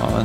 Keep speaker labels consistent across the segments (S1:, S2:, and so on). S1: Ja,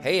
S2: Hey,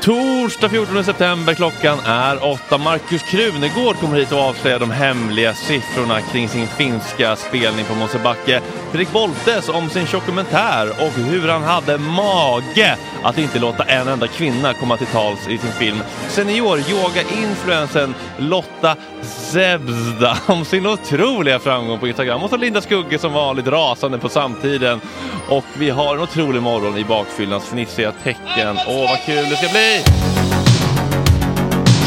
S1: Torsdag 14 september, klockan är åtta. Markus Krunegård kommer hit och avslöjar de hemliga siffrorna kring sin finska spelning på Mosebacke. Fredrik Boltes om sin dokumentär och hur han hade mage att inte låta en enda kvinna komma till tals i sin film. Senior-yoga-influensen Lotta Zebzda om sin otroliga framgång på Instagram. Och så Linda Skugge som vanligt rasande på samtiden. Och vi har en otrolig morgon i bakfyllans fnissiga tecken. Åh, vad kul det ska bli!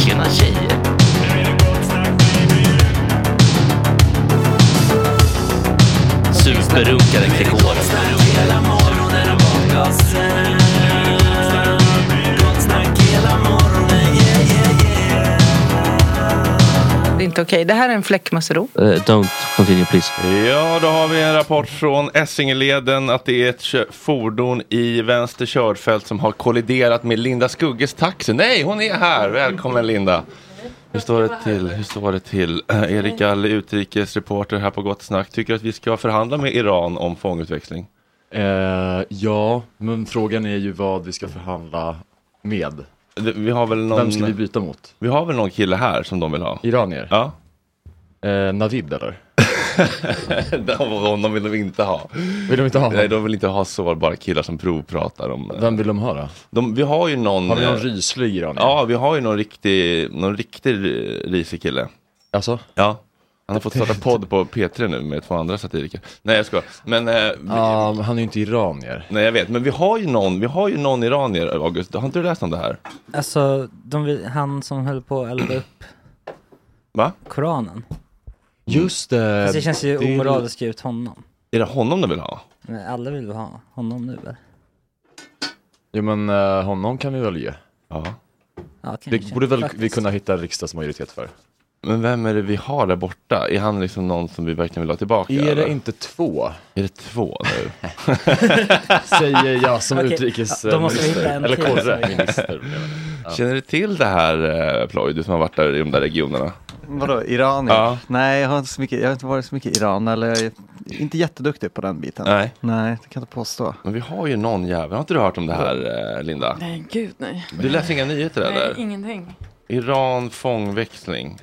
S3: Tjena tjejer!
S1: Brukaren Gregor.
S3: Det är inte okej. Det här är en fläckmussero.
S4: Eh, don't continue please.
S1: Ja, då har vi en rapport från Essingeleden att det är ett kö- fordon i vänster körfält som har kolliderat med Linda Skugges taxi. Nej, hon är här! Välkommen Linda! Hur står det till? Hur står det till? Eh, Erik All, utrikesreporter här på Gott Snack, tycker att vi ska förhandla med Iran om fångutväxling.
S5: Eh, ja, men frågan är ju vad vi ska förhandla med.
S1: Det- Vi har väl någon,
S5: Vem ska vi byta mot?
S1: vi har väl någon kille här som de vill ha?
S5: Iranier?
S1: Ja,
S5: Eh, Navid eller?
S1: Den- honom vill de inte ha.
S5: Vill de inte ha?
S1: Nej,
S5: honom?
S1: de vill inte ha sårbara killar som provpratar om... eh,
S5: Vem vill de ha då?
S1: De, vi har ju någon...
S5: Har vi någon
S1: eh,
S5: ryslig iranier?
S1: Ja, vi har ju någon riktig, någon riktig r- risig kille.
S5: Alltså?
S1: Ja. Han har fått starta podd på P3 nu med två andra satiriker. Nej, jag skojar. Men, eh, vi,
S5: Ja, men han är ju inte iranier.
S1: nej jag vet. Men vi har ju någon, vi har ju någon iranier, August. Har inte du läst om det här?
S6: Alltså, de, vill- han som höll på att elda upp
S1: Va?
S6: Koranen.
S5: Just det.
S6: Så Alltså, det känns ju
S5: det är ju-
S6: omoraliskt att ge ut honom.
S1: Är det honom de vill ha?
S6: Men alla vill väl ha honom nu väl?
S5: Jo men eh, honom kan vi väl ge.
S1: Ja.
S6: Ja,
S5: Det borde väl vi
S6: faktiskt.
S5: kunna hitta riksdagsmajoritet för.
S1: Men vem är det vi har där borta? Är han liksom någon som vi verkligen vill ha tillbaka?
S5: Är
S1: eller?
S5: det inte två?
S1: är det två nu?
S5: Säger jag som
S6: Okej,
S5: utrikes...
S6: ja, då måste vi hitta en
S5: Eller
S6: till.
S5: korre. Minister. blev det.
S1: Känner du till det här eh, Ploy, du som har varit där i de där regionerna?
S7: Vadå, iranier?
S1: Ja.
S7: Nej, jag har, inte så mycket, jag har inte varit så mycket i Iran, eller jag är inte jätteduktig på den biten.
S1: Nej.
S7: Nej, det kan jag inte påstå.
S1: Men vi har ju någon jävel, har inte du hört om det här eh, Linda?
S8: Nej, gud nej.
S1: Du läser inga nyheter eller?
S8: Nej, ingenting.
S1: Iran fångväxling.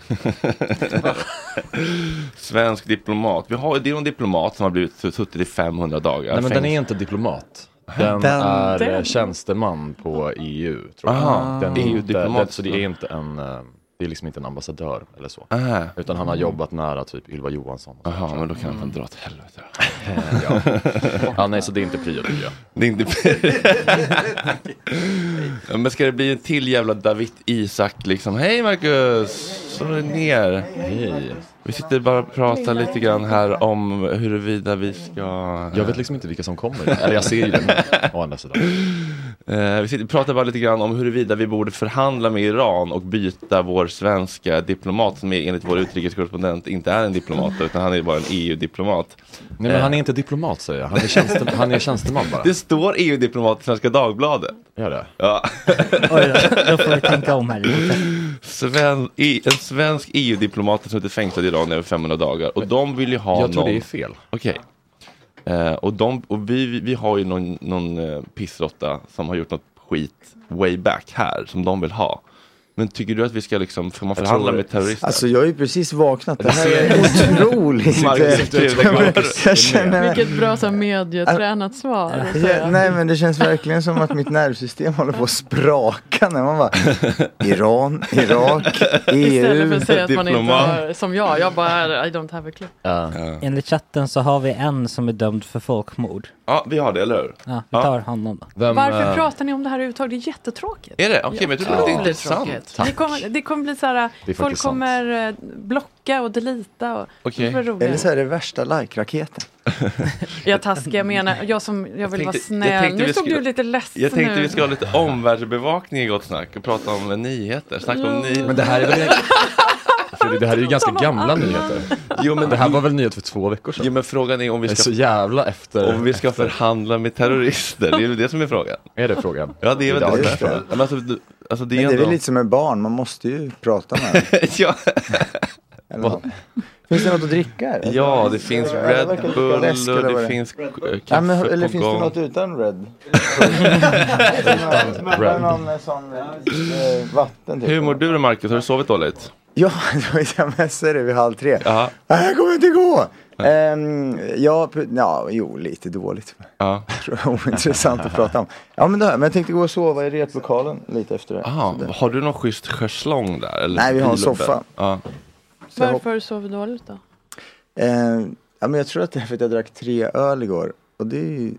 S1: Svensk diplomat. Vi har, det är en diplomat som har blivit suttit i 500 dagar.
S5: Nej men den
S1: fängelse.
S5: är inte diplomat. Den,
S7: Den-
S5: är eh,
S8: Den.
S5: tjänsteman på EU tror jag.
S1: Aha,
S5: den är inte,
S1: EU-diplomat.
S5: den, så det är inte en, eh, det är liksom inte en ambassadör eller så.
S1: Ah,
S5: Utan han har jobbat nära typ Ylva Johansson. och så.
S1: Jaha, men då kan han fan dra åt helvete.
S5: Ja, nej, så det är inte prio tycker jag.
S1: Det är inte... men ska det bli en till jävla David Isak liksom? Hej Marcus! Slå dig ner.
S5: Hej.
S1: Vi sitter bara och pratar lite grann här om huruvida vi ska...
S5: Jag vet liksom inte vilka som kommer. Eller jag ser ju det. Å andra sidan.
S1: Eh, vi sitter, pratar bara lite grann om huruvida vi borde förhandla med Iran och byta vår svenska diplomat som är, enligt vår utrikeskorrespondent inte är en diplomat utan han är bara en E EU-diplomat.
S5: Nej men han är inte diplomat säger jag. Han är, tjänste, han är tjänsteman bara.
S1: Eh. Det står EU-diplomat i Svenska Dagbladet.
S5: Gör det?
S1: Ja.
S6: Oj då, då får vi tänka om här lite.
S1: Sven, i, en svensk EU-diplomat som suttit fängslad i Iran i över 500 dagar och de vill ju ha
S5: Jag tror
S1: någon...
S5: det är fel.
S1: Okej. Eh, och de, och vi, vi har ju någon, någon eh, pissrotta som har gjort något skit way back här som de vill ha. Men tycker du att vi ska liksom, får man förhandla
S5: tror-
S1: med terrorister?
S7: Alltså, jag är ju precis vaknat, det här är otroligt.
S1: Marcus, du är kvar.
S7: Jag känner mig...
S8: Vilket bra så här, medietränat svar. Och så här,
S7: nej men det känns verkligen som att mitt nervsystem håller på att spraka när man bara Iran, Irak, E
S8: Istället för
S7: EU.
S8: att säga att man inte
S1: Diplomat.
S8: har, som jag, jag bara är, I don't have a clue.
S6: Enligt chatten så har vi en som är dömd för folkmord.
S1: Ja, vi har det, eller hur?
S6: Ja, vi tar honom då.
S5: Vem,
S8: Varför
S5: eh,
S8: pratar ni om det här överhuvudtaget? Det är jättetråkigt.
S1: Är det? Okej, men jag tror att det är intressant.
S8: Det kommer, det kommer bli så här,
S5: Det är
S8: folk
S5: faktiskt sant.
S8: kommer eh, blocka och delita och
S1: Okej.
S8: det kommer bli
S7: Eller
S8: roligt.
S7: så är det värsta like-raketen.
S8: Jag taskar, jag menar, jag som, jag vill
S1: tänkte-
S8: vara
S1: jag
S8: snäll.
S1: tänkte vi
S8: Nu såg
S1: skulle-
S8: du lite ledsen
S1: Jag tänkte
S8: nu.
S1: vi ska ha lite omvärldsbevakning i Gott Snack och prata om eh, nyheter. Snacka om
S5: Men
S1: nyheter.
S5: det här är väl... För det här är ju ganska gamla nyheter.
S1: Jo, men
S5: Det här var väl nyhet för två veckor sedan?
S1: Jo, men frågan är om vi
S5: Jag är
S1: ska,
S5: så jävla efter...
S1: om vi ska förhandla med terrorister. Det är väl det som är frågan.
S5: Är det frågan?
S1: Ja, det är väl
S5: Idag.
S1: det som är
S7: just det.
S1: frågan. Men alltså, du- alltså, det är
S7: Men det är
S1: ändå...
S7: väl lite som med barn, man måste ju prata med dem.
S1: ja,
S7: Eller något. Finns det något att dricka? här?
S1: ja, det finns
S7: verkar
S1: Red
S7: lika
S1: Bull och
S7: läsk, eller vad
S1: det
S7: det är.
S1: finns k-
S7: Ja,
S1: kaffe
S7: men, eller
S1: på
S7: finns det
S1: gång.
S7: något utan Red?
S5: Red.
S7: Någon eh, sån eh, vatten typ.
S1: Hur mår du då, Marcus? Har du sovit dåligt?
S7: Ja, jag smsade det vid halv tre.
S1: Ja.
S7: Nej, jag kommer inte gå! Ehm, ja, p- ja, jo, lite dåligt.
S1: Ja.
S7: Tror jag är Ointressant att prata om. Ja, men, det, här, men jag tänkte gå och sova i replokalen lite efter det. här.
S1: Aha,
S7: Så det-
S1: har du någon schysst schäslong där? Eller
S7: Nej, vi har en
S1: pilubbe?
S7: soffa.
S1: Ja.
S7: så jag hopp-
S8: Varför sov du dåligt då?
S7: Ehm, ja, men jag tror att det är för att jag drack tre öl igår. Och det, är ju-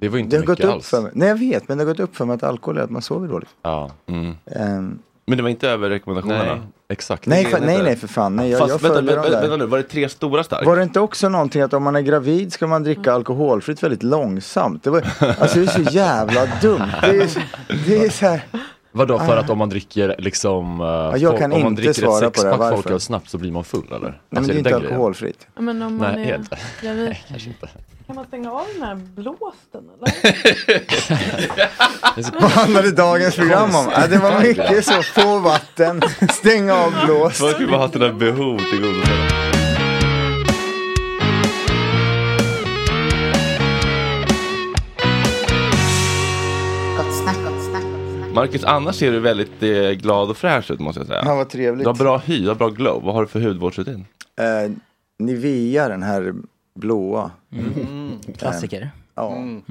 S5: Det var ju
S7: det
S5: inte
S7: har gått
S5: mycket
S7: upp
S5: alls.
S7: för mig. Nej, jag vet, men det har gått upp för mig att alkohol är att man sover dåligt.
S5: Ja.
S7: Ehm,
S1: Mm. Men det var inte över rekommendationerna?
S5: Nej,
S1: exakt.
S7: Nej, fa- nej, nej, för fan. Nej, jag,
S1: Fast
S7: jag
S1: vänta,
S7: följer
S1: vänta,
S7: dem
S1: vänta
S7: där.
S1: nu, var det tre stora stark?
S7: Var det inte också någonting att om man är gravid ska man dricka alkoholfritt väldigt långsamt? Det, var, alltså, det är så jävla dumt. Det är, så- det är så här,
S5: Vadå, för
S7: Ah.
S5: att om man dricker liksom... eh,
S7: jag
S5: folk-
S7: kan
S5: om man
S7: inte
S5: dricker
S7: svara på det här,
S5: ett sexpack
S7: varför?
S5: folköl snabbt så blir man full eller? Alltså, Nej,
S7: men det är inte alkoholfritt.
S8: Ja, Men om man
S5: Nej,
S8: är
S5: helt.
S8: gravid,
S5: Kanske inte.
S8: kan man stänga av den här blåsten eller?
S7: Vad handlade dagens program om? Ja, det var mycket så, få vatten, stäng av blås.
S1: Folk
S5: typ
S1: skulle bara ha sina behov tillgodosedda.
S4: Gott snack, gott snack.
S1: Marcus, annars ser du väldigt eh, glad och fräsch ut måste jag säga.
S7: Ja, vad trevligt.
S1: Du har bra hy, du har bra glow. Vad har du för hudvårdsrutin?
S7: Eh, Nivea, den här blåa. Mm.
S6: Klassiker.
S7: Ja.
S1: Mm.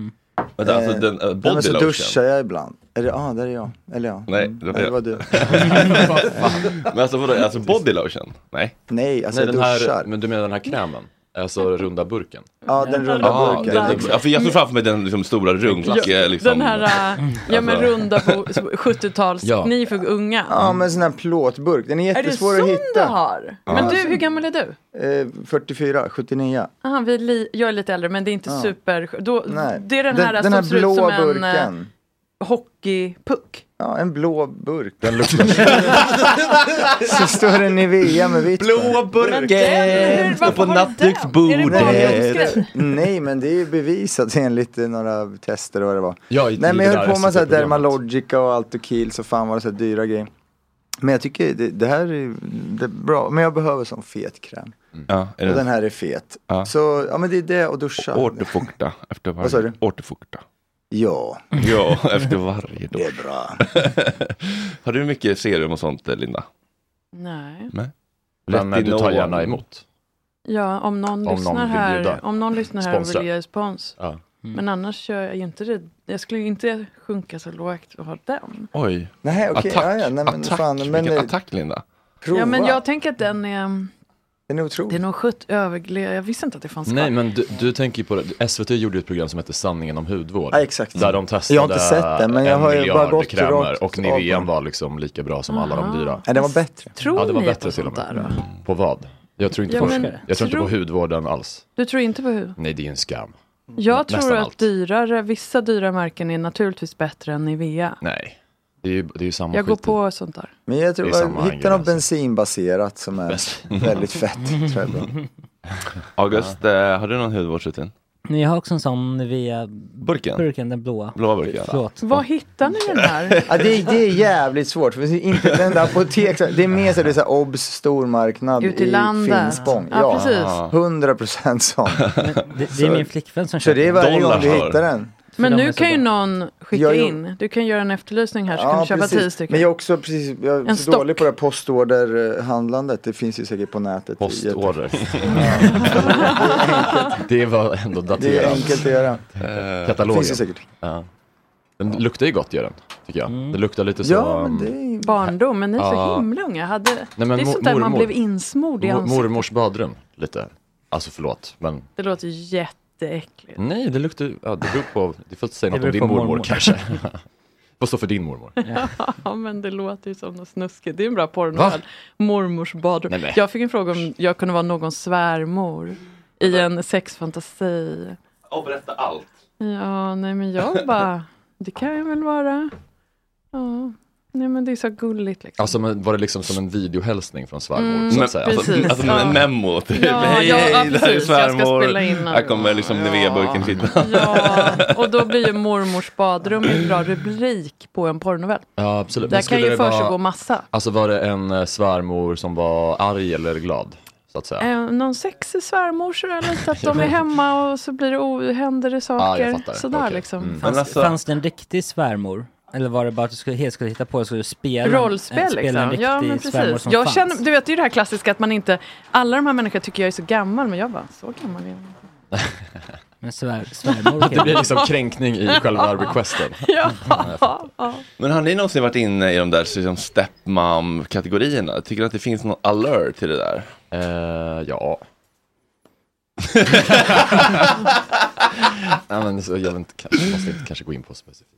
S1: Vänta, alltså
S7: Eh,
S1: den uh,
S7: nej, men så
S1: bodylotion.
S7: duschar jag ibland. Är det, ah, där är jag. Eller ja.
S1: Nej,
S7: Mm.
S1: det var
S7: Nej, det
S1: jag.
S7: var du.
S1: Men alltså vadå, alltså bodylotion? Nej.
S7: Nej, alltså
S5: Nej,
S7: jag
S5: den
S7: duschar.
S5: här, men du menar den här krämen? Alltså runda burken?
S7: Ja, den runda
S1: Jaha,
S7: burken.
S1: den- den- ja, för jag såg framför mig den liksom, stora runk... eh, liksom.
S8: Den här, äh,
S5: Mm.
S8: ja men
S1: Alltså.
S8: runda bo- 70-tals,
S1: Ja.
S8: ni är för unga.
S7: Ja, men sån här plåtburk. Den är
S8: är det
S7: jättesvår
S8: sån
S7: att
S8: du
S7: hitta.
S8: har? Men du, hur gammal är du?
S7: Eh, 44, 79.
S8: Aha, vi är li- jag är lite äldre men det är inte
S7: Ja.
S8: super... Då,
S7: Nej.
S8: Det är den här,
S7: den här
S8: som ser ut
S7: blå
S8: som en eh,
S7: burken.
S8: hockeypuck.
S7: Ja, en blå burk. Den Så står det Nivea med vitt.
S1: Blåa
S8: den, hur-
S1: burken, står på
S8: varför har du den? Är det
S1: nattduksbordet.
S8: barndomsgrej?
S7: Nej, men det är ju bevisat enligt eh, några tester och vad det var.
S5: Ja, i,
S7: Nej,
S5: i
S7: men jag
S5: det
S7: höll
S5: där
S7: på med så här
S5: SVT-programmet.
S7: Dermalogica och Altokils och fan vad det så här dyra grejer. Men jag tycker det, det här är, det är bra. Men jag behöver sån fet kräm.
S1: Ja, är
S7: Och
S1: det
S7: den här är fet.
S1: Ja.
S7: Så, ja men det är det och duscha.
S1: Återfukta efter varje...
S7: Vad sa du?
S1: Återfukta.
S7: Ja,
S1: Ja, efter varje
S7: det
S1: dag.
S7: är bra.
S1: Har du mycket serum och sånt, eh, Linda?
S8: Nej.
S5: Men eh, du tar
S1: Retinol.
S5: gärna emot.
S8: Ja, om någon
S5: någon
S8: lyssnar
S5: vill bjuda.
S8: här, om någon lyssnar här och
S5: Sponsra.
S8: vill ge spons.
S5: Ja.
S8: Men annars kör jag ju inte det. Jag skulle ju inte sjunka så lågt och ha den.
S1: Oj,
S7: Nej okej,
S1: attack.
S7: ja, ja, nej, men
S1: attack.
S7: fan, men
S1: Vilken
S7: eh,
S1: attack, Linda.
S7: prova.
S8: Ja, men jag tänker att den är,
S7: Den är
S8: det är
S7: otrolig.
S8: nog sjut övergled. Jag visste inte att det fanns
S5: Nej,
S8: kvar.
S5: men du, du tänker ju på det. SVT gjorde ju ett program som hette Sanningen om hudvård.
S7: Ja, exakt.
S5: Där de testade
S7: Jag har inte sett det, men jag
S5: en
S7: har ju
S5: miljard
S7: bara gått
S5: krämer
S7: rakt
S5: och
S7: av
S5: Nivean
S7: dem.
S5: var liksom lika bra som alla de dyra.
S7: Nej, den var bättre.
S8: Tror
S5: Ja, det var
S8: ni
S5: bättre
S8: på
S5: till och
S8: sånt där
S5: med.
S8: då?
S5: På vad? Jag tror inte,
S8: Ja,
S5: på,
S8: men-
S5: jag tror inte på
S8: Tror-
S5: huvudvården alls.
S8: Du tror inte på hud?
S5: Nej, det är ju en skam.
S8: Jag
S5: Mm, Nästan
S8: tror att
S5: allt.
S8: dyrare, vissa dyra märken är naturligtvis bättre än Nivea.
S5: Nej, det är ju, det är ju samma
S8: Jag går
S5: skit.
S8: på sånt där.
S7: Men jag tror
S5: Det är samma
S7: bara, hitta något
S5: ingredienser.
S7: bensinbaserat som är väldigt fett. tror jag är bra.
S1: August, eh, har du någon hudvårdsrutin?
S6: Ni har också en sån via
S1: Burken?
S6: burken, den blåa.
S1: Blåa burken?
S6: Förlåt.
S8: Vad hittar ni den här?
S7: Ja, det, är- det är jävligt svårt, för det är inte ett enda apotek. så- Det är mer så här, det är så här, obs stormarknad
S8: Ute i landet.
S7: Finspång.
S8: Ja, precis.
S1: Ah.
S7: 100 procent sån.
S6: Det, det är min flickvän som
S7: Så
S6: köper
S7: det är
S6: den.
S7: varje gång
S1: Dollar
S7: du
S1: har.
S7: hittar den.
S8: Men
S6: de
S8: nu
S6: är så
S8: kan ju
S6: bra.
S8: någon skicka
S7: Jag gör-
S8: in. Du kan göra en efterlysning här så kan du köpa tio
S7: precis. Men
S8: stycken.
S7: jag är också precis, jag är
S8: En
S7: så
S8: stock.
S7: dålig på det här postorderhandlandet. Det finns ju säkert på nätet.
S5: Postorder. det var ändå
S7: Det är
S5: daterat.
S7: enkelt att göra. Det
S5: Eh, Katalogen.
S7: finns ju säkert.
S5: Ja. Den luktar ju gott gör den, tycker jag.
S8: Mm.
S5: Det luktar lite så...
S7: Ja, men
S5: um,
S7: det är
S8: Barndom, men ni är så
S5: Ja.
S8: himla unga. Jag Hade...
S5: men
S8: det är
S5: mor-
S8: sånt där man
S5: mormor.
S8: blev insmord i
S5: mor-
S8: ansiktet.
S5: mormors badrum, lite. Alltså förlåt, men
S8: Det låter jätteäckligt.
S5: nej, det luktar ju- ja, det beror på, det får
S6: Det
S5: säga något om
S6: beror
S5: din
S6: på
S5: mormor,
S6: mormor.
S5: kanske. Vad står för din mormor?
S8: Ja, men det låter ju som något snuskigt. Det är en bra porrnovell. Mormors badrum.
S5: Nej, men-
S8: Jag fick en fråga om jag kunde vara någon svärmor i en sexfantasi.
S1: Och berätta allt.
S8: Ja, nej men jag bara, det kan jag väl vara. Ja, nej men det är så gulligt liksom.
S5: Alltså men var det liksom som en videohälsning från svärmor?
S8: Mm,
S5: så
S1: Men,
S5: att säga? Alltså,
S1: alltså,
S8: Precis,
S1: alltså
S8: ja.
S1: en memo. Typ.
S8: Ja,
S1: hej,
S8: ja,
S1: hej, det här är
S8: precis. Jag ska
S1: svärmor.
S8: spela in nu.
S1: Här kommer liksom
S8: Ja.
S1: Nivea-burken sitta.
S8: Ja, och då blir ju mormors badrum en bra rubrik på en porrnovell.
S5: ja absolut.
S8: Där
S5: Men
S8: kan
S5: skulle
S8: ju
S5: det vara-
S8: försiggå massa.
S5: Alltså var det en eh, svärmor som var arg eller glad? Så att säga.
S8: Eh, någon sexig svärmor sådär lite, att de är hemma och så blir det o- händer det
S5: Ah, jag
S8: saker.
S5: fattar.
S8: sådär
S5: Okej.
S8: liksom.
S5: Mm.
S6: Fanns,
S1: Men alltså-
S6: fanns det en riktig svärmor? Eller var det bara att du skulle, helt skulle hitta på det, skulle du spela en- eh,
S8: Rollspel
S6: spela en
S8: liksom.
S6: riktig
S8: Ja men
S6: svärmor
S8: precis.
S6: som
S8: Jag
S6: fanns?
S8: känner, du vet det är ju det här klassiska att man inte, alla de här människorna tycker jag är så gammal men jag bara, så gammal är jag inte.
S6: Men svär, svärmor
S5: Det blir liksom kränkning i själva requesten.
S8: Ja, ja.
S1: Men har ni någonsin varit inne i de där liksom, stepmom-kategorierna? Tycker ni att det finns någon alert till det där?
S5: Eh, ja. Nej men så jag vet inte, kanske, måste inte kanske gå in på specifikt.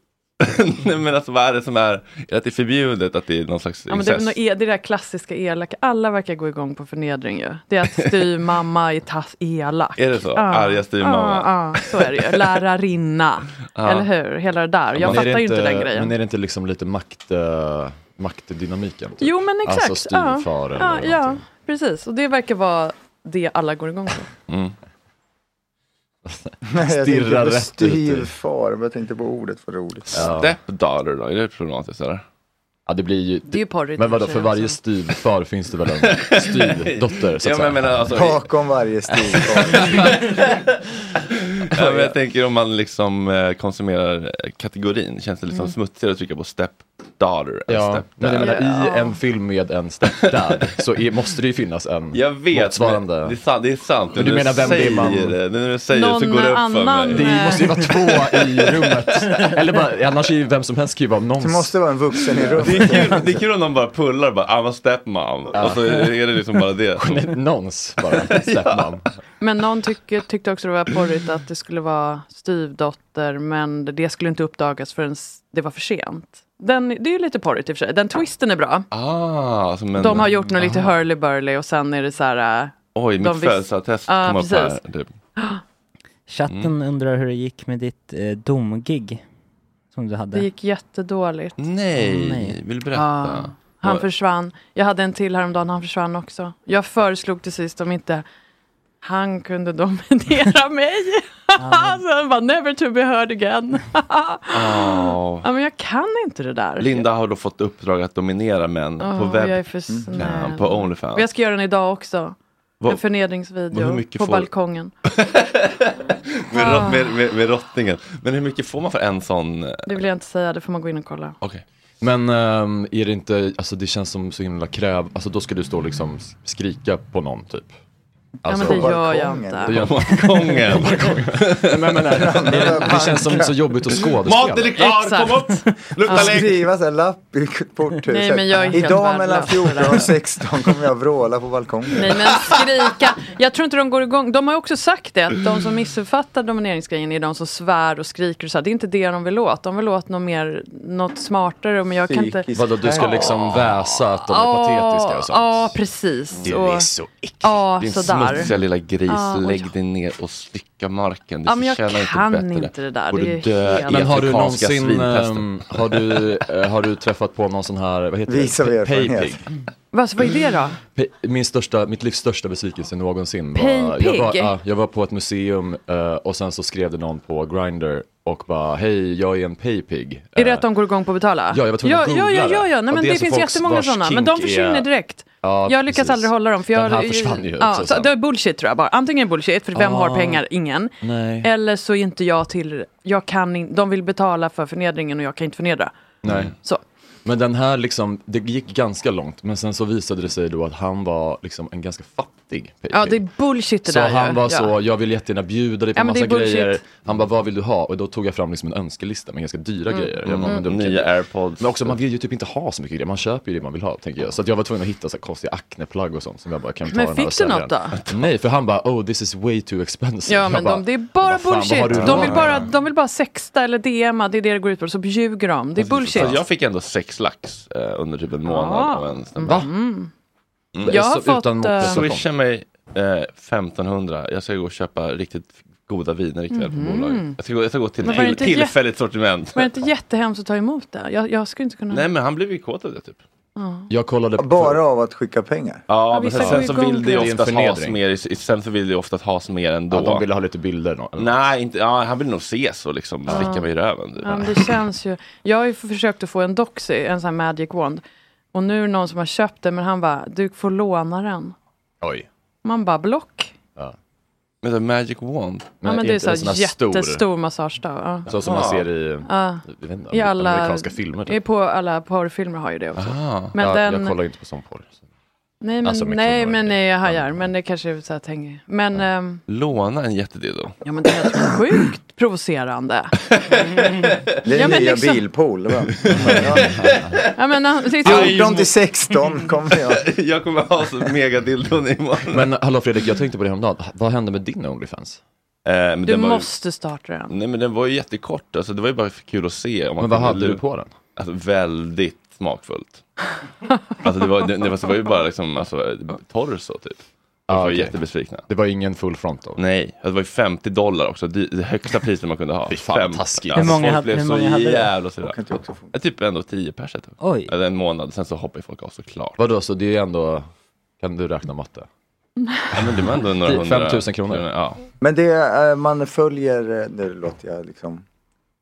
S1: Nej men alltså vad är det som är, är det att det är förbjudet att det är någon slags
S8: Ja, men det, är väl
S1: incest?
S8: något e- det är det där klassiska elaka. Alla verkar gå igång på förnedring ju. Det är att styvmamma är tass elak.
S1: Är det så? Arga styvmamma.
S8: Ja, ja, så är det ju. Lärarinna.
S5: Ja.
S8: Eller hur? Hela det där. Jag
S5: Men är
S8: fattar
S5: det
S8: ju inte den grejen.
S5: Men är det inte liksom lite makt, eh, maktdynamiken? typ?
S8: Jo men exakt.
S5: Alltså styvfar eller
S8: ja,
S5: någonting.
S8: ja, precis. Och det verkar vara det alla går igång på.
S5: Mm.
S7: Nej, jag tänkte
S1: Stirrar
S7: på
S1: rätt
S7: styvfar, men jag tänkte på ordet för roligt.
S1: Stepdaughter då, är det problematiskt eller?
S5: Ja det blir ju,
S8: Det är ju alltså. porrigt
S5: men
S8: i och
S5: vadå
S8: för
S5: för
S8: sig
S5: varje
S8: också.
S5: styvfar finns det väl en styvdotter så
S1: Ja,
S5: att säga.
S1: men jag menar, alltså-
S7: Bakom varje styvfar.
S1: Ja, men jag tänker om man liksom eh, konsumerar eh, kategorin, känns det liksom
S5: Mm.
S1: smutsigare att trycka på stepdaughter än
S5: Ja,
S1: stepdad?
S5: men jag menar i en film med en stepdad så är, måste det ju finnas en
S1: Jag vet,
S5: motsvarande.
S1: men det är sant. Det är sant.
S5: Men du
S1: När
S5: menar vem det är man-
S1: säger det- När du säger det så går det upp för
S8: eh,
S1: mig.
S5: Det måste ju vara två i rummet. Eller bara, annars är ju vem som helst kan ju vara någon.
S7: Det måste vara en vuxen i
S1: Det är,
S7: rummet.
S1: kul, det är kul om de bara pullar bara, I'm a stepmom.
S5: Ja.
S1: Och så är det liksom bara det.
S5: Nons bara, stepmom.
S8: Men någon tycker, tyckte också det var porrigt att det skulle vara styvdotter men det skulle inte uppdagas förrän det var för sent. Den, det är ju lite porrigt i och för sig. Den twisten är bra.
S1: Ah, alltså, men,
S8: de har gjort något lite
S1: Ah.
S8: hurly-burly och sen är det så här... äh,
S1: Oj,
S8: de
S1: mitt
S8: vis-
S1: födelseattest
S8: Ja,
S1: kom upp här.
S8: precis.
S1: Typ.
S6: Chatten
S5: Mm.
S6: undrar hur det gick med ditt eh, domgig som du hade.
S8: Det gick jättedåligt. Mm,
S1: Nej,
S6: Nej.
S1: vill du berätta?
S8: Ja. Han försvann. Jag hade en till häromdagen, han försvann också. Jag föreslog till sist om inte han kunde dominera mig. så han bara, never to be heard again.
S1: Ah.
S8: ja, men jag kan inte det där.
S1: Linda har då fått uppdrag att dominera män på
S8: Åh,
S1: webben.
S8: Ah, jag är för snäll.
S1: På Onlyfans.
S8: Och jag ska göra den idag också.
S1: Vad-
S8: En förnedringsvideo
S1: Hur mycket
S8: på
S1: får-
S8: balkongen.
S1: med,
S8: Ah.
S1: rott- med, med, med rottingen. Men hur mycket får man för en sån? eh,
S8: Ah, Det vill jag inte säga, det får man gå in och kolla.
S5: Men ehm, är det inte, alltså det känns som så himla kräv, alltså då ska du stå och liksom skrika på någon typ. Alltså,
S8: men det gör jag Balkongen. inte.
S5: Det gör-
S1: På balkongen.
S5: På balkongen. Nej, men, men, det, det, det känns som så jobbigt att skådespela.
S1: Maten är klar, kom upp! Lukta
S8: Ja.
S1: lägg!
S7: Skriva så här lapp i porthuset.
S8: Nej, men jag är helt
S7: Idag
S8: värdelös
S7: mellan
S8: på det
S7: 14 och 16 kommer jag vråla på balkongen.
S8: Nej men skrika. Jag tror inte de går igång. De har ju också sagt det att de som missuppfattar domineringsgrejen är de som svär och skriker och så här. Det är inte det de vill åt. De vill åt något mer, något smartare. Men jag kan inte.
S5: Vadå, du ska liksom väsa att de är patetiska och sånt?
S8: Ja, precis.
S5: Du
S8: Och-
S5: är så äcklig.
S8: Ja,
S1: Din
S8: sådär.
S1: smutsiga lilla gris,
S8: Ja, och
S1: lägg dig ner och slicka marken. Du
S8: Ja, men jag
S1: förtjänar
S8: kan
S1: inte bättre.
S8: inte det där.
S1: Borde
S8: Det är
S1: dö
S8: helt-
S1: i
S5: Eh, Men har du
S1: afrikanska
S5: någonsin,
S1: svinpesten.
S5: ehm, har du, eh, har du träffat på någon sån här, vad heter
S7: Vis av
S5: det?
S7: erfarenhet.
S5: Pay pig.
S8: Vad, vad är det då?
S5: Pe- Min största, mitt livs största besvikelse någonsin var,
S8: Pay pig?
S5: jag var, ja, jag var på ett museum eh, och sen så skrev det någon på Grindr och bara hej jag är en paypig.
S8: Är det att de går igång på att betala?
S5: Eh, Ja, jag var tvungen
S8: ja,
S5: att
S8: ja,
S5: googla
S8: ja, ja, ja.
S5: det.
S8: Nej,
S5: Och
S8: men
S5: det
S8: det,
S5: är så
S8: finns
S5: folk
S8: jättemånga
S5: vars
S8: sådana. Men de
S5: kink
S8: försvinner
S5: är-
S8: direkt.
S5: Ja,
S8: jag lyckas
S5: precis.
S8: aldrig hålla dem. För jag,
S5: Den här försvann ju
S8: ja,
S5: också
S8: så,
S5: sen.
S8: det är bullshit tror jag bara. Antingen bullshit, för vem har
S5: Ah.
S8: pengar? Ingen.
S5: Nej.
S8: Eller så är inte jag till... Jag kan in, de vill betala för förnedringen och jag kan inte förnedra.
S5: Nej.
S8: Mm. Så.
S5: Men den här liksom, det gick ganska långt men sen så visade det sig då att han var liksom en ganska fattig paypig.
S8: Ja, det är bullshit det
S5: Så
S8: där ju.
S5: han var
S8: ja.
S5: så, jag vill jättegärna bjuda dig på
S8: Ja, men det
S5: massa
S8: är bullshit.
S5: grejer. Han bara, vad vill du ha? Och då tog jag fram liksom en önskelista med ganska dyra
S8: Mm.
S5: grejer. Jag
S1: Mm.
S5: bara, men de- typ-"
S1: Nya airpods.
S5: Men också man vill ju typ inte ha så mycket grejer, man köper ju det man vill ha tänker jag. Så att jag var tvungen att hitta så här konstiga acneplagg och sånt som jag bara kan ta
S8: Men
S5: den här
S8: fick
S5: och
S8: du
S5: sälja
S8: något
S5: den. Nej, för han bara, oh this is way too expensive.
S8: Ja
S5: Jag
S8: men
S5: bara,
S8: de, det är bara
S5: vad fan, vad har
S8: bullshit.
S5: du
S8: De
S5: råd
S8: vill
S5: med?
S8: bara, de vill bara sexta eller DMa, det är det det går ut på. Så ljuger de.
S5: Alltså,
S8: Det är bullshit.
S1: Så jag fick ändå sex lax eh, under typ en månad
S8: Ja.
S1: av en snubbe.
S8: Ah. Va? Mm. Jag har Så- utan fått, eh, motprestation.
S1: Swisha mig eh, 1500. Jag ska gå och köpa riktigt goda viner ikväll på
S8: Mhm.
S1: bolaget. Jag ska gå, jag ska gå till
S8: Men var det
S1: till,
S8: inte
S1: tillfälligt sortiment.
S8: Men det är inte jättehemskt att ta emot det. Jag, jag skulle inte kunna...
S1: Nej men han blev ju kåt av det typ.
S8: Ja.
S5: Jag kollade
S7: Bara av att skicka pengar?
S1: Ja,
S8: Ja,
S1: men
S8: vissa
S1: sen,
S8: går
S1: sen så
S8: igång
S1: vill
S8: på
S1: det
S8: det.
S1: ju
S5: Det är en
S1: oftast has
S5: förnedring.
S1: mer, i- sen så vill det ju oftast has mer ändå.
S5: Ja, de ville ha lite bilder? Någon,
S1: Nej, inte, ja, han vill nog ses och liksom
S8: Ja.
S1: slicka mig i röven. typ.
S8: Ja, men det känns ju. Jag har ju försökt att få en doxy, en sån här magic wand. Och nu är det någon som har köpt den, men han bara, du får låna den.
S5: Oj.
S8: Man bara, block.
S5: Ja.
S1: Men det är magic wand.
S8: Ja, men det är så
S5: en sån
S8: här
S5: här stor-
S8: jättestor massagestav. Ja.
S5: Så som man ser i,
S8: Ja.
S5: jag vet inte,
S8: I alla,
S5: amerikanska filmer. typ.
S8: i På alla porrfilmer har ju det också.
S5: Ah.
S8: Men
S5: ja,
S8: den-
S5: Jag kollar inte på sån porr.
S8: Nej, men,
S5: Alltså med
S8: nej,
S5: kvinnor,
S8: men nej, jag hajar. Men det kanske är så att hänga. Men, ehm,
S1: Låna en jättedildo.
S8: ja, men det är helt sjukt provocerande.
S7: Det är
S8: Ja, men
S7: nya
S8: liksom-
S7: bilpool. Va?
S8: Ja, men, han- det är så-
S7: 14 till 16 kommer jag.
S1: jag kommer ha så megadildon imorgon.
S5: Men hallå Fredrik, jag tänkte på det häromdagen. Vad hände med din Onlyfans?
S1: Eh, men
S8: Du
S1: den var ju-
S8: måste starta den.
S1: Nej men den var ju jättekort, alltså, det var ju bara kul att se. Om man
S5: Men vad
S1: kunde
S5: hade
S1: lu-
S5: du på den?
S1: Alltså, väldigt smakfullt. alltså, det, var, det, det, var, det var ju bara liksom, alltså, torso typ. Jag var jättebesvikna.
S5: Det var ingen full front då?
S1: Nej, alltså, det var ju 50 dollar också, det, det högsta priset man kunde ha. Fy
S5: fan, vad taskigt.
S6: Hur många hade-
S1: blev
S6: hur
S1: så
S6: många hade du?
S1: jävla sura.
S6: Jag kan inte också
S1: Ja, Typ ändå 10 pers. typ.
S6: Oj.
S1: Eller en månad, sen så hoppar ju folk av såklart.
S5: Vadå, så det är ändå, kan du räkna matte?
S1: Ja, men det var ändå några hundra.
S5: 5 000 kronor?
S1: Ja.
S7: Men det, eh, man följer, eh, nu låter jag liksom.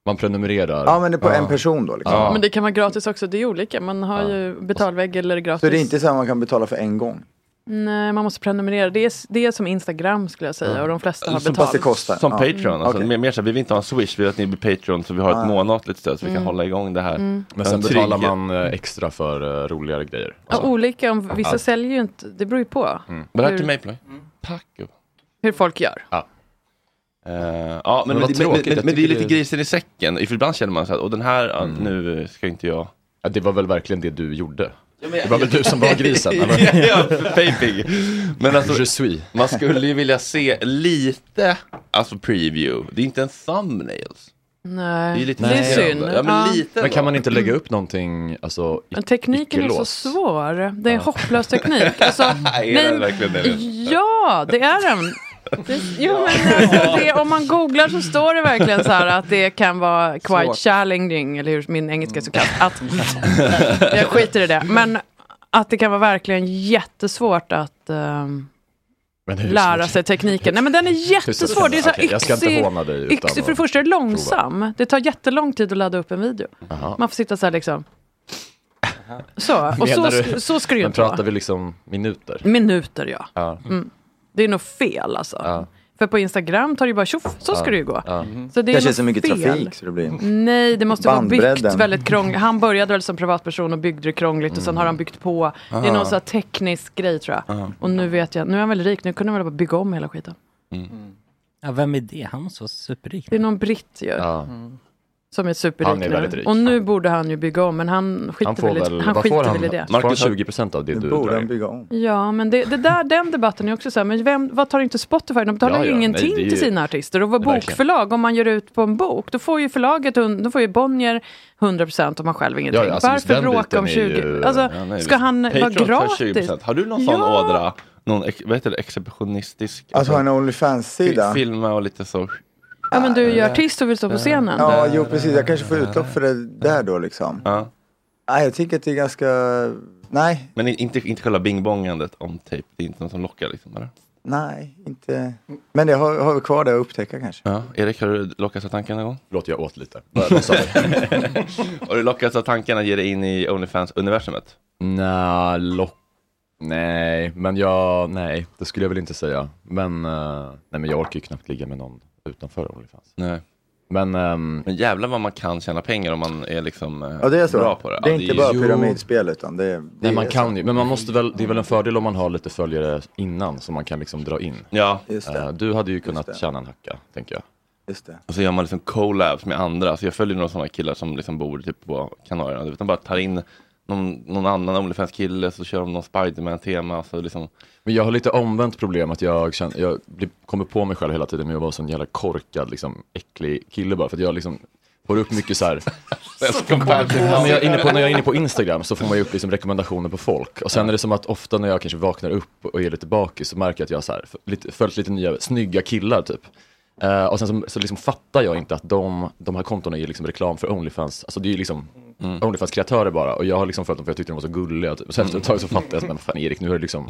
S5: Man prenumererar?
S7: Ja men det är på en person då liksom.
S8: Men det kan vara gratis också, det är olika. Man har ju betalvägg eller gratis.
S7: Så det är inte så här man kan betala för en gång?
S8: Nej, man måste prenumerera. Det är, s- det är som Instagram skulle jag säga och de flesta har betalt.
S1: Som Patreon, alltså,
S8: Mm.
S1: mer, mer så här, vi vill inte ha en swish, vi vill att ni blir Patreon så vi har ett
S8: Ah.
S1: månatligt stöd så vi
S8: Mm.
S1: kan hålla igång det här.
S8: Mm.
S5: Men sen
S1: En
S5: betalar
S1: trygghet.
S5: man eh, extra för eh, roligare grejer.
S8: Ja, olika, om, vissa
S5: Ja.
S8: säljer ju inte, det beror ju på
S5: Mm.
S1: Var det här
S8: Hur-
S1: till mig Ploy? Tack.
S8: hur folk gör.
S5: Ja.
S1: Eh, ja, men,
S5: Men vad
S1: men, men,
S5: tråkigt,
S1: men,
S5: jag
S1: men det Mm. är
S5: tycker
S1: lite
S5: det-
S1: grisen i säcken, för ibland känner man så här, och den här, ja, nu ska inte jag...
S5: Ja, det var väl verkligen det du gjorde? Det var väl du som var grisen?
S1: ja,
S5: eller?
S1: ja, Paypig. Men alltså,
S5: Je suis.
S1: man skulle ju vilja se lite, alltså preview. Det är inte en thumbnails.
S8: Nej,
S1: Det är lite
S8: synd.
S1: frustrerande. Ja, men
S8: Ja.
S1: lite
S5: Men kan
S1: ändå.
S5: man inte lägga upp någonting, alltså, i-
S8: Men tekniken är ju så
S5: icke-lås?
S8: svår. Det är en hopplös teknik. Alltså,
S5: Är det verkligen det?
S8: Ja, det är den. Det, jo, men alltså, det, om man googlar så står det verkligen så här att det kan vara quite
S3: Svårt.
S8: challenging, eller hur min engelska är så kallad. Att, jag skiter i det. Men att det kan vara verkligen jättesvårt att ehm,
S5: Men hur
S8: lära
S5: svårt?
S8: sig tekniken. Nej, men den är jättesvår. Det är så här
S5: Okej, jag ska inte
S8: yxig-
S5: håna dig utan
S8: yxig- För det
S5: att
S8: första är det långsam. Det tar jättelång tid att ladda upp en video.
S5: Aha.
S8: Man får sitta så här liksom. Så, och så,
S5: Menar
S8: sk- så ska det ju
S5: Men
S8: inte vara.
S5: pratar vi liksom minuter?
S8: Minuter ja.
S5: Ja.
S8: Mm. Det är nog fel alltså. För på Instagram tar det ju bara tjoff, så ska det ju gå. Så det är
S7: Mhm. Kanske
S8: nog
S7: så mycket
S8: fel.
S7: trafik så det blir.
S8: Nej, det måste vara byggt
S7: Bandbredden.
S8: väldigt krångligt. Han började väl som privatperson och byggde det krångligt och
S5: Mm.
S8: sen har han byggt på. Det är
S7: Aha.
S8: någon sån här teknisk grej tror jag.
S7: Aha.
S8: Och nu vet jag, nu är han väl rik, nu kunde han väl bara bygga om hela skiten.
S6: Mm. Ja, vem är det? Han måste vara superrik.
S8: Det är någon britt ju. Mm. Som är superrik
S6: Han är
S8: nu.
S6: väldigt rik.
S8: Och nu borde han ju bygga om, men han skiter
S5: Han får
S8: väl, i-
S5: väl,
S8: han
S5: vad
S8: skiter
S5: får han?
S8: väl i det.
S5: Får han 20 procent av det du
S7: borde
S5: drar
S7: han
S5: in?
S7: bygga om.
S8: Ja, men det, det där, den debatten är också så här, men vem, vad tar inte Spotify? De betalar
S5: Ja,
S8: ju
S5: ja,
S8: ingenting
S5: nej, det är ju-
S8: till sina artister. Och vad
S5: Verkligen.
S8: bokförlag, om man gör ut på en bok, då får ju förlaget, hund- då får ju Bonnier 100% om man själv ingenting.
S1: Ja, ja, alltså, just
S8: Varför
S1: den
S8: bråka
S1: biten
S8: om
S1: är
S8: 20?
S1: ju-
S8: alltså,
S1: Ja, nej,
S8: ska
S1: visst.
S8: han vara
S1: Patreon tar
S8: gratis?
S1: 20%. Har du någon sån
S8: Ja.
S1: ådra? Någon, ex- vad heter det, exceptionistisk?
S7: Att ha en OnlyFans-sida?
S1: fi- Filma och lite så.
S8: Ja, men du är ju artist och vill
S7: eh,
S8: stå på scenen.
S7: Ja, jo precis. Jag kanske får utlopp för det där då liksom.
S1: Ja.
S7: Nej, jag tycker att det är ganska, nej,
S1: Men i- inte, inte själva bingbongandet om tejp, det är inte något som lockar liksom? Eller?
S7: nej, inte. Men det har, har vi kvar det att upptäcka kanske.
S1: Ja. Erik, har du lockats av tanken någon gång?
S5: Förlåt, jag åt lite.
S1: har du lockats av tanken att ge dig in i Onlyfans-universumet?
S5: Nej, lock... Nej, men jag... Nej, det skulle jag väl inte säga. Men, eh, nej, men jag orkar ju knappt ligga med någon utanför Onlyfans.
S1: Nej.
S5: Men, ehm,
S1: men jävlar vad man kan tjäna pengar om man är liksom eh,
S7: Ja, det är så.
S1: bra på det.
S7: Det är
S1: Ja,
S7: inte bara
S1: ju-
S7: pyramidspel utan det är... det
S5: Nej, man
S7: är
S5: kan
S7: så.
S5: ju, men man måste väl, det är väl en fördel om man har lite följare innan som man kan liksom dra in.
S1: Ja.
S5: Eh, Du hade ju kunnat tjäna en hacka, tänker jag.
S7: Just det.
S1: Och så gör man liksom collabs med andra. Så jag följer några sådana killar som liksom bor typ på Kanarierna. Du vet, De bara tar in någon, någon annan Onlyfans-kille så kör de någon Spiderman-tema. Så liksom,
S5: Men jag har lite omvänt problem att jag, känner, jag blir- kommer på mig själv hela tiden med att vara en sån jävla korkad, liksom, äcklig kille bara. För att jag liksom får upp mycket så här. Ja, men jag är inne på, när jag är inne på Instagram så får man ju upp liksom rekommendationer på folk. Och sen är det som att ofta när jag kanske vaknar upp och är lite bakis så märker jag att jag har så här, f- lite, följt lite nya snygga killar typ. Eh, och sen så, så liksom fattar jag inte att de, de här kontona är liksom reklam för Onlyfans. Alltså det är ju liksom Onlyfans-kreatörer bara. Och jag har liksom följt dem för jag tyckte de var så gulliga. Typ. Och sen efter ett tag så fattade jag att men fan Erik, nu har du liksom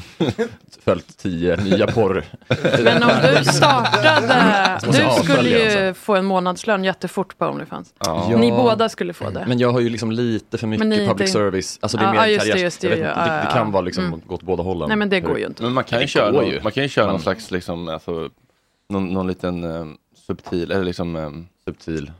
S5: följt tio nya porr. Mm.
S8: Men om du startade,
S5: Måste
S8: du
S5: avfölja
S8: skulle
S5: den
S8: ju få en månadslön jättefort på Onlyfans.
S5: alltså.
S8: Ni båda skulle få det.
S5: Men jag har ju liksom lite för mycket
S8: ni är
S5: public
S8: inte-
S5: service. Alltså det är
S8: Ja,
S5: mer
S8: ja, just det,
S5: karriär.
S8: just det,
S5: jag vet
S8: ja,
S5: inte, det,
S8: ja,
S5: det
S8: ja.
S5: kan vara liksom
S8: Mm.
S5: åt båda hållen.
S8: Nej, men det
S5: Hur-
S8: går ju inte.
S1: Men man kan ju
S5: Det
S1: köra,
S5: går
S1: någon,
S5: ju.
S1: Man kan ju köra
S5: Men-
S1: någon slags, liksom, alltså, någon, någon liten eh, subtil, eller liksom
S5: subtil,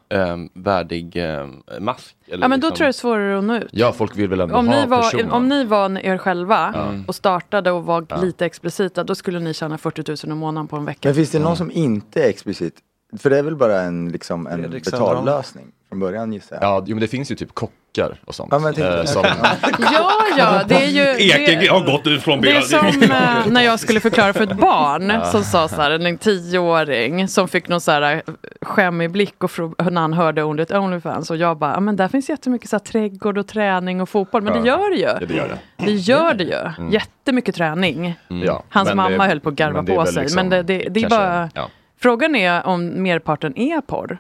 S1: värdig eh, mask. Eller
S8: Ja, men då
S1: liksom,
S8: tror jag det är svårare att nå ut.
S5: Ja, folk vill väl ändå
S8: Om
S5: ha
S8: ni, var,
S5: personen.
S8: om ni var er själva
S5: Ja.
S8: och startade och var
S7: Ja.
S8: lite explicita, då skulle ni tjäna 40 000 i månaden på en vecka.
S7: Men finns det någon som inte är explicit? För det är väl bara en, liksom, en
S8: Fredrik Söderholm.
S7: betallösning? från början gissar jag.
S5: Ja, jo, men det finns ju typ kockar och sånt.
S7: Ja, men typ- jag tänkte
S5: eh,
S7: det.
S5: som,
S8: Ja, ja, det är ju... Det,
S1: har gått ut från
S8: det är som eh, när jag skulle förklara för ett barn som sa så här, en tioåring som fick någon så här skämmig blick och fro- när han hörde ordet Onlyfans och jag bara, "Ja, men där finns jättemycket så här, trädgård och träning och fotboll, men det gör det ju.
S5: Ja, det gör det.
S8: Det gör det ju.
S5: Mm.
S8: Jättemycket träning.
S5: Ja,
S8: Hans
S5: men
S8: mamma
S5: det-
S8: höll på att garva
S5: men det är
S8: på
S5: väl
S8: sig.
S5: liksom
S8: men det, det, det
S5: kanske-
S8: är bara...
S5: ja.
S8: Frågan är om merparten är porr.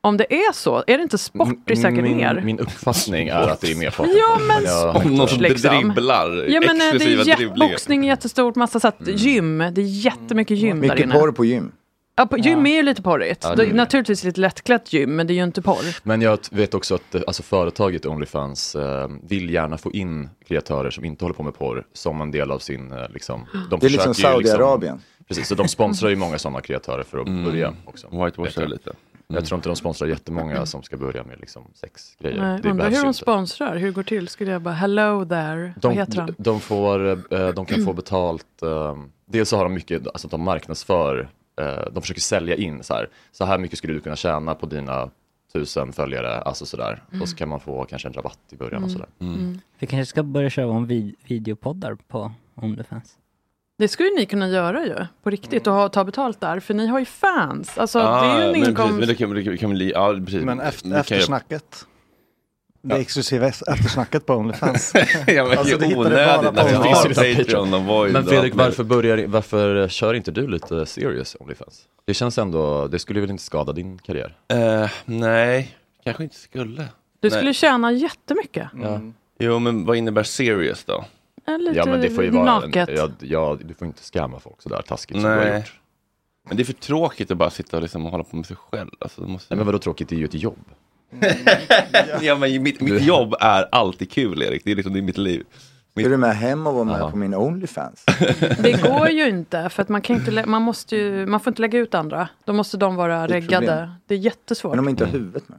S8: Om det är så, är det inte sport i säkert
S5: Mm, min,
S8: mer?
S5: Min uppfattning är att det är mer folk.
S8: Ja, men sport,
S1: Om någon som
S8: liksom.
S1: dribblar
S8: Ja men eh, det
S1: exklusiva
S8: är jä-
S1: dribblingar.
S8: boxning är jättestort, massa så
S5: Mm.
S8: att gym, det är jättemycket gym där
S7: Mycket
S8: inne.
S7: porr på gym.
S8: Ja, på, gym är ju lite porrigt.
S5: Ja, det
S8: det
S5: är
S8: är
S5: det.
S8: naturligtvis lite lättklätt gym, men det är ju inte porr.
S5: Men jag t- vet också att eh, alltså, företaget Onlyfans eh, vill gärna få in kreatörer som inte håller på med porr som en del av sin... Eh, liksom, de
S7: Det är liksom
S5: försöker ju
S7: Saudiarabien.
S5: precis, så de sponsrar ju många sådana kreatörer för att börja också. Whitewashar
S1: lite.
S5: Jag tror inte de sponsrar jättemånga som ska börja med liksom, sexgrejer.
S8: Nej,
S5: det
S8: undrar
S5: behövs
S8: hur
S5: ju
S8: de
S5: inte.
S8: sponsrar, hur det går till. Skulle jag bara, hello there, vad
S5: De,
S8: heter han?
S5: de, får, eh, de kan få betalt, eh, dels så har de mycket, alltså att de marknadsför, eh, de försöker sälja in så här, så här mycket skulle du kunna tjäna på dina tusen följare, alltså sådär.
S6: Mm.
S5: Och så kan man få kanske en rabatt i början
S6: Mm.
S5: och sådär.
S6: Mm. Vi kanske ska börja köra om vid- videopoddar på Onlyfans.
S8: Det skulle ju ni kunna göra ju, på riktigt, och ha, ta betalt där, för ni har ju fans. Alltså, det är ju en
S1: Ah, men,
S8: inkomst.
S1: precis, men det kan, det kan, det kan bli, ja, precis.
S9: Men
S1: Det
S9: efter,
S1: kan ju-
S9: eftersnacket. Det exklusiva es- eftersnacket på Onlyfans.
S1: Ja,
S7: Alltså,
S1: men det är onödigt när
S5: Patreon.
S1: det finns ju Patreon och Void.
S5: Men
S1: och
S5: Fredrik,
S1: allt möjligt.
S5: varför, börjar, varför kör inte du lite serious Onlyfans? Det känns ändå, det skulle väl inte skada din karriär?
S1: Eh, nej, kanske inte skulle.
S8: Du
S1: Nej.
S8: skulle tjäna jättemycket.
S7: Mm.
S1: Jo, men vad innebär serious då?
S8: Ja, lite Ja, men det får ju vara- naket. ja,
S5: du får inte skämma folk sådär taskigt
S1: nej.
S5: som du har
S1: gjort. Men det är för tråkigt att bara sitta och, liksom hålla på med sig själv. Alltså, det måste...
S5: Nej, men vadå tråkigt, det är ju ett jobb.
S1: ja, men mitt, mitt jobb är alltid kul, Erik. Det är liksom det är mitt liv. Mitt...
S7: Är du med hem och var med på min Onlyfans?
S8: Det går ju inte, för att man, kan inte lä- man, måste ju, man får inte lägga ut andra. Då måste de vara
S7: Det är ett problem.
S8: reggade. Det är jättesvårt.
S7: Men om inte har huvudet med.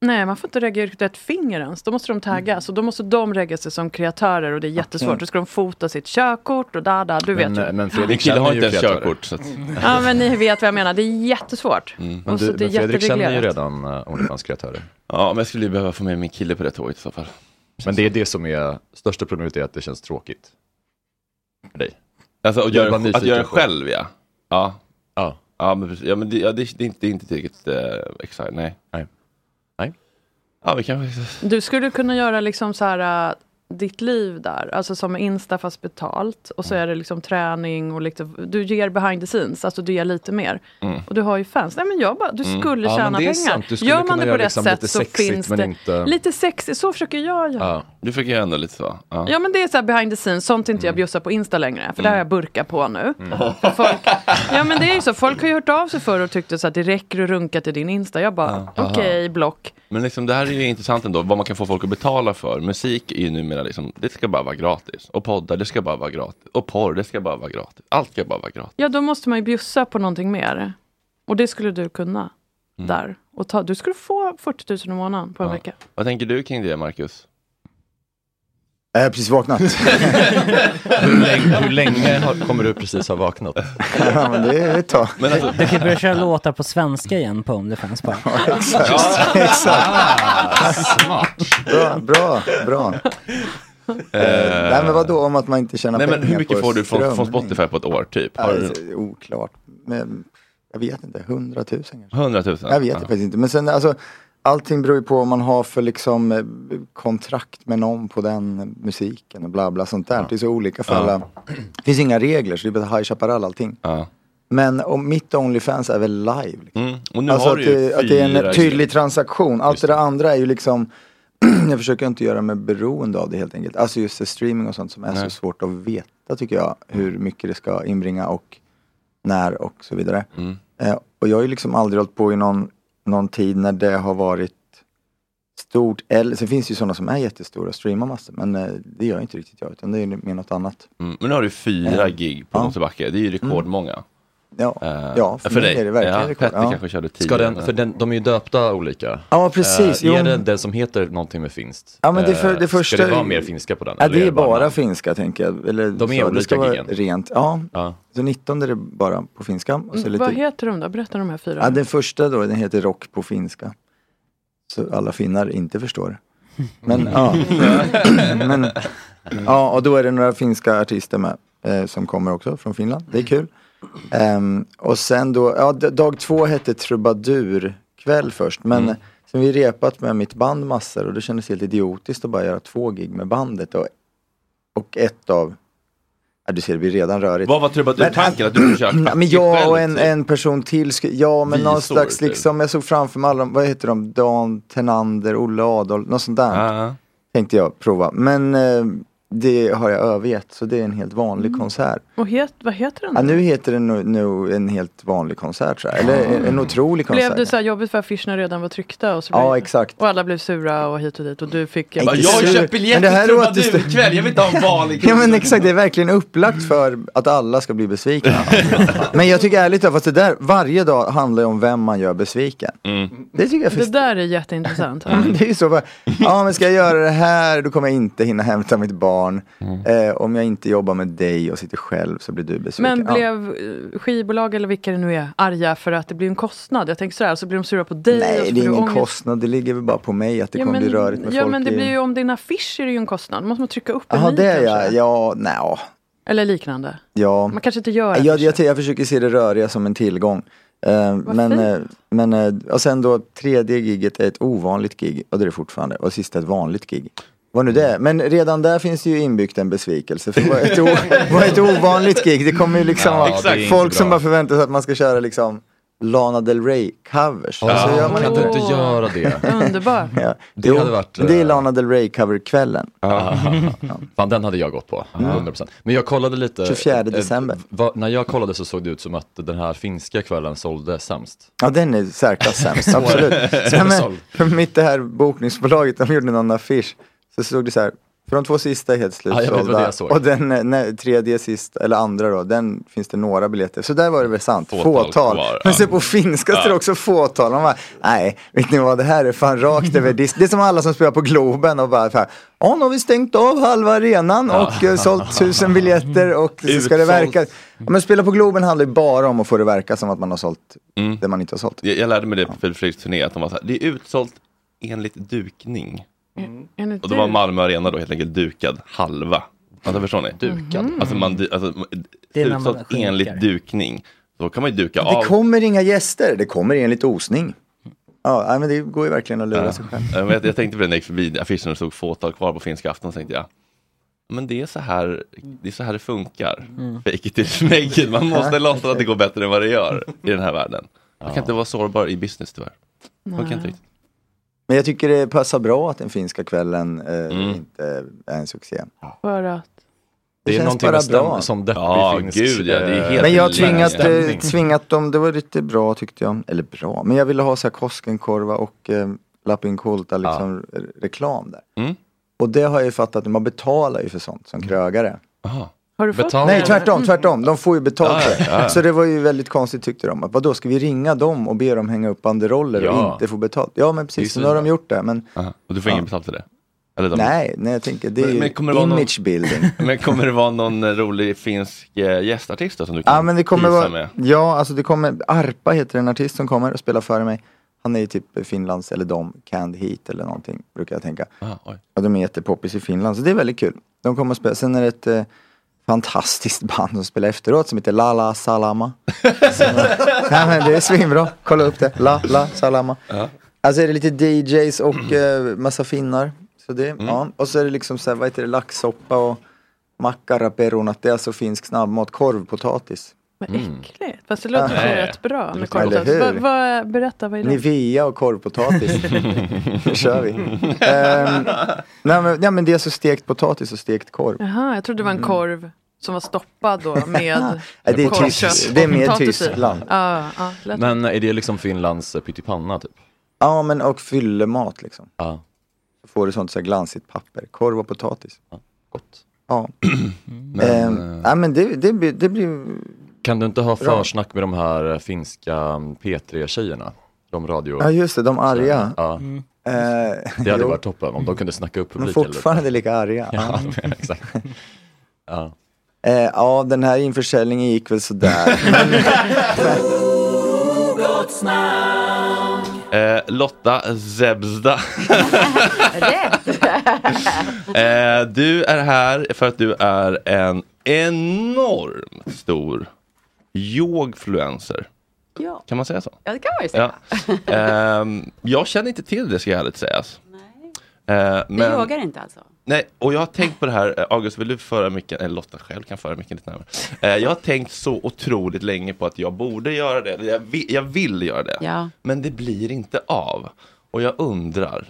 S8: Nej, man får inte regga ut ett finger ens. Då måste de taggas och då måste de regga sig som kreatörer och det är jättesvårt.
S5: Okej.
S8: Då ska de fota sitt körkort och där, där. Du
S5: men,
S8: vet ju.
S5: men
S1: Min
S5: Fredrik
S1: kille
S5: känner
S1: har
S5: ju
S1: inte ens
S5: kreatörer.
S1: körkort, så att-
S8: Ja, men ni vet vad jag menar. Det är jättesvårt.
S1: Mm.
S5: Mm. Men,
S8: Och så
S5: du,
S8: det är
S5: men Fredrik känner ju
S8: jättereglerat.
S5: redan uh, Onlyfans-kreatörer.
S1: Ja, men jag skulle ju behöva få med min kille på det tåget i så fall.
S5: Men det är det som är, största problemet är att det känns tråkigt. För dig.
S1: Alltså att
S5: Jag är bara
S1: göra,
S5: nyfiken
S1: att göra
S5: på-
S1: själv, ja. Ja.
S5: Ja.
S1: Ja, men precis. Ja, men det, ja, det, det, är, inte, det är inte tillräckligt uh, exciting, nej.
S5: Nej. Nej.
S1: Ja, vi kanske...
S8: Du skulle kunna göra liksom så här äh, ditt liv där, alltså som Insta fast betalt. Och
S5: Mm.
S8: så är det liksom träning och lite, du ger behind the scenes, alltså du ger lite mer.
S5: Mm.
S8: Och du har ju fans. Nej men jag bara, du
S5: Mm.
S8: skulle
S5: Ja, men
S8: tjäna
S5: det är
S8: pengar.
S5: sant. Du skulle
S8: Gör man
S5: kunna
S8: det på
S5: göra
S8: rätt
S5: liksom
S8: sätt
S5: lite
S8: så
S5: sexigt,
S8: finns
S5: men
S8: det.
S5: inte-
S8: Lite sexigt, så försöker jag göra.
S1: Ja. Du fick ju ändå lite så. Ja.
S8: Ja men det är så här behind the scenes, sånt
S7: Mm.
S8: inte jag bjussar på Insta längre. För det har jag burka på nu.
S1: Mm.
S8: För folk, ja men det är ju så, folk har ju hört av sig förr och tyckte så att det räcker att runka till din Insta. Jag bara,
S1: Ja.
S8: okej, block.
S1: Men liksom, det här är ju intressant ändå, vad man kan få folk att betala för. Musik är ju numera liksom, det ska bara vara gratis. Och poddar, det ska bara vara gratis. Och porr, det ska bara vara gratis. Allt ska bara vara gratis.
S8: Ja då måste man ju bjussa på någonting mer. Och det skulle du kunna
S7: Mm.
S8: där. Och ta, du skulle få 40 000 i månaden på en vecka.
S1: Vad tänker du kring det, Marcus?
S7: Jag har Eh, precis vaknat.
S5: hur, länge, hur länge har, kommer du precis ha vaknat?
S7: ja, men det är ett tag.
S5: alltså-
S6: Du
S1: alltså-
S6: kan ju börja köra låtar på svenska igen på Onlyfans bara.
S7: Exakt.
S1: Ah,
S5: Smart.
S7: Bra, bra, bra. Eh, nej men vadå om att man inte tjänar
S1: Eh, Nej,
S7: pengar
S1: men hur mycket
S7: på
S1: får du från, från
S7: strömning?
S1: Spotify på ett år, typ? Har
S7: Alltså,
S1: du
S7: oklart. Men, jag vet inte, hundratusen kanske.
S1: 100 000?
S7: Jag vet det faktiskt inte. Men sen alltså, allting beror ju på vad man har för liksom eh, kontrakt med någon på den musiken och bla bla sånt där. Det är så olika för
S1: Ja.
S7: alla. Det finns inga regler så det är bara High Chaparral allting.
S1: Ja.
S7: Men om mitt Onlyfans är väl live. Liksom.
S1: Mm. Och nu
S7: alltså
S1: har
S7: att,
S1: du ju
S7: det, att det är
S1: fyra-
S7: en tydlig transaktion. Allt det där andra är ju liksom jag försöker inte göra mig beroende av det helt enkelt. Alltså just det, streaming och sånt som är så
S1: Nej.
S7: svårt att veta tycker jag. Hur mycket det ska inbringa och när och så vidare.
S1: Mm.
S7: Eh, och jag har ju liksom aldrig hållit på i någon, någon tid när det har varit stort. Eller, sen finns det ju sådana som är jättestora och streamar massor. Men eh, det gör ju inte riktigt jag utan det är ju mer något annat.
S1: Mm. Men nu har du fyra
S7: Mm.
S1: gig på
S7: Ja. Mm.
S1: Mosebacke. Det är ju rekordmånga.
S7: Ja,
S1: Eh,
S7: ja för, mig är det verkligen
S1: ja,
S7: rekord.
S1: Petter
S7: Ja.
S1: kanske körde tio.
S5: Ska den, för den, de är ju döpta olika.
S7: Ja, precis.
S5: Eh, är
S7: Jo.
S5: det den som heter någonting med finst?
S7: Ja, men det, för,
S5: Eh,
S7: det första...
S5: Ska det vara mer finska på den?
S7: Ja,
S5: eller
S7: det är bara
S5: namn?
S7: finska tänker jag. Eller,
S5: De är
S7: så, det
S5: olika
S7: ska vara
S5: giggen.
S7: rent. Ja.
S5: Ja.
S7: Så 19 är det bara
S8: Mm,
S7: på finska. Och så lite...
S8: Vad heter de då? Berätta de här fyra.
S7: Ja, den första då, den heter Rock på finska. så alla finnar inte förstår. Men ja. Men, ja, och då är det några finska artister med eh, som kommer också från Finland. Det är kul. Ehm, och sen då, ja, d- dag två hette Trubadur kväll först. Men sen vi repat med mitt band massor och det kändes helt idiotiskt att bara göra två gig med bandet. Och, och ett av, ja, du ser det blir redan rörigt.
S1: Vad var trubadur-tanken? Att du försökte?
S7: Nej, Mm, men jag och en,
S1: Själv?
S7: en person till, sku- ja men någon
S1: Visor,
S7: slags
S1: typ.
S7: liksom, jag såg framför mig alla, de- vad heter de, Dan Tenander, Olle Adolf, något sånt där. Tänkte jag prova, men eh, det har jag övergett så det är en helt vanlig konsert.
S8: Och het, vad heter den?
S7: Ja, nu heter det nog nog en helt vanlig konsert, så här. eller en, en otrolig konsert.
S8: Blev det så här jobbigt för affischerna redan var tryckta? Och, så
S7: Ja,
S8: blev,
S7: exakt.
S8: och alla blev sura och hit och dit och du fick...
S7: Jag bara, Inte "Jag har ju sur. köpt biljetter Men det här till låter- Trubadurkväll,
S1: jag vill inte ha en vanlig
S7: Mm. Ja men exakt, det är verkligen upplagt för att alla ska bli besvikna. Men jag tycker ärligt talat, fast det där, varje dag handlar ju om vem man gör besviken. Det tycker jag är
S8: Det där är jätteintressant.
S7: Ja, men Det är ju så bara, ja men ska jag göra det här, då kommer jag inte hinna hämta mitt barn. Eh, om jag inte jobbar med dig och sitter själv så blir du besviken.
S8: Men
S7: ja.
S8: blev eh, skivbolag eller vilka det nu är arga för att det blir en kostnad? Jag tänker sådär, så blir de sura på dig. och
S7: Nej, det
S8: så får
S7: är
S8: du
S7: ingen
S8: ångest.
S7: kostnad, det ligger väl bara på mig att det kommer bli rörigt med
S8: ja,
S7: folk.
S8: men det
S7: i-
S8: blir ju om din affisch är det ju en kostnad. Då måste man trycka upp en
S7: Jaha,
S8: ny
S7: det är
S8: kanske.
S7: jag, ja, nja,
S8: Eller liknande.
S7: ja.
S8: Man kanske inte gör
S7: jag, jag, jag försöker se det röriga som en tillgång. Eh, men eh, men eh, och sen då tredje giget är ett ovanligt gig och det är det fortfarande och sista ett vanligt gig. Vad nu det är. Men redan där finns det ju inbyggt en besvikelse. För vad är ett, o- vad är ett ovanligt gig? Det kommer ju liksom
S10: Ja, det är inte
S7: folk
S10: bra.
S7: som bara förväntar sig att man ska köra liksom Lana Del Rey covers.
S5: Ja,
S7: så gör man
S5: kan
S7: inte
S5: du
S7: det.
S5: inte göra det?
S8: Underbart.
S7: Ja.
S5: Det
S7: Jo,
S5: hade varit,
S7: men det är
S5: eh,
S7: Lana Del Rey coverkvällen. Mm.
S5: Ja. Fan, den hade jag gått på. 100%. Men jag kollade lite.
S7: 24
S5: eh,
S7: december.
S5: va- när jag kollade så såg det ut som att den här finska kvällen sålde sämst.
S7: Ja den är särklass sämst,
S5: Så-
S7: absolut.
S5: så
S7: Nej, men,
S5: såld.
S7: för mitt det här bokningsbolaget, de gjorde någon affisch, så stod det så här, för de två sista är helt
S5: Ja, jag vet vad
S7: slutsålda
S5: det jag såg.
S7: och den eh, nej, tredje sist, eller andra då, den finns det några biljetter. Så där var det väl sant, fåtal.
S10: Fåtal kvar,
S7: Men
S10: ja.
S7: se på finska står det
S10: Ja.
S7: också fåtal. De bara, nej, vet ni vad, det här är fan rakt över disk. Det är som alla som spelar på Globen och bara, så här, ja nu har vi stängt av halva arenan och eh, sålt tusen biljetter och så ska det
S1: Utsålt.
S7: verka. Ja, Men spela på Globen handlar ju bara om att få det verka som att man har sålt det man inte har sålt.
S1: Jag, jag lärde mig det på Filip Fredriks turné, att de var så här, det är utsålt enligt dukning.
S8: Enligt
S1: Och då var
S8: du.
S1: Malmö Arena då helt enkelt dukad halva. Alltså förstår ni?
S8: Dukad? Mhm.
S1: Alltså man, du- alltså,
S7: Det är när man
S1: utsålt
S7: skinkar.
S1: enligt dukning. Då kan man ju duka
S7: Det
S1: av.
S7: kommer inga gäster, det kommer enligt osning. Ja, nej, men det går ju verkligen att lura sig själv.
S1: Jag, vet, jag tänkte på det när jag gick förbi affischen och det stod fåtal kvar på finska afton. Så tänkte jag, men det är så här det, är så här det funkar.
S10: Mm.
S1: Fake it till you make it. Man måste
S10: Ja,
S1: låtsas att det går bättre än vad det gör i den här världen. Man kan inte vara sårbar i business tyvärr. Man kan inte riktigt.
S7: Men jag tycker det passar bra att den finska kvällen eh,
S1: Mm.
S7: inte är en succé.
S8: För att...
S7: Det
S5: Det är
S7: känns
S5: någonting
S7: bara
S5: med stäm-
S7: bra.
S5: som deppig
S1: Ja,
S5: finsk
S1: gud, ja, det är
S5: eh,
S1: helt
S7: Men jag har tvingat, eh,
S5: stämning.
S7: tvingat dem, det var lite bra tyckte jag. Eller bra, men jag ville ha så här Koskenkorva och eh, Lappinkulta liksom re- reklam där.
S1: Mm.
S7: Och det har jag ju fattat, man betalar ju för sånt som krögare.
S8: Har du fått Mm,
S7: Nej, tvärtom, tvärtom. De får ju betalt
S5: Ja,
S7: för det.
S5: ja, ja.
S7: Så det var ju väldigt konstigt tyckte de. Att, vadå, ska vi ringa dem och be dem hänga upp banderoller och
S1: Ja.
S7: inte få betalt? Ja, men
S1: Det är
S7: precis.
S1: så
S7: Nu har de
S1: jävla-
S7: gjort det. Men
S1: Aha. Och du får
S7: Ja.
S1: ingen betalt för det? Eller de-
S7: nej, nej, jag tänker det är ju
S1: kommer det vara någon-
S7: image building.
S1: men kommer det vara någon eh, rolig finsk eh, gästartist då, som du kan
S7: Ja, men det kommer
S1: teasa
S7: vara,
S1: med?
S7: ja, alltså det kommer, Arpa heter en artist som kommer och spelar före mig. Han är ju typ Finlands, eller de, Canned Heat eller någonting, brukar jag tänka.
S1: Ah, oj.
S7: Och de är jättepoppis i Finland, så det är väldigt kul. De kommer att spela, sen är det ett eh, fantastiskt band som spelar efteråt som heter Lala Salama. Nej men det är svinbra, kolla upp det. La La Salama. Alltså är det lite DJs och eh, massa finnar. Så det, ja. Och så är det liksom så här, vad heter det, laxsoppa och mackara perunat. Det är alltså finsk snabbmat, korv, potatis.
S8: Vad äckligt. Fast det låter
S7: Nej.
S8: rätt bra med
S7: Eller
S8: korvpotatis.
S7: hur?
S8: Vad- vad- Berätta, vad är det?
S7: Nivea och korvpotatis. Nu kör vi. Ehm, nej, men, nej men det är alltså stekt potatis och stekt korv.
S8: Jaha, jag trodde det var en korv som var stoppad då med
S7: Mm. Nej, det är
S8: korvkött
S7: tyst-
S8: och
S7: det är mer
S8: potatis i.
S7: Tyskland.
S8: Ja, ja, lätt.
S5: Men är det liksom Finlands eh, pyttipanna typ?
S7: Ja men och fyllemat liksom.
S5: Ja.
S7: Så får du sånt så här glansigt papper, korv och potatis. Ja,
S5: gott.
S7: Ja.
S5: Men, eh,
S7: Ehm, nej, men det, det, blir- det blir
S5: Kan du inte ha
S7: Bra.
S5: försnack med de här eh, finska mm, P3-tjejerna? De radio...
S7: Ja just det, de arga.
S5: Ja. Mm.
S7: Eh,
S5: Det hade
S7: jo,
S5: varit toppen om de kunde snacka upp
S7: De är
S5: publiken
S7: fortfarande lika arga.
S5: Ja, exakt. Ja.
S7: Eh, ja, den här införsäljningen gick väl sådär. Men-
S1: Eh, Lotta Zebzda. eh, du är här för att du är en enorm stor yogfluencer.
S10: Ja.
S1: Kan man säga så?
S10: ja, det kan man ju säga.
S1: Ja. Ehm, jag känner inte till det ska jag ärligt sägas. Nej.
S10: Du yogar inte alltså?
S1: Eh, Nej, och jag har tänkt på det här, eh, August vill du föra micken, eller Lotta själv kan föra micken lite närmare. Eh, jag har tänkt så otroligt länge på att jag borde göra det, eller jag vill, jag vill göra det.
S10: Ja.
S1: Men det blir inte av. Och jag undrar,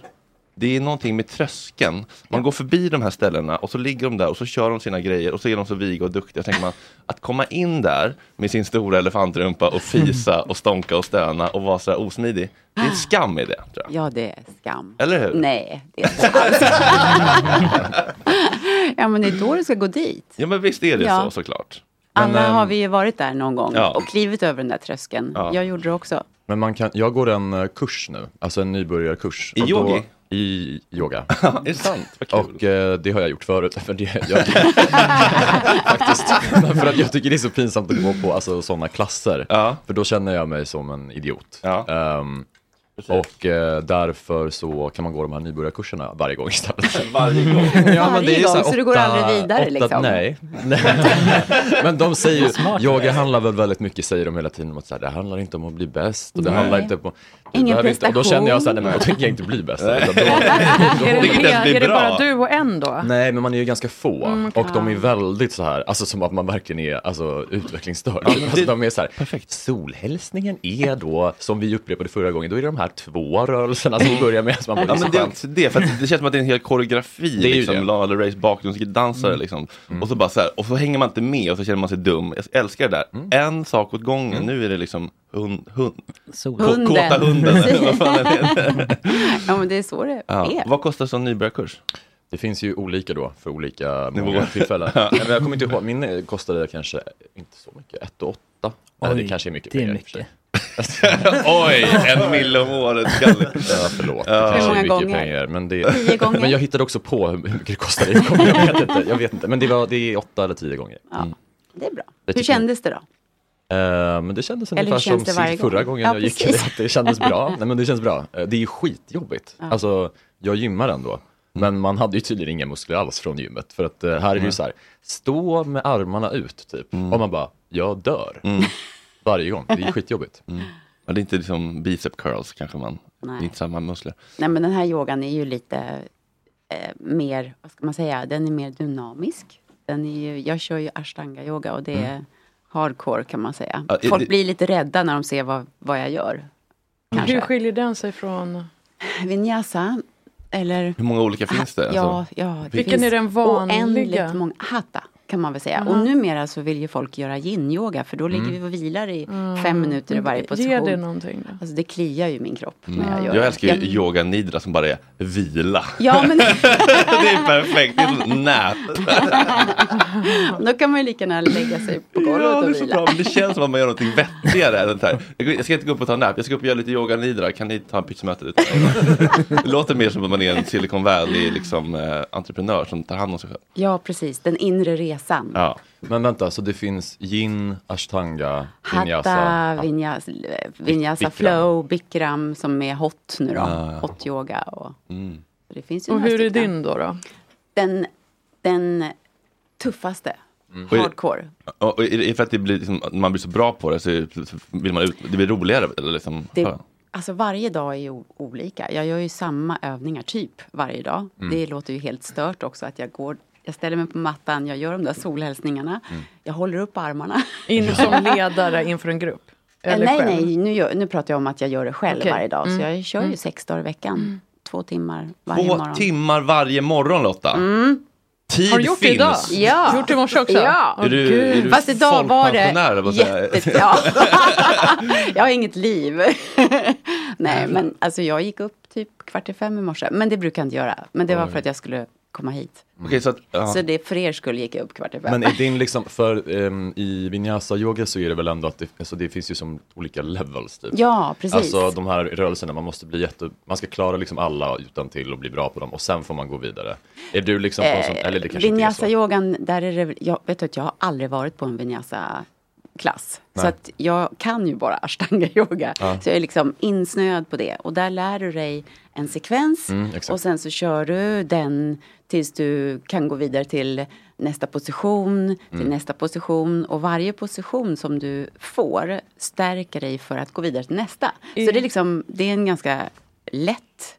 S1: det är någonting med tröskeln. Man går förbi de här ställena och så ligger de där och så kör de sina grejer och så är de så viga och duktiga. Tänker man, att komma in där med sin stora elefantrumpa och fisa och stånka och stöna och vara så där osmidig. Det är skam i det, tror jag.
S10: Ja, det är skam.
S1: Eller hur?
S10: Ah. Nej, det är inte alls. ja, men det är då du ska gå dit.
S1: Ja, men visst är det
S10: Ja.
S1: så såklart.
S10: Alla
S5: ehm,
S10: har vi ju varit där någon gång
S5: ja.
S10: och klivit över den där tröskeln.
S5: Ja.
S10: Jag gjorde det också.
S5: Men man kan, jag går en eh, kurs nu, alltså en nybörjarkurs.
S1: I
S5: Och då-
S1: yogi?
S5: I yoga.
S1: är det sant?
S5: Och eh, det har jag gjort förut. För det, jag, faktiskt. För att jag tycker det är så pinsamt att gå på alltså, sådana klasser. För då känner jag mig som en idiot. Ehm, och eh, därför så kan man gå de här nybörjarkurserna varje gång istället.
S1: Varje gång?
S5: ja, men det är
S10: Varje
S5: ju här
S10: gång, så du går aldrig vidare,
S5: åtta,
S10: liksom?
S5: Nej, men de säger ju,
S10: Smart.
S5: yoga handlar väl väldigt mycket, säger de hela tiden, om att så här, det handlar inte om att bli bäst och det
S10: Nej.
S5: handlar inte om du
S8: Ingen
S5: behöver inte, Och då känner jag så här, nej men då
S8: prestation.
S5: tänker jag inte bli bäst.
S8: Nej.
S5: Utan då- då-
S8: är,
S5: då-
S8: det, är, är det bara du och en då?
S5: Nej, men man är ju ganska få
S8: Mm,
S5: och de är väldigt så här, alltså som att man verkligen är alltså, utvecklingsstörd. Alltså, de är så här, solhälsningen är då, som vi upprepade förra gången, då är det de här två rörelserna som Alltså, börjar med. Så man bara,
S1: Ja, men det är
S5: skönt.
S1: också det, för att det känns som att det är en hel koreografi.
S5: Det är ju
S1: liksom,
S5: det. Mm.
S1: Lana Del Reys bakgrundsdansare liksom. Och så bara så här, och så hänger man inte med och så känner man sig dum. Jag älskar det där.
S5: Mm.
S1: En sak åt gången, nu är det liksom hund, hund.
S6: Sol.
S1: Ko- Kåta hunden. eller vad fan är det?
S10: ja, men det är så det
S5: Ja.
S10: är.
S1: Vad kostar sån nybörjarkurs?
S5: Det finns ju olika då för olika
S1: Nivåer.
S5: många tillfällen.
S1: Ja.
S5: Nej, men jag kommer inte ihåg, min eh, kostade kanske inte så mycket, 1 och 8. Nej,
S1: Oj,
S5: det kanske är mycket
S1: det är
S5: mer. i och för sig.
S1: Oj, en mille om året. Kalle.
S5: Ja, förlåt. Det
S1: Ja.
S5: kanske
S1: Hur många
S5: är mycket
S1: gånger?
S5: pengar. Men, det,
S1: Tio gånger?
S5: men jag hittade också på hur mycket det kostade. Jag kommer- Jag vet inte. Jag vet inte. Men det, var, det är åtta eller tio gånger. Mm.
S10: Det är bra.
S5: Det
S10: Hur
S5: tycker jag.
S10: kändes det då?
S5: Eh, men det kändes
S10: Eller hur
S5: ungefär
S10: känns
S5: som
S10: det
S5: sin-
S10: varje gång?
S5: förra gången
S10: Ja,
S5: jag gick.
S10: precis.
S5: Att det kändes bra. Nej, men det känns bra. Eh, Det är ju skitjobbigt.
S10: Ja. Mm.
S5: Alltså, jag gymmar ändå. Men man hade ju tydligen inga muskler alls från gymmet. För att eh, här är det
S1: Nej.
S10: Mm.
S5: ju så här, stå med armarna ut typ. Och man bara, jag dör.
S10: Mm.
S5: Varje gång. Det är skitjobbigt.
S1: Mm. Ja, det är inte liksom bicep curls kanske man,
S10: Nej.
S1: det är inte samma muskler.
S10: Nej, men den här yogan är ju lite eh, mer, vad ska man säga, den är mer dynamisk. Den är ju, jag kör ju ashtanga-yoga och det är
S1: Mm.
S10: hardcore kan man säga.
S1: Ja, är
S10: Folk
S1: det-
S10: blir lite rädda när de ser vad, vad jag gör.
S8: Hur
S10: Kanske.
S8: skiljer den sig från?
S10: Vinyasa, eller
S1: Hur många olika finns det?
S10: Ah, Ja,
S1: Alltså,
S10: ja, det
S8: Vilken
S10: finns
S8: är den vanliga?
S10: Oändligt många. Hatta kan man väl säga.
S8: Jaha.
S10: Och numera så vill ju folk göra yin-yoga för då ligger
S1: Mm.
S10: vi och vilar i
S8: Mm.
S10: fem minuter i varje
S8: Ger
S10: position.
S8: det någonting då?
S10: Alltså det kliar ju min kropp
S1: Mm.
S10: när jag gör
S1: Jag,
S10: det.
S1: älskar ju yoga nidra som bara är vila.
S10: Ja, men
S1: det är perfekt, det är som nät.
S10: då kan man ju lika gärna lägga sig på golvet
S1: Ja, det är
S10: och
S1: så
S10: vila.
S1: bra. Men det känns som att man gör någonting vettigare. Än det här. Jag går- jag ska inte gå upp och ta en nap. Jag ska upp och göra lite yoga nidra. Kan ni ta en pizzamöte? ut? Det låter mer som att man är en Silicon Valley liksom, eh, entreprenör som tar hand om sig själv.
S10: Ja, precis. Den inre resan.
S1: Ja.
S5: Men vänta, så Alltså, det finns yin, ashtanga,
S10: Hatta,
S5: vinyasa.
S10: vinyasa, vinyasa
S5: Bikram.
S10: flow, bikram som är hot nu då.
S5: Ja, ja.
S10: Hot yoga och
S5: Mm.
S10: det finns ju
S8: Och
S10: några
S8: hur är
S10: stycken.
S8: din då? då?
S10: Den, den tuffaste.
S1: Mm.
S10: Hardcore.
S1: Och är det för att det blir, liksom, att man blir så bra på det så vill man ut, det blir roligare? Eller liksom,
S10: Det, alltså varje dag är ju o- olika. Jag gör ju samma övningar typ varje dag.
S1: Mm.
S10: Det låter ju helt stört också att jag går jag ställer mig på mattan, jag gör de där solhälsningarna. Jag håller upp armarna.
S8: In som ledare inför en grupp?
S10: Eh,
S8: Eller
S10: nej,
S8: själv?
S10: nej, nu, gör, nu pratar jag om att jag gör det själv
S8: Okej.
S10: varje dag. Så
S8: Mm.
S10: jag kör ju
S8: Mm.
S10: sex dagar i veckan. Två timmar varje
S1: Två
S10: morgon.
S1: timmar varje morgon Lotta. Tid
S10: Har du gjort det
S1: finns.
S10: idag? Ja.
S8: Gjort det i morse också?
S10: Ja.
S1: Är du, är du
S10: Fast idag var det
S1: folkpensionär, eller vad säger jag?
S10: Ja. jag har inget liv. Nej, men alltså jag gick upp typ kvart i fem i morse. Men det brukar jag inte göra. Men det var
S5: Oj.
S10: för att jag skulle komma hit.
S1: Okej, så att, ja.
S10: Så det för er skull gick jag upp kvart i fem.
S5: Men är din liksom, för ehm, i vinyasa yoga så är det väl ändå att det, alltså det finns ju som olika levels typ.
S10: Ja, precis.
S5: Alltså de här rörelserna, man måste bli jätte, man ska klara liksom alla utan till och bli bra på dem och sen får man gå vidare. Är du liksom
S8: Eh,
S10: Eh,
S5: på en sån, eller det kanske inte är så.
S10: Vinyasa-yogan, där är det, väl- jag, vet du, att jag har aldrig varit på en vinyasa klass. Så
S11: Nej.
S10: att jag kan ju bara ashtanga-yoga.
S11: Ja.
S10: Så jag är liksom insnöad på det. Och där lär du dig en sekvens.
S11: Mm, exakt.
S10: och sen så kör du den tills du kan gå vidare till nästa position, till
S11: Mm.
S10: nästa position. Och varje position som du får stärker dig för att gå vidare till nästa. Så det är liksom, det är en ganska lätt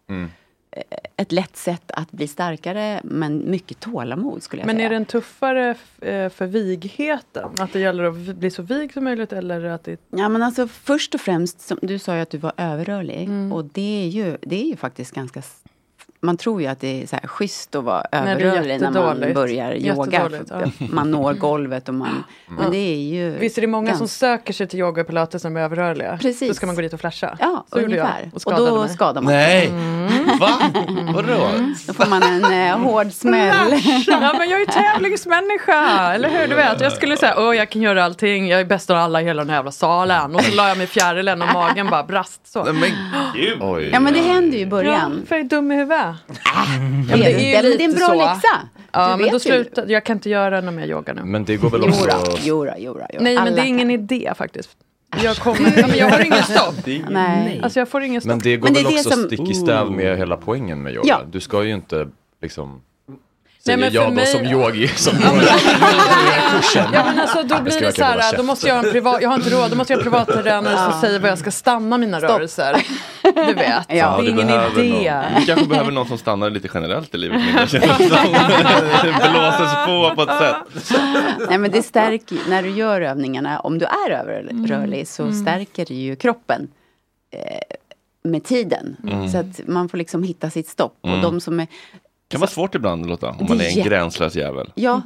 S5: Mm.
S10: eh, ett lätt sätt att bli starkare, men mycket tålamod skulle jag
S8: Men
S10: säga.
S8: är den tuffare f- eh, för vigheten? Att det gäller att v- bli så vig som möjligt eller att det...
S10: Ja, men alltså först och främst, som, du sa ju att du var överrörlig.
S8: Mm.
S10: Och det är, ju, det är ju faktiskt ganska... s- Man tror ju att det är så här schysst att vara
S8: Nej, det är
S10: överrörlig när man
S8: jättedåligt.
S10: börjar yoga.
S8: Jättedåligt,
S10: för
S8: ja. Mm.
S10: Man når golvet och man...
S1: Mm.
S10: Men det är ju...
S8: Visst är det många som
S10: ganska-
S8: söker sig till yoga och pilates när de är överrörliga?
S10: Precis.
S8: Då ska man gå dit och flasha.
S10: Ja,
S8: Så gjorde jag,
S10: ungefär.
S8: och
S10: Och,
S8: skadade
S10: då
S8: mig.
S10: skadar man Mm.
S1: Nej!
S8: Mm.
S1: Va?
S10: Vadå? Då får man en eh, hård smäll.
S8: Ja, men jag är ju tävlingsmänniska, eller hur? Du vet, jag skulle säga åh jag kan göra allting, jag är bäst av alla i hela den här jävla salen. Och så la jag mig i fjärilen och magen bara brast så.
S1: Men gud!
S5: Oj.
S10: Ja, men det händer ju i början.
S8: Ja, för jag är dum i huvudet.
S10: Ja, men det, är men det är en bra
S8: så.
S10: läxa.
S8: Ja,
S10: Du
S8: men
S10: vet
S8: då
S10: ju.
S8: slutar, jag kan inte göra någon mer yoga nu.
S5: Men det går väl
S8: Jodå,
S5: också...
S10: Jodå, jodå, jodå.
S8: Nej, men det är ingen idé faktiskt. Jag, kommer, ja, men jag har ingen stopp.
S10: Nej.
S8: Alltså jag får ingen stopp.
S5: Men det går
S8: Men det är
S5: väl
S8: det
S5: också
S8: som- Mm.
S5: stick i stäv med hela poängen med yoga?
S8: Ja.
S5: Du ska ju inte liksom säga
S8: men för
S5: jag då
S8: mig-
S5: som yogi som börjar kursen.
S8: Ja men alltså då
S5: Jag
S8: blir
S5: ska
S8: det så
S5: verkligen hålla
S8: här, då
S5: käften.
S8: måste jag ha en privat, jag har inte råd, då måste jag ha en privattränare som säger var jag ska stanna mina rörelser. Du vet, det
S1: Ja,
S8: är
S1: du
S8: ingen
S1: behöver
S8: idé.
S1: någon- Du kanske behöver någon som stannar lite generellt i livet. men det känns som- Det blåses på på ett sätt.
S10: Nej, men det stärker ju- när du gör övningarna, om du är överrörlig, så
S11: Mm.
S10: stärker det ju kroppen eh, med tiden.
S1: Mm.
S10: Så att man får liksom hitta sitt stopp.
S1: Mm.
S10: Och de som är,
S1: Det kan vara svårt ibland Lotta, om
S10: Det
S1: man
S10: är
S1: är en
S10: jätte-
S1: gränslös jävel.
S10: ja.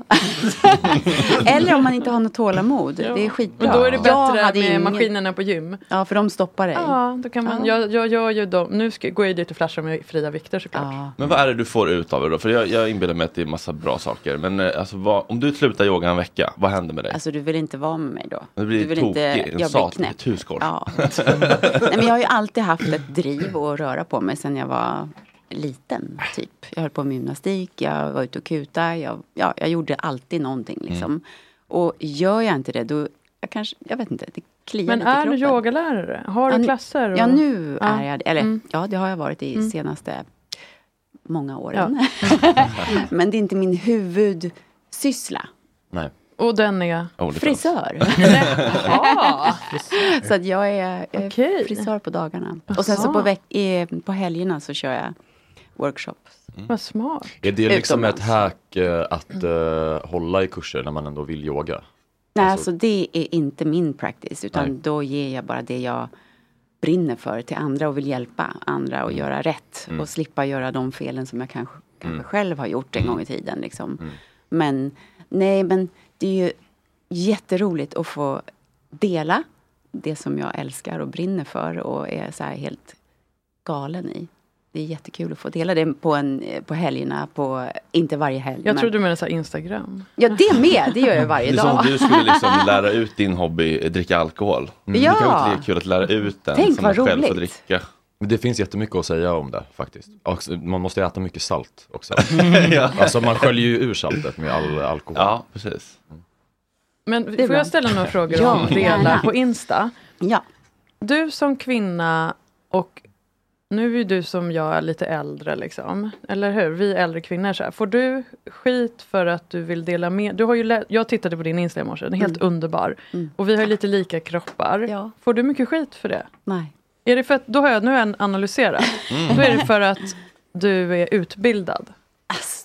S10: Eller om man inte har något tålamod, det är skitbra.
S8: Men då är det
S10: Jag
S8: bättre med
S10: hade ingen-
S8: maskinerna på gym.
S10: Ja, för de stoppar dig.
S8: Ja, då kan man,
S10: Ja.
S8: jag, jag gör ju dem, nu ska, går jag dit och flashar med fria vikter såklart.
S1: Men vad är det du får ut av det då? För jag, jag inbillar mig att det är massa bra saker. Men eh, alltså, vad, om du slutar yoga en vecka, vad händer med dig?
S10: Alltså du vill inte vara med mig då?
S1: Det blir
S10: du vill
S1: tokig, en
S10: jag blir
S1: sat-
S10: knäpp.
S1: ett Alltså, huskorv.
S10: Ja. Nej, men jag har ju alltid haft ett driv att röra på mig sedan jag var liten. Typ. Jag höll på med gymnastik, jag var ute och kuta, jag, ja, jag gjorde alltid någonting liksom.
S8: Mm.
S10: Och gör jag inte det då, jag kanske, jag vet inte, det kliar
S8: Men
S10: lite i
S8: är du
S10: kroppen.
S8: yogalärare? Har
S10: Ja,
S8: du
S10: nu-
S8: klasser? och-
S10: Ja, nu
S8: Ja.
S10: är jag det. Eller
S8: Mm.
S10: ja, det har jag varit i
S8: Mm.
S10: senaste många åren. Men det är inte min huvudsyssla.
S5: Nej.
S8: Och den Oh, är?
S10: Frisör.
S8: Jaha.
S10: så att jag är, jag är frisör på dagarna. Och sen så
S8: Jaha. Mm.
S10: på, veck, i, på helgerna så kör jag workshop.
S8: Vad smart.
S5: Är det liksom ett
S10: Utomlands.
S5: hack eh, att eh, hålla i kurser när man ändå vill yoga?
S10: Nej, alltså det är inte min practice. Utan
S5: Nej.
S10: då ger jag bara det jag brinner för till andra och vill hjälpa andra och göra rätt.
S11: Mm.
S10: Och slippa göra de felen som jag kanske, kanske
S11: Mm.
S10: själv har gjort en gång i tiden. Liksom.
S11: Mm.
S10: Men nej, men det är ju jätteroligt att få dela det som jag älskar och brinner för och är så här helt galen i. Det är jättekul att få dela det på, en, på helgerna, på, inte varje helg.
S8: Jag
S10: men-
S8: tror du menar så här Instagram.
S10: Ja, det med, det gör jag
S1: Det
S10: varje
S1: är
S10: dag.
S1: som om du skulle liksom lära ut din hobby, eh, dricka alkohol. Det
S10: Ja.
S1: kan ju inte lika kul att lära ut den
S10: Tänk
S1: som
S10: vad
S1: man själv får
S10: roligt.
S1: dricka.
S5: Men Det finns jättemycket att säga om det faktiskt. Och Man måste äta mycket salt också.
S1: Ja.
S5: Alltså man sköljer ju ur saltet med all alkohol.
S1: Ja, precis.
S8: Men
S10: är
S8: får
S10: bra.
S8: jag ställa några frågor
S10: Ja,
S8: om det där
S10: gärna.
S8: på Insta?
S10: Ja.
S8: Du som kvinna och nu är ju du som jag lite äldre liksom, eller hur? Vi äldre kvinnor så här. Får du skit för att du vill dela med du har ju lä- Jag tittade på din Insta i morse, den är
S10: Mm.
S8: helt underbar. Och vi har ju lite lika kroppar. Får du mycket skit för det?
S10: Nej.
S8: Är det för att, då har jag nu en analyserat.
S10: Mm.
S8: Då är det för att du är utbildad.
S10: Alltså.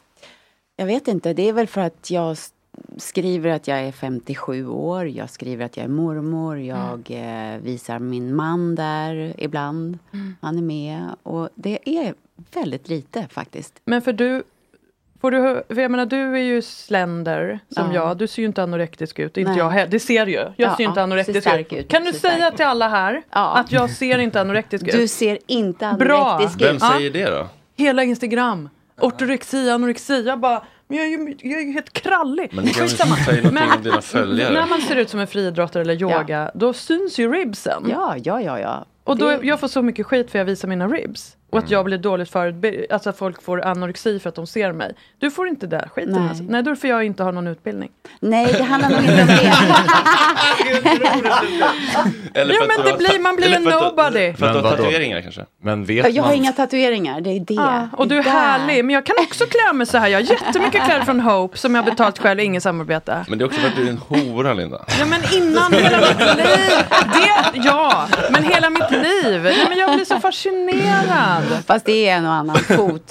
S10: Jag vet inte, det är väl för att jag s- skriver att jag är 57 år, jag skriver att jag är mormor,
S8: Mm.
S10: jag eh, visar min man där ibland.
S8: Mm.
S10: Han är med och det är väldigt lite faktiskt.
S8: Men för du, får du, för jag menar du är ju slender som
S10: Ja.
S8: jag, du ser ju inte anorektisk ut, inte
S10: Nej.
S8: jag heller, det ser ju. Jag
S10: Ja,
S8: ser ju inte
S10: ja, ser
S8: anorektisk
S10: stark
S8: ut.
S10: ut,
S8: Kan du
S10: ser
S8: säga till alla här att jag ser inte anorektisk ut?
S10: Du ser inte
S8: Bra.
S10: anorektisk
S1: Vem
S10: ut.
S1: säger det då?
S8: Hela Instagram, ortorexi, anorexi, jag bara, men jag är ju, jag är ju helt krallig.
S1: Men du kan väl
S8: Skitsamma.
S1: säga någonting
S8: Men
S1: om dina följare?
S8: När man ser ut som en friidrottare eller yoga, då syns ju ribsen.
S10: Ja, ja, ja. ja.
S8: Och då,
S10: Det-
S8: jag får så mycket skit för jag visar mina ribs. Och
S1: Mm.
S8: att jag blir dåligt förutbildad, alltså att folk får anorexi för att de ser mig. Du får inte det, skit i det.
S10: Nej.
S8: Alltså. Nej, då är det för jag inte har någon utbildning.
S10: Nej, det handlar nog inte om
S1: Eller
S8: Ja,
S1: för att
S8: men
S1: du
S8: det
S1: har-
S8: blir- man blir
S1: eller
S8: en
S1: för att du-
S8: nobody.
S1: För att du
S5: Men
S1: har
S5: vadå?
S1: tatueringar kanske?
S5: Men
S10: det.
S5: vet
S10: Jag har
S5: man?
S10: inga tatueringar, det är det.
S8: Ja, Ah, och du är härlig, men jag kan också klä mig så här. Jag har jättemycket kläder från Hope som jag har betalt själv, ingen samarbete.
S1: Men det är också för att du är en hora Linda.
S8: Ja men innan hela mitt liv, det, ja, men hela mitt liv. Nej, men jag blir så fascinerad.
S10: Fast det är en och annan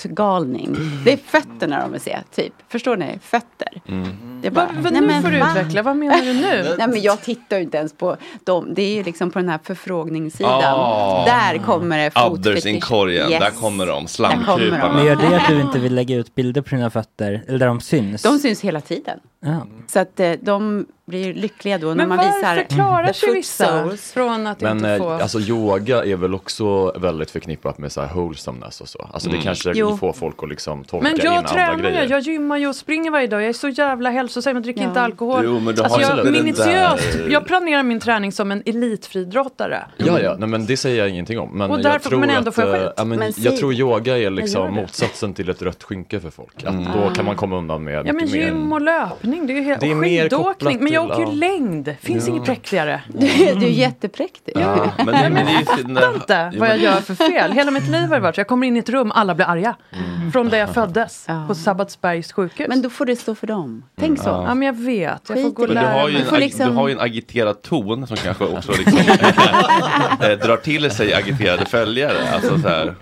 S10: fotgalning. Det är fötterna de vill se, typ. Förstår ni? Fötter. Det är bara,
S8: Vad- vad nu får du utveckla. Vad menar du nu?
S10: nej, men jag tittar ju inte ens på dem. Det är ju liksom på den här förfrågningssidan.
S1: Ah.
S10: Där kommer det
S1: Others in
S10: fotfetisch.
S1: korgen,
S10: Yes.
S1: där kommer de,
S10: Där kommer
S1: slamkryparna.
S10: de.
S6: Men gör det att du inte vill lägga ut bilder på dina fötter? Eller där de syns?
S10: De syns hela tiden.
S6: Ja.
S10: Så att eh, de blir lyckliga då när
S8: Men
S10: man visar
S8: varför klarar
S10: the
S8: sig
S10: foot
S8: vissa
S10: soles.
S8: från att
S5: Men
S8: inte
S5: eh,
S8: få?
S5: alltså yoga är väl också väldigt förknippat med så här wholesomeness och så. Alltså det
S8: Mm.
S5: kanske
S8: Jo.
S5: får folk att liksom tolka
S8: men
S5: in
S8: jag
S5: andra
S8: tränar
S5: grejer.
S8: ju, jag gymmar ju och springer varje dag. Jag är så jävla hälsosam, jag dricker inte alkohol.
S5: Jo, men du har
S8: alltså,
S5: ju
S8: jag,
S5: inte den
S8: minutiöst,
S5: där-
S8: jag planerar min träning som en elitfridrottare.
S5: Ja, ja, Mm. nej, men det säger jag ingenting om. Men
S8: Och
S5: jag
S8: därför-
S5: tror
S8: men ändå
S5: att,
S8: får jag
S5: eh,
S8: skit.
S5: ja, men
S8: Men
S5: jag
S8: si-
S5: tror yoga är
S8: gör
S5: liksom
S8: det.
S5: motsatsen till ett rött skynke för folk. Att
S8: Mm.
S5: Då
S8: Ah.
S5: kan man komma undan med
S8: Ja men
S5: mycket mer.
S8: gym och löpning, det är ju helt,
S5: Det är
S8: och
S5: mer kopplat
S8: skidåkning. Men jag
S5: till-
S8: åker ju
S5: ja.
S8: längd, finns
S5: Ja. Mm.
S8: inget präktigare.
S10: Du, du är jättepräktig.
S1: Ja, men, men, det är ju sin- eh,
S8: fattar inte
S1: Jo,
S8: vad jag
S1: men-
S8: gör för fel. Hela mitt liv har det varit så. Jag kommer in i ett rum, alla blir arga.
S1: Mm.
S8: Från där jag föddes, på Sabbatsbergs sjukhus. Men
S10: då får det stå för dem. Tänk
S1: Mm,
S10: så.
S1: ja.
S8: Ja, men jag vet. Jag får liksom-
S10: Skit
S8: gå och
S1: Men du
S8: lära
S1: har,
S8: mig.
S1: ju en, ag- du har ju en agiterad ton som kanske också liksom, eh, drar till sig agiterade följare. Alltså så här,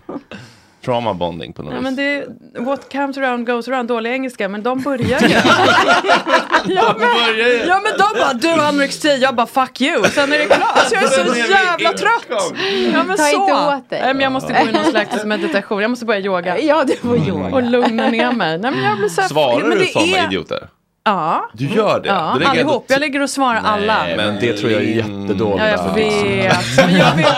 S1: trauma bonding på något
S8: Ja,
S1: vis.
S8: men det är, what comes around goes around, dålig engelska, men de börjar ju. ja, men, ja men de bara, du har anorexi, jag bara fuck you, sen är det klart. Alltså, jag är
S10: Sen är
S8: så
S10: vi
S8: jävla
S10: igång.
S8: trött. Ja, men
S10: Ta
S8: så.
S10: inte åt dig.
S8: Nej, men jag måste gå i någon slags meditation, jag måste börja yoga.
S10: Ja, du får yoga.
S8: Och lugna ner mig. Nej, men jag blir så här,
S1: Mm. Svarar
S8: men
S1: du
S8: det
S1: sådana
S8: är-
S1: idioter?
S8: Ja.
S1: Du gör det?
S8: Ja,
S1: Du lägger ändå
S8: allihop. Jag ligger och svarar alla.
S5: Nej, men det tror jag är
S1: Mm.
S5: jättedåligt.
S8: Ja, jag vet. Men jag vet.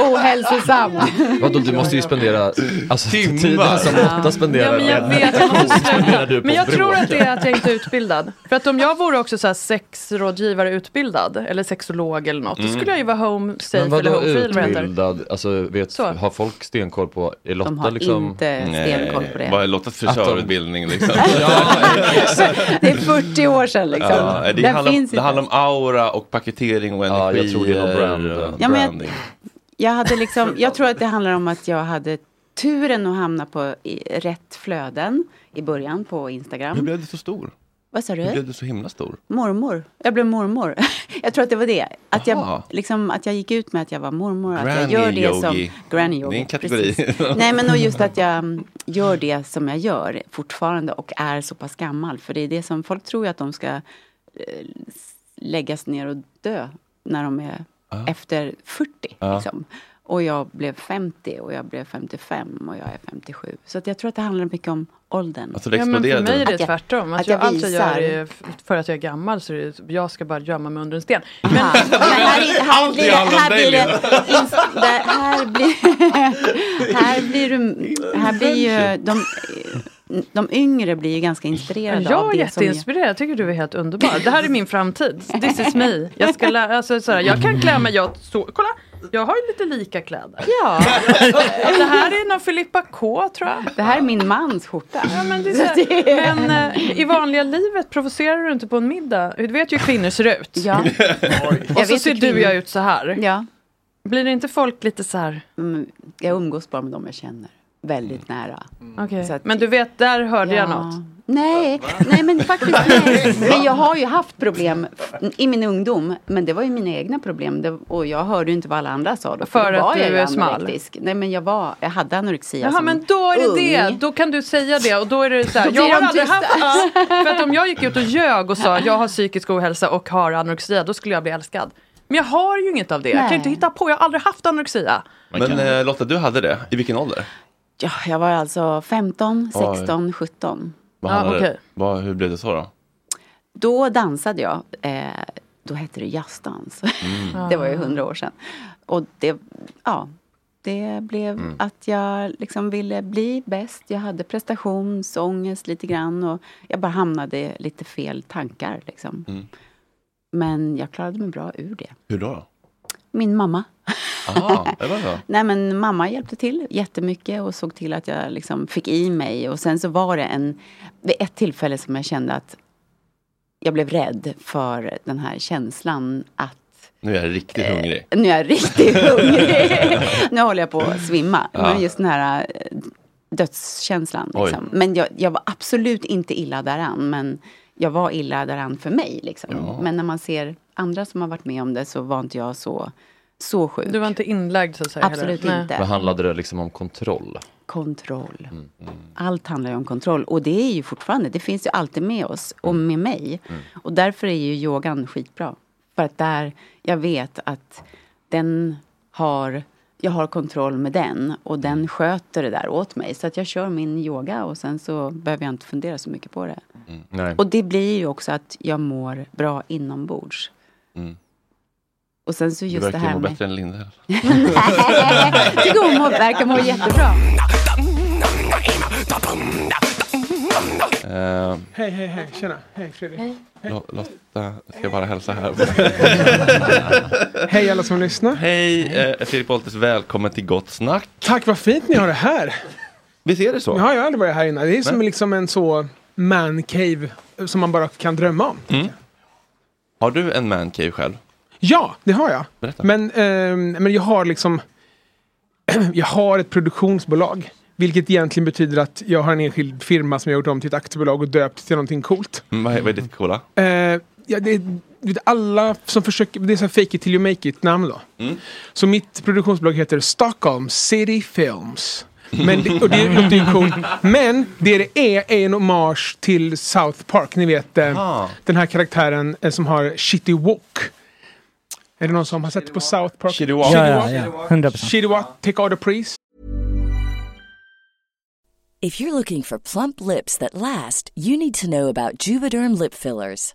S10: Ohälsosam.
S5: Vadå, du måste ju spendera alltså, tiden som
S8: Ja.
S5: Lotta spenderar
S8: Ja, men jag
S5: med-
S8: vet, jag måste
S5: spenderar du på
S8: Men jag
S5: bråk.
S8: tror att det är att jag inte är utbildad. För att om jag vore också så här sexrådgivare utbildad, eller sexolog eller något,
S5: Mm.
S8: då skulle jag ju vara home
S5: Men
S8: safe eller
S5: vadå
S8: home feel, vad det heter.
S5: utbildad? Alltså, vet,
S8: Så.
S5: har folk stenkoll på, är Lotta
S10: har
S5: liksom?
S10: inte stenkoll på det.
S1: Vad är Lottas frisörutbildning liksom?
S10: Det är 40 år sedan liksom.
S1: Ja, det,
S10: Den
S1: handlar,
S10: finns
S1: det
S10: inte.
S1: handlar om aura och paketering och energi.
S5: jag tror det är någon brand.
S1: och
S10: Ja, men jag-
S1: branding.
S10: Jag, hade liksom, jag tror att det handlar om att jag hade turen att hamna på i rätt flöden i början på Instagram.
S1: Hur blev du så stor?
S10: Vad sa
S1: Hur blev
S10: du?
S1: du så himla stor?
S10: Mormor. Jag blev mormor. jag tror att det var det. Att jag,
S1: Aha.
S10: liksom, att jag gick ut med att jag var mormor. att
S1: Granny
S10: jag gör det
S1: yogi.
S10: som... Granny yogi.
S1: Det är en kategori.
S10: precis. Nej, men och just att jag mm, gör det som jag gör fortfarande och är så pass gammal. För det är det som folk tror ju att de ska eh, s- läggas ner och dö när de är efter 40.
S11: Ja.
S10: Liksom. Och jag blev 50 och jag blev 55 och jag är 57. Så att jag tror att det handlar mycket om åldern.
S1: Alltså
S8: Ja, men för mig är det
S10: Att jag-
S8: tvärtom. Att
S10: att
S8: jag,
S10: jag
S8: allt jag gör
S10: visar.
S8: är f- för att jag är gammal, så är det, jag ska bara gömma mig under en sten. Men,
S10: här, är- här blir det, här blir det, ins- där- här blir, här blir, du- här blir ju de, de yngre blir ju ganska inspirerade av
S8: Jag är
S10: det som jag-
S8: jätteinspirerad, jag tycker du är helt underbar. Det här är min framtid, this is me. Jag, ska lä- alltså, såhär, jag kan klä mig, jag, så, kolla, jag har ju lite lika kläder. Ja. Det här är någon Filippa K tror jag.
S10: Det här är min mans skjorta.
S8: Ja, men det är så här, men eh, i vanliga livet provocerar du inte på en middag? Du vet ju hur kvinnor ser ut.
S10: Ja.
S8: Och så
S10: vet
S8: ser
S10: hur
S8: du och
S10: kvinnor-
S8: jag ut så här.
S10: Ja.
S8: Blir det inte folk lite så här?
S10: Mm, Jag umgås bara med dem jag känner. Väldigt nära.
S8: Mm. Okej. Men du vet, där hörde jag
S10: Ja.
S8: något.
S10: Nej, nej men faktiskt nej. Men jag har ju haft problem f- i min ungdom. Men det var ju mina egna problem. Det, och jag hörde ju inte vad alla andra sa då.
S8: För
S10: då
S8: att
S10: var jag
S8: du
S10: ju
S8: är smal.
S10: anorektisk. Nej men jag, var, jag hade anorexia
S8: Jaha,
S10: som
S8: men då är det
S10: ung.
S8: det. Då kan du säga det och då är det så här.
S10: Då blir
S8: Jag har
S10: de
S8: aldrig haft...
S10: tysta.
S8: Ja, för att om jag gick ut och ljög och sa jag har psykisk ohälsa och har anorexia, då skulle jag bli älskad. Men jag har ju inget av det. Jag kan
S10: Nej.
S8: inte hitta på. Jag har aldrig haft anorexia.
S1: Men eh, Lotta, du hade det. I vilken ålder?
S10: Ja, jag var alltså 15,
S1: Oj.
S10: 16, 17.
S1: Vad handlade- vad, hur blev det så då?
S10: Då dansade jag. Eh, då hette det jazzdans.
S1: Mm.
S10: det var ju hundra år sedan. Och det, ja, det blev
S11: Mm.
S10: att jag liksom ville bli bäst. Jag hade prestationsångest lite grann. Och jag bara hamnade i lite fel tankar. Liksom.
S1: Mm.
S10: Men jag klarade mig bra ur det.
S1: Hur då?
S10: Min mamma.
S1: Aha, det var så.
S10: Nej men mamma hjälpte till jättemycket och såg till att jag liksom fick i mig. Och sen så var det en, vid ett tillfälle som jag kände att jag blev rädd för den här känslan att
S1: Nu är jag riktigt hungrig.
S10: Eh, nu är jag riktigt hungrig. nu håller jag på att svimma.
S1: Ja.
S10: Men just den här eh, dödskänslan.
S1: Oj.
S10: Liksom. Men jag, jag var absolut inte illa däran. Men jag var illa däran för mig. Liksom. Men när man ser andra som har varit med om det så var inte jag så, så sjuk.
S8: Du var inte inlagd så att säga?
S10: Absolut
S8: heller. Nej.
S10: inte.
S5: Vad handlade det liksom om kontroll? Mm.
S10: Kontroll.
S1: Mm.
S10: Allt handlar ju om kontroll. Och det är ju fortfarande, det finns ju alltid med oss och
S1: Mm.
S10: med mig.
S11: Mm.
S10: Och därför är ju yogan skitbra. För att där, jag vet att den har, jag har kontroll med den. Och den sköter det där åt mig. Så att jag kör min yoga och sen så behöver jag inte fundera så mycket på det.
S1: Mm.
S5: Nej.
S10: Och det blir ju också att jag mår bra inombords.
S1: Mm.
S10: Och sen så
S1: Du
S10: just det
S1: verkar
S10: här
S1: må
S10: med...
S1: bättre än Linda.
S10: Jag tycker hon mår- verkar må jättebra.
S1: Eh,
S11: Hej, hej, hej. Tjena. Hej, Fredrik. Hej.
S1: Lo- Lotta ska bara hälsa här.
S11: Hej alla som lyssnar.
S1: Hej eh, Fredrik Boltes, välkommen till Gott Snack.
S11: Tack, vad fint ni har det här.
S1: Visst är det så?
S11: Nu har jag aldrig varit här innan. Det är som
S1: Nej.
S11: liksom en så man cave som man bara kan drömma om.
S1: Mm. Har du en mancave själv?
S11: Ja, det har jag.
S1: Berätta.
S11: Men, ehm, men jag har liksom... jag har ett produktionsbolag. Vilket egentligen betyder att jag har en enskild firma som jag gjort om till ett aktiebolag och döpt till någonting coolt.
S1: Mm, vad, är- vad är ditt coola?
S11: Eh, ja, det, är- du vet, alla som försöker, det är så här fake it till you make it namn då. Så mitt produktionsbolag heter Stockholm City Films. Men det, och det låter ju coolt. Men det det är är en hommage till South Park. Ni vet eh, den här karaktären eh, som har Shitty Walk. Är det någon som har sett på South Park? Shitty
S6: Walk. Ja, ja, ja. 100%.
S11: Shitty Walk, Take Out a Priest.
S12: If you're looking for plump lips that last, you need to know about Juvederm lip fillers.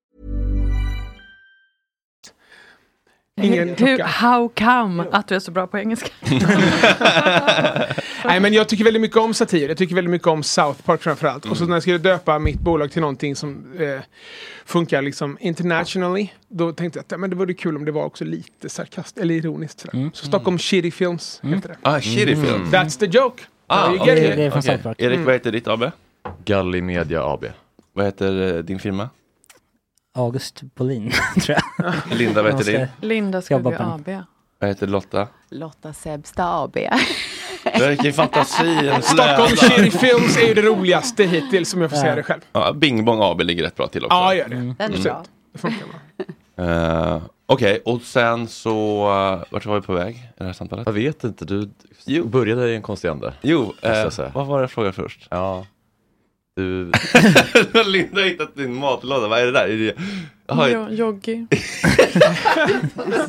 S11: Ingen
S8: Hur,
S11: klocka.
S8: how come att du är så bra på engelska?
S11: Nej, men jag tycker väldigt mycket om satir. Jag tycker väldigt mycket om South Park framförallt.
S1: Mm.
S11: Och så när jag skulle döpa mitt bolag till någonting som eh, funkar liksom internationally. Då tänkte jag att ja, men det vore kul om det var också lite sarkastiskt eller ironiskt. Sådär. Så Stockholm Shitty Films heter det.
S1: Mm. Ah, shitty
S5: Mm.
S1: film.
S11: That's the joke!
S1: Ah,
S11: You get
S1: okej.
S11: it.
S1: Okej. Erik, vad heter ditt AB?
S5: Galli Media AB.
S1: Vad heter eh, din firma?
S6: August Bolin, tror jag.
S1: Linda, vad heter
S6: Jag
S1: din?
S6: ska
S8: Linda
S6: jobba
S8: Skugge
S6: på den.
S8: AB.
S1: Vad heter Lotta?
S10: Lotta Sebsta AB.
S1: Verkar fantasin
S11: Stockholm Cherry Films är ju det roligaste hittills om jag får säga det själv.
S1: Ja, Bing Bong AB ligger rätt bra till också. Mm.
S11: Ja, gör det.
S10: Den är bra.
S1: Eh, Okej, och sen så, eh, vart var vi på väg i det här samtalet?
S5: Jag vet inte, du började i en konstig ände.
S1: Jo,
S5: måste
S1: eh,
S5: jag säga.
S1: vad var det jag frågade först?
S5: Ja. Du...
S1: Linda har hittat din matlåda, vad är det där? Är det... Jaha,
S8: Jo- Joggi.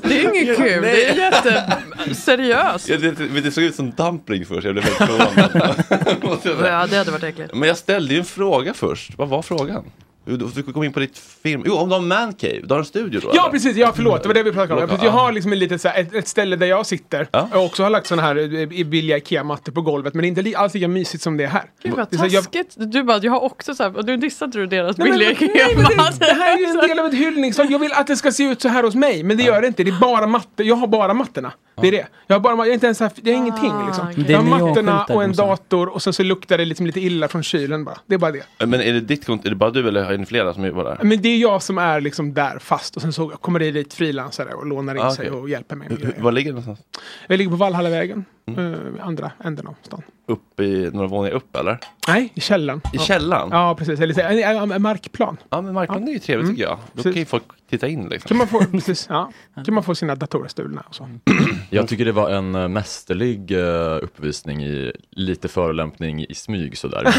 S8: det är inget kul, det är jätteseriöst.
S1: Ja, det, men det såg ut som dumpling först, jag blev väldigt förvånad. Måste jag säga.
S8: Ja, det hade varit äckligt.
S1: men jag ställde ju en fråga först, vad var frågan? Jo, Du du kom in på ditt film, jo om du har en mancave, du har en studio då?
S11: Ja
S1: eller?
S11: precis, ja förlåt, det var det vi pratade om. Ja, precis, Jag har liksom en litet, så här, ett, ett ställe där jag sitter och också har lagt sådana här eh, billiga IKEA-mattor på golvet men det är inte li- alls lika mysigt som det är här.
S8: Gud vad
S11: Det är så här, jag-
S8: taskigt. Du bara, jag har också så här, och du dissade du deras
S11: Nej, men-
S8: billiga
S11: nej, men
S8: IKEA-mat.
S11: det, det här är ju en del av ett hyllningstal. Jag vill att det ska se ut så här hos mig, men det gör det inte. Det är bara matte. Jag har bara mattorna. Det är det. Jag har bara ma- jag är inte ens här, det är
S8: Ah,
S11: ingenting liksom.
S1: Det är
S11: Jag har mattorna
S1: neonskyltar
S11: och en
S1: på så här.
S11: dator och sen så luktar det liksom lite illa från kylen bara. Det är bara det.
S1: Men är det ditt kontor, är det bara du eller är det flera som jobbar där?
S11: Men det är jag som är liksom där fast och sen så kommer det dit frilansare och lånar in
S1: Ah,
S11: sig
S1: okej.
S11: och hjälper mig. Med
S1: Hur- hur-
S11: grejer.
S1: Var ligger det någonstans?
S11: jag ligger på Valhallavägen,
S1: Mm.
S11: eh, andra änden av stan.
S1: Upp i, några våningar upp eller?
S11: Nej, i källaren.
S1: I källaren?
S11: Ja, precis. Eller så- en- en- en markplan.
S1: Ja, men markplan det är ju trevligt tycker jag. Då
S11: Precis.
S1: kan ju folk titta in liksom.
S11: Kan man få, precis, ja. kan man få sina datorer stulna och så.
S5: Jag tycker det var en eh, mästerlig eh, uppvisning i lite förolämpning i smyg sådär.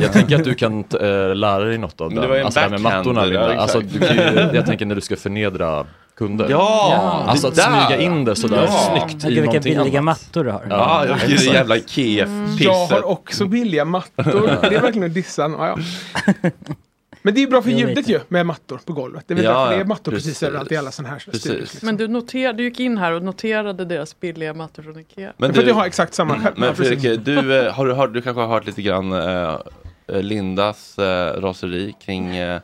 S5: Jag tänker att du kan t- eh, lära dig något av
S1: Men det var ju
S5: den.
S1: en
S5: Alltså det här med
S1: backhand,
S5: mattorna.
S1: det där,
S5: Linda. Alltså,
S1: exakt.
S5: du kan ju, jag tänker när du ska förnedra kunder.
S1: Ja,
S5: Alltså
S1: det
S5: att
S1: där.
S5: smyga in det sådär
S1: Ja.
S5: snyggt
S6: Gud,
S5: i
S6: vilka
S5: någonting
S6: billiga
S5: annat.
S6: mattor du har.
S1: Ja, jag tycker det
S5: exakt.
S1: jävla IKEA-pisset.
S11: Jag har också billiga mattor. Det är verkligen att dissa. en- Ja, ja. Men det är ju bra för
S1: Jo,
S11: ljudet
S1: lite.
S11: ju med mattor på golvet. Det är väl
S1: Ja,
S11: därför det
S1: ja,
S11: är mattor precis,
S1: precis.
S11: överallt i alla sådana här
S1: Precis.
S11: studios. Liksom.
S8: Men du, noterade, du gick in här och noterade deras billiga mattor från IKEA.
S11: för
S1: Men
S11: att
S1: du- Mm,
S11: jag har exakt samma själv. Ja,
S1: Men
S11: precis.
S1: Fredrik, du, eh, har du, hört, du kanske har hört lite grann eh, eh, Lindas eh, raseri kring... Eh,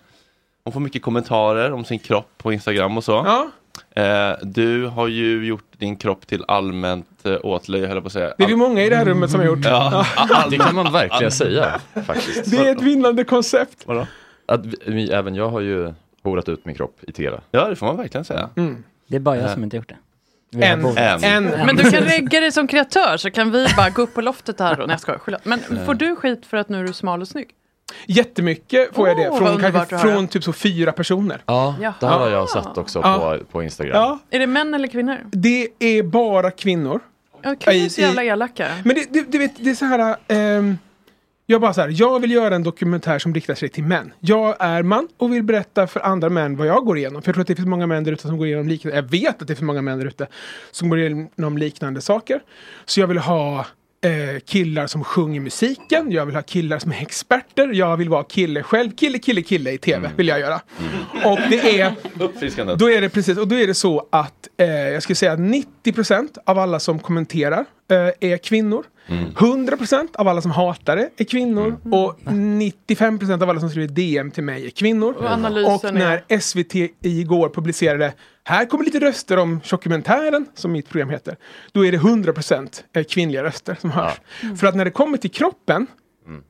S1: hon får mycket kommentarer om sin kropp på Instagram och så. Eh, du har ju gjort din kropp till allmänt eh, åtlöje, höll jag på att säga.
S11: Det är vi många i det här rummet som har gjort.
S1: Ja.
S5: Det kan man verkligen säga faktiskt.
S11: Det är ett vinnande koncept.
S1: Vadå?
S5: Att vi- vi, även jag har ju horat ut min kropp i tv.
S1: Ja, det får man verkligen säga.
S6: Det är bara jag
S5: Eh.
S6: som inte gjort det.
S5: En- en. En.
S8: Men du kan regga dig som kreatör så kan vi bara gå upp på loftet här då. Nej jag skojar, skylla. Men
S11: Nej.
S8: får du skit för att nu är du smal och snygg?
S11: Jättemycket får jag
S8: Åh,
S11: det.
S8: vad
S11: Från,
S8: underbart
S11: kanske,
S8: att höra.
S11: från typ så fyra personer.
S5: Ja, det här
S11: Ja.
S5: har jag
S6: Ah.
S5: sett också
S11: Ja.
S5: på, på Instagram.
S11: Ja,
S8: Är det män eller kvinnor?
S11: det är bara kvinnor.
S8: Ja, kvinnor är så
S11: I- i-
S8: jävla elaka.
S11: Men det, det, du vet, det är så här... ehm, jag bara så här, jag vill göra en dokumentär som riktar sig till män. Jag är man och vill berätta för andra män vad jag går igenom. För jag tror att det finns många män där ute som går igenom liknande. Jag vet att det är för många män där ute som går igenom liknande saker. Så jag vill ha eh, killar som sjunger musiken. Jag vill ha killar som är experter. Jag vill vara kille själv. Kille, kille, kille i tv vill jag göra. Och det är...
S1: Mm. Uppfriskande.
S11: Då är det precis, och då är det så att eh, jag skulle säga att 90% av alla som kommenterar eh, är kvinnor. 100% av alla som hatar det är kvinnor och 95% av alla som skriver DM till mig är kvinnor.
S8: Och analysen
S11: Och när SVT igår publicerade här kommer lite röster om dokumentären som mitt program heter. Då är det 100% eh, kvinnliga röster som hörs. För att när det kommer till kroppen
S1: Mm.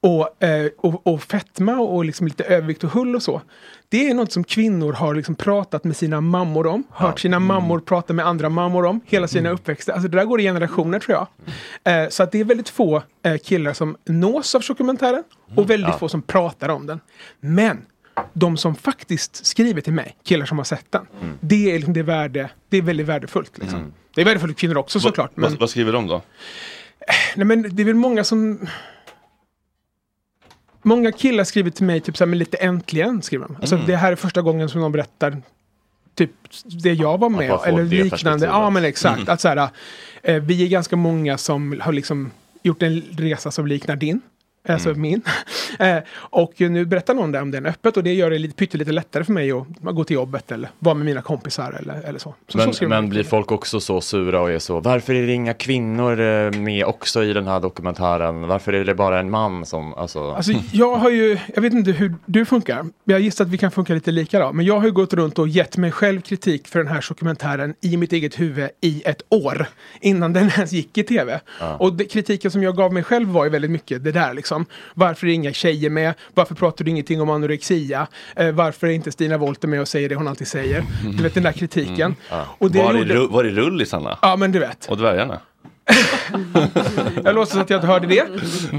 S11: och, eh, och, och fetma och liksom lite övervikt och hull och så. Det är något som kvinnor har liksom pratat med sina mammor om, hört sina mammor prata med andra mammor om, hela sina uppväxter. Alltså det där går i generationer tror jag. Eh, så att det är väldigt få eh, killar som nås av dokumentären och väldigt
S5: Ja.
S11: få som pratar om den. Men de som faktiskt skriver till mig, killar som har sett den, det, är liksom det, värde, det är väldigt värdefullt. Liksom. Det är värdefullt för kvinnor också såklart.
S1: Vad-
S11: Men,
S1: Vad skriver de då?
S11: nej, men det är väl många som Många killar skriver till mig typ så här, men lite äntligen skriver de. Alltså
S1: Mm.
S11: det här är första gången som någon berättar typ det jag var med om,
S1: man får
S11: eller
S1: det
S11: liknande.
S1: perspektivet.
S11: Ja men exakt.
S1: Mm.
S11: Att så här, eh, vi är ganska många som har liksom gjort en resa som liknar din. Alltså
S1: Mm.
S11: min. Eh, och nu berättar någon där om den öppet och det gör det lite, pyttelite lättare för mig att gå till jobbet eller vara med mina kompisar eller, eller så. så,
S5: men
S11: så skriver
S5: men blir folk också så sura och är så, varför är det inga kvinnor eh, med också i den här dokumentären? Varför är det bara en man som, alltså?
S11: Alltså jag har ju, jag vet inte hur du funkar, men jag gissar att vi kan funka lite lika då. Men jag har ju gått runt och gett mig själv kritik för den här dokumentären i mitt eget huvud i ett år. Innan den ens gick i tv.
S9: Ja.
S11: Och det, kritiken som jag gav mig själv var ju väldigt mycket det där liksom. Varför är inga tjejer med? Varför pratar du ingenting om anorexia? Eh, varför är inte Stina Wollter med och säger det hon alltid säger? Du vet den där kritiken.
S1: Mm. Ja.
S11: Och det
S1: var,
S11: gjorde-
S1: är, ru- var är rullisarna?
S11: Ja men du vet.
S1: Och dvärgarna?
S11: Jag låtsas att jag inte hörde det.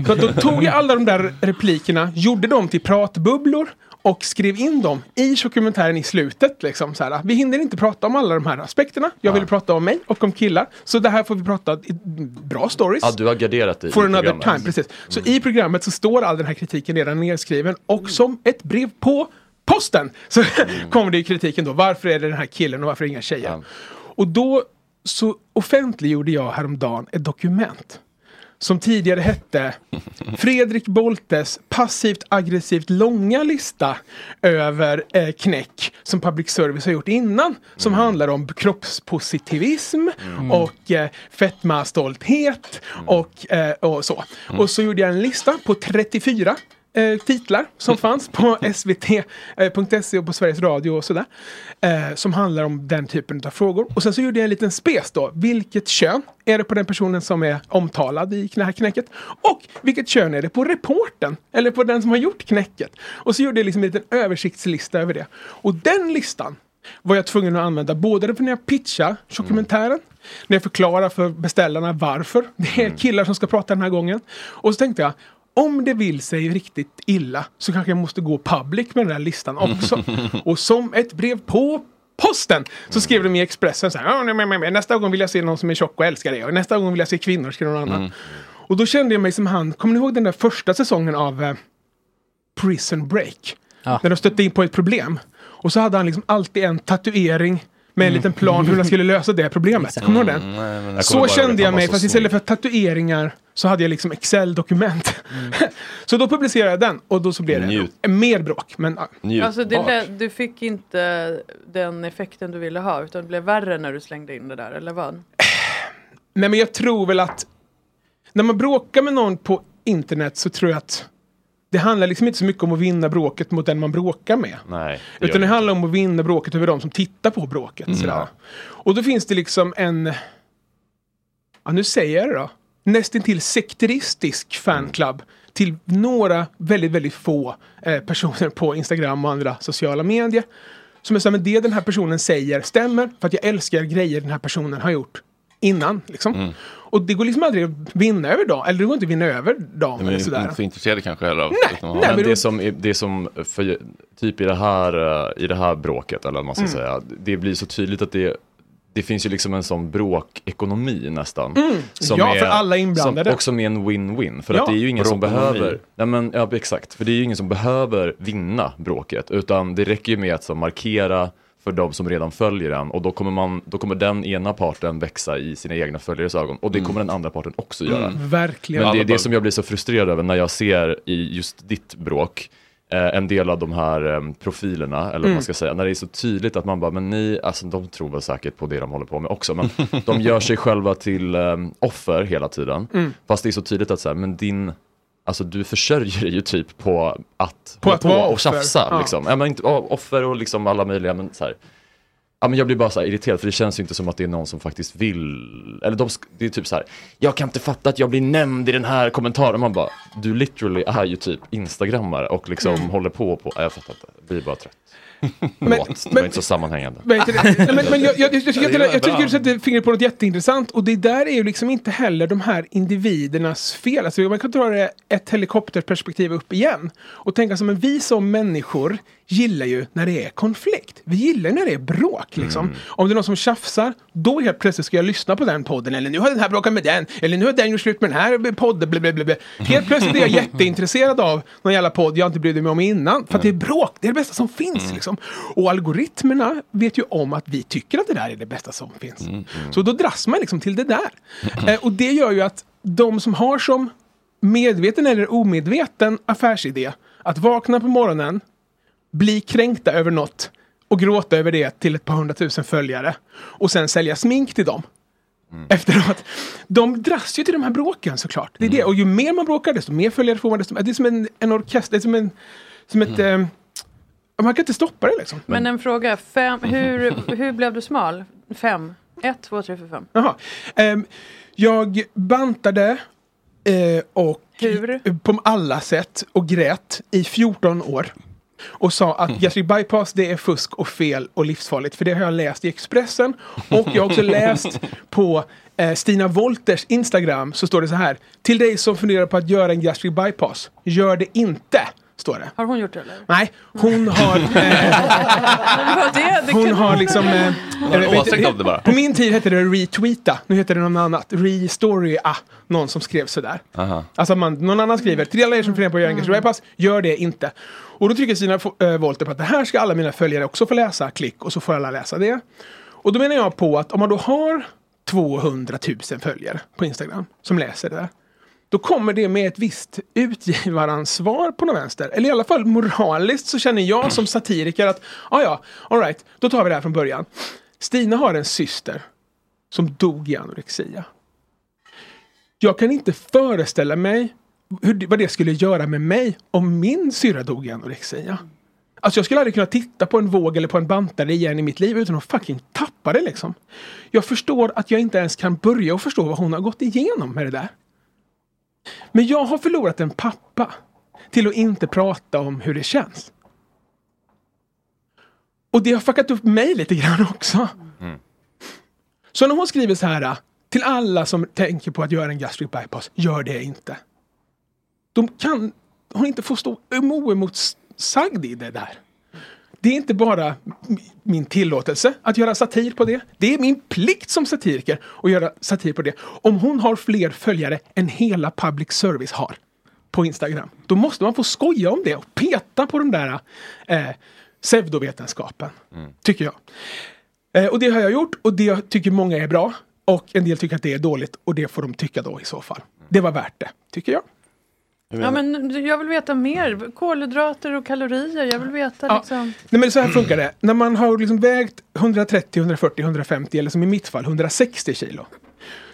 S11: Så att då tog jag alla de där replikerna, gjorde dem till pratbubblor och skrev in dem i dokumentären i slutet. Liksom, så här, vi hinner inte prata om alla de här aspekterna. Jag ville prata om mig och om killar. Så det här får vi prata i bra stories.
S5: Ja, du har garderat dig i
S11: For another
S5: programmet.
S11: time, precis. Så i programmet så står all den här kritiken redan nedskriven och som ett brev på posten så kommer det ju kritiken då. Varför är det den här killen och varför är det inga tjejer? Och då så offentliggjorde jag häromdagen ett dokument som tidigare hette Fredrik Boltes passivt aggressivt långa lista över eh, knäck som public service har gjort innan. Som handlar om kroppspositivism
S13: Mm.
S11: och eh, fetma-stolthet och, eh, och så.
S13: Mm.
S11: Och så gjorde jag en lista på 34 eh, titlar som fanns på eh, svt.se E och på Sveriges Radio och sådär. Eh, som handlar om den typen av frågor. Och sen så gjorde jag en liten spes då. Vilket kön är det på den personen som är omtalad i det här knäcket? Och vilket kön är det på reporten Eller på den som har gjort knäcket? Och så gjorde jag liksom en liten översiktslista över det. Och den listan var jag tvungen att använda både för när jag pitchar dokumentären, när jag förklarar för beställarna varför det är killar som ska prata den här gången. Och så tänkte jag, om det vill sig riktigt illa så kanske jag måste gå public med den här listan också. Och som ett brev på posten så skrev de i Expressen så här, "Ah, nej, nej, nej, nästa gång vill jag se någon som är tjock och älskar det och nästa gång vill jag se kvinnor, skrev någon annan. Och då kände jag mig som han, kommer ni ihåg den där första säsongen av eh, Prison Break? När de stötte in på ett problem. Och så hade han liksom alltid en tatuering med en liten plan för hur han skulle lösa det problemet. Kommer du ihåg den?
S5: Mm, jag kommer
S11: Så
S5: bara ihåg att
S11: kände jag
S5: han var
S11: mig,
S5: så
S11: fast
S5: snål.
S11: istället för tatueringar så hade jag liksom Excel-dokument.
S5: Mm.
S11: så då publicerade jag den och då så blev det mer bråk. Men, ja.
S8: Alltså det lä- du fick inte den effekten du ville ha utan det blev värre när du slängde in det där, eller vad?
S11: Nej men jag tror väl att när man bråkar med någon på internet så tror jag att det handlar liksom inte så mycket om att vinna bråket mot den man bråkar med.
S5: Nej. det
S11: Utan
S5: gör
S11: det
S5: jag
S11: handlar om att vinna bråket över de som tittar på bråket.
S5: Mm.
S11: Sådär. Och då finns det liksom en, ja nu säger jag det då, nästintill sekteristisk fanclub till några väldigt, väldigt få eh, personer på Instagram och andra sociala medier. Som är såhär, men det den här personen säger stämmer för att jag älskar grejer den här personen har gjort innan. Liksom.
S5: Mm.
S11: Och det går liksom aldrig att vinna över dem, eller det går inte att vinna över dem.
S1: De
S11: eller
S1: är
S11: sådär.
S1: inte så intresserade kanske heller av
S11: nej,
S5: men
S11: men
S5: det
S11: då-
S5: som, är- det som för, typ i det här, eh, i det här bråket, eller vad man ska
S11: Mm.
S5: säga, det blir så tydligt att det, det finns ju liksom en sån bråkekonomi nästan.
S11: Mm. Ja, för alla inblandade.
S5: Som, och som är en win-win, för
S11: Ja.
S5: att det är ju ingen som
S1: Bråkekonomi.
S5: behöver, nej men, ja exakt, för det är ju ingen som behöver vinna bråket, utan det räcker ju med att så, markera för de som redan följer den och då kommer, man, då kommer den ena parten växa i sina egna följares ögon och det kommer den andra parten också göra.
S11: Mm. Verkligen.
S5: Men det är
S11: Alla bara-
S5: det som jag blir så frustrerad över när jag ser i just ditt bråk eh, en del av de här eh, profilerna, eller vad
S11: Mm.
S5: man ska säga, när det är så tydligt att man bara, men ni, alltså de tror väl säkert på det de håller på med också, men de gör sig själva till eh, offer hela tiden.
S11: Mm.
S5: Fast det är så tydligt att så här, men din, alltså du försörjer dig ju typ på att
S11: På
S5: hålla
S11: att vara
S5: och
S11: offer.
S5: tjafsa.
S11: Ja.
S5: Liksom. Ja, men inte, ja, offer och liksom alla möjliga, men så här. Ja, men jag blir bara så här irriterad för det känns ju inte som att det är någon som faktiskt vill, eller de, sk- det är typ så här, jag kan inte fatta att jag blir nämnd i den här kommentaren. Man bara, du literally är ju typ instagrammare och liksom
S11: Mm.
S5: håller på och på, ja, jag fattar inte, jag blir bara trött.
S11: Men-
S5: Förlåt, det var
S11: men-
S5: inte så sammanhängande.
S11: Men, inte det- Nej, men, men jag, jag, jag, jag, tycker att-
S5: Det är
S11: jag tycker
S5: bra.
S11: du sätter fingret på något jätteintressant och det där är ju liksom inte heller de här individernas fel. Alltså, man kan dra det ett helikopterperspektiv upp igen och tänka som men vi som människor gillar ju när det är konflikt. Vi gillar när det är bråk liksom. Om det är någon som tjafsar, då helt plötsligt ska jag lyssna på den podden eller nu har den här bråkat med den eller nu har den gjort slut med den här podden. Bla, bla, bla, bla. Helt plötsligt är jag jätteintresserad av någon jävla podd jag inte brydde mig om innan. För att det är bråk, det är det bästa som finns. Liksom. Och algoritmerna vet ju om att vi tycker att det där är det bästa som finns. Så då dras man liksom till det där. Eh, och det gör ju att de som har som medveten eller omedveten affärsidé att vakna på morgonen, bli kränkta över något och gråta över det till ett par hundratusen följare och sen sälja smink till dem. Efteråt. De dras ju till de här bråken såklart. Det är det. Och ju mer man bråkar desto mer följare får man. Desto, det är som en, en orkester, det är som, en, som ett... Eh, man kan inte stoppa det liksom.
S8: Men en fråga, fem, hur, hur blev du smal? Fem? Ett, två, tre, fyra, fem.
S11: Jaha. Ehm, jag bantade eh, och på alla sätt och grät i 14 år. och sa att gastric bypass det är fusk och fel och livsfarligt. För det har jag läst i Expressen och jag har också läst på eh, Stina Wolters Instagram så står det så här. Till dig som funderar på att göra en gastric bypass, gör det inte, står det.
S8: Har hon gjort det eller?
S11: Nej, hon har... eh,
S8: Vad det? det
S11: Hon
S8: kan-
S11: har liksom... eh,
S1: Har en
S11: vet-
S1: åsikt om det bara.
S11: På min tid hette det retweeta, nu heter det något annat. Restorya, någon som skrev sådär.
S1: Aha.
S11: Alltså att man, någon annan skriver, till alla er som funderar på att göra en gastric bypass, gör det inte. Och då trycker Stina äh, Volter på att det här ska alla mina följare också få läsa, klick, och så får alla läsa det. Och då menar jag på att om man då har 200 000 följare på Instagram som läser det där, då kommer det med ett visst utgivaransvar på något vänster. Eller i alla fall moraliskt så känner jag som satiriker att, ja ja, alright, då tar vi det här från början. Stina har en syster som dog i anorexia. Jag kan inte föreställa mig hur, vad det skulle göra med mig om min syrra dog i anorexia. Alltså jag skulle aldrig kunna titta på en våg eller på en bantare igen i mitt liv utan att fucking tappa det liksom. Jag förstår att jag inte ens kan börja och förstå vad hon har gått igenom med det där. Men jag har förlorat en pappa till att inte prata om hur det känns. Och det har fuckat upp mig lite grann också.
S1: Mm.
S11: Så när hon skriver så här "Ah, till alla som tänker på att göra en gastric bypass, gör det inte. De kan hon inte få stå emo- emotsagd i det där. Det är inte bara m- min tillåtelse att göra satir på det. Det är min plikt som satiriker att göra satir på det. Om hon har fler följare än hela public service har på Instagram, då måste man få skoja om det och peta på den där eh, pseudovetenskapen,
S1: Mm.
S11: tycker jag. Eh, och det har jag gjort och det tycker många är bra. Och en del tycker att det är dåligt och det får de tycka då i så fall. Det var värt det, tycker jag.
S8: Ja, men jag vill veta mer. Kolhydrater och kalorier. Jag vill veta liksom.
S11: Nej men så här funkar det. När man har liksom vägt 130, 140, 150 eller som i mitt fall 160 kilo.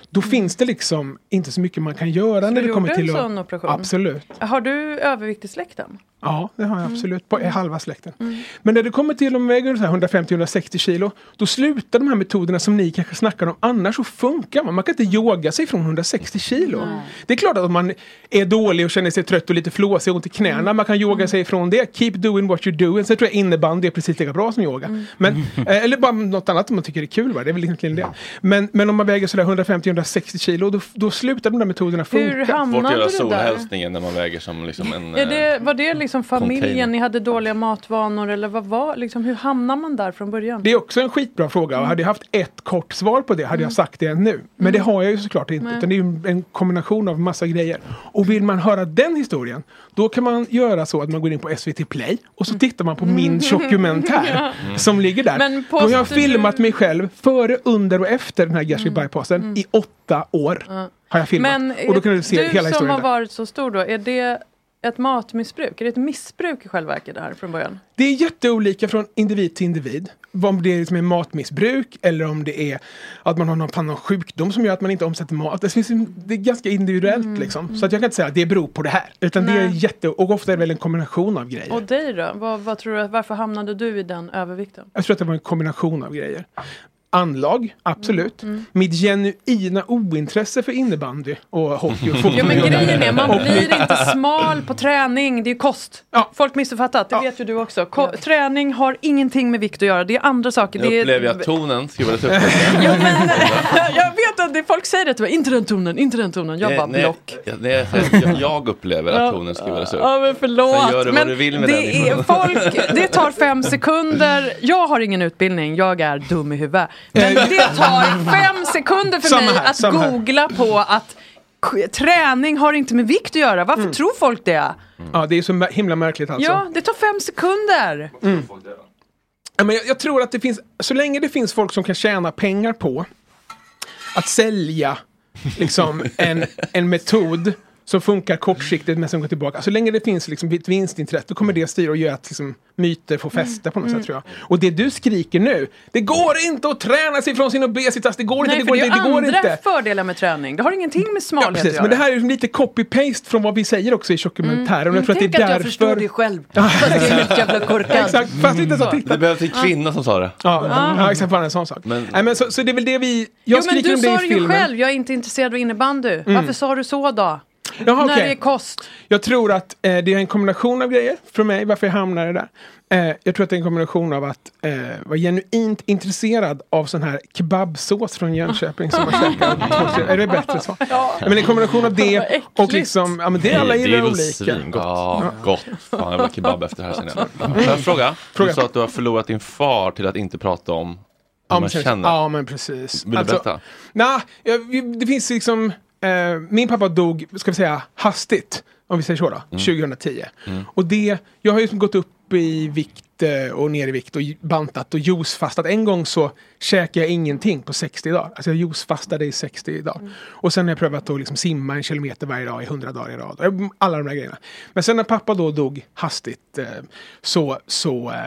S11: Då finns det liksom inte så mycket man kan göra
S8: Så
S11: när
S8: Mm. du
S11: det kommer
S8: gjorde
S11: till
S8: en sån operation?
S11: Absolut.
S8: Har du övervikt i släkten?
S11: Ja, det har jag
S8: Mm.
S11: absolut. På
S8: Mm.
S11: halva släkten.
S8: Mm.
S11: Men när det kommer till de väger 150-160 kilo, då slutar de här metoderna som ni kanske snackar om. Annars så funkar man. Man kan inte yoga sig från 160 kilo. Det är klart att om man är dålig och känner sig trött och lite flåsig och ont i knäna, man kan yoga sig från det. Keep doing what you're doing. Sen tror jag innebandy är precis lika bra som yoga. Men, eh, eller bara något annat som man tycker är kul. Va? Det är väl egentligen det. Men, men om man väger sådär 150-160 kilo, då, då slutar de där metoderna funka.
S8: Hur hamnade
S1: Svårt att göra
S8: du där?
S1: solhälsningen när man väger som liksom en...
S8: Är det, var det liksom familjen,
S1: container.
S8: ni hade dåliga matvanor eller vad var liksom, hur hamnar man där från början?
S11: Det är också en skitbra fråga
S8: Mm.
S11: och hade jag haft ett kort svar på det hade jag sagt det nu. Men det har jag ju såklart inte
S8: Nej.
S11: utan det är ju en kombination av massa grejer. Och vill man höra den historien då kan man göra så att man går in på SVT Play och så tittar man på min dokumentär
S8: Mm.
S11: som ligger där.
S8: Men
S11: Då har jag
S8: påstår du-
S11: filmat mig själv före, under och efter den här gastric bypassen i åtta år.
S8: Mm. Ja.
S11: Har jag filmat.
S8: Men
S11: och då kan du se
S8: du
S11: hela
S8: som
S11: historien
S8: har
S11: där.
S8: varit så stor då, är det ett matmissbruk? Är det ett missbruk i själva verket det här från början?
S11: Det är jätteolika från individ till individ. Vad Om det är liksom är matmissbruk eller om det är att man har någon, fan, någon sjukdom som gör att man inte omsätter mat. Det, finns, ju- det är ganska individuellt liksom. Så att jag kan inte säga att det beror på det här. Utan det är
S8: Mm. Nej.
S11: jätte... Och ofta är det väl en kombination av grejer.
S8: Och dig då? Vad, vad tror du, varför hamnade du i den övervikten?
S11: Jag tror att det var en kombination av grejer. Anlag, absolut.
S8: Mm,
S11: Mitt genuina ointresse för innebandy och hockey och fotboll.
S8: Jo men grejen är, man
S11: Och-
S8: blir inte smal på träning, det är ju kost. Folk missuppfattat, det vet ju du också. Ko- Träning har ingenting med vikt att göra, det är andra saker.
S1: Nu
S8: det är...
S1: upplever jag att tonen skruvades upp.
S8: jag vet att det, folk säger det till mig, inte den tonen, inte den tonen. Jag bara,
S1: nej,
S8: block.
S1: ja, nej, jag- jag upplever
S8: Ja.
S1: att tonen skruvades upp.
S8: Ja men förlåt.
S1: Sen gör du vad
S8: men
S1: du vill med
S8: det,
S1: den.
S8: är, folk, det tar fem sekunder. Jag har ingen utbildning, jag är dum i huvudet. Men
S11: Eh,
S8: det tar fem sekunder för
S11: Samma
S8: mig
S11: här,
S8: att
S11: samma här.
S8: googla på att k- träning har inte med vikt att göra.
S11: Mm.
S8: Varför tror folk det?
S11: Ja, det är så himla märkligt alltså.
S8: Ja, det tar fem sekunder.
S11: Mm. Ja, men jag, jag tror att det finns, så länge det finns folk som kan tjäna pengar på att sälja liksom, en, en metod som funkar kortsiktigt men som går tillbaka. Så länge det finns liksom, ett vinstintresse då
S8: Mm.
S11: kommer det styra och göra att liksom, myter får fäste på något sätt tror jag. Och det du skriker nu, det går inte att träna sig från sin obesitas, det går inte,
S8: Nej,
S11: det går
S8: för
S11: inte,
S8: det är
S11: det
S8: ju
S11: går
S8: andra
S11: inte.
S8: fördelar med träning. Det har ingenting med smalhet
S11: Ja, precis,
S8: att
S11: men det
S8: göra.
S11: här är ju lite copy-paste från vad vi säger också i dokumentären. och
S8: Mm,
S11: Jag tror att
S8: tänk
S11: det är
S8: att jag förstår
S11: därför...
S8: det själv.
S11: Exakt, fast inte
S8: Mm.
S11: så titta.
S1: Det behövs en kvinna som sa det.
S11: Ja, ja exakt, bara en sån sak.
S1: Men,
S11: Nej, men så, så det är väl det vi...
S8: Ah. Jo
S11: Jag
S8: men
S11: skriker
S8: du
S11: om det
S8: sa
S11: i
S8: det ju
S11: filmen. Mm.
S8: själv, jag är inte intresserad av innebandy. Varför sa du så då?
S11: Jaha,
S8: När
S11: okej.
S8: det är kost.
S11: Jag tror att eh, det är en kombination av grejer för mig, varför jag hamnade där. Eh, jag tror att det är en kombination av att eh, vara genuint intresserad av sån här kebabsås från Jönköping som man käkar. Är det bättre så? Men en kombination av det och liksom, ja men det alla
S1: Nej,
S11: gillar
S1: väl
S11: olika.
S1: svingott. Ja, gott. Fan, jag vill ha kebab efter det här sen.
S11: Mm.
S1: Får jag fråga? Du
S11: Fråga.
S1: sa att du har förlorat din far till att inte prata om hur
S11: Ja,
S1: man
S11: men, precis.
S1: känner.
S11: ja men precis.
S1: Vill du berätta?
S11: Nej, jag- det finns liksom... Eh, min pappa dog, ska vi säga, hastigt. Om vi säger så då,
S1: Mm.
S11: 2010. Och det, jag har ju gått upp i vikt eh, och ner i vikt och bantat och juicefastat. En gång så käkade jag ingenting på 60 dagar. Alltså jag juicefastade i 60 dagar. Och sen har jag prövat att liksom simma en kilometer varje dag i 100 dagar i rad. Eh, Alla de där grejerna. Men sen när pappa då dog hastigt eh, så, så eh,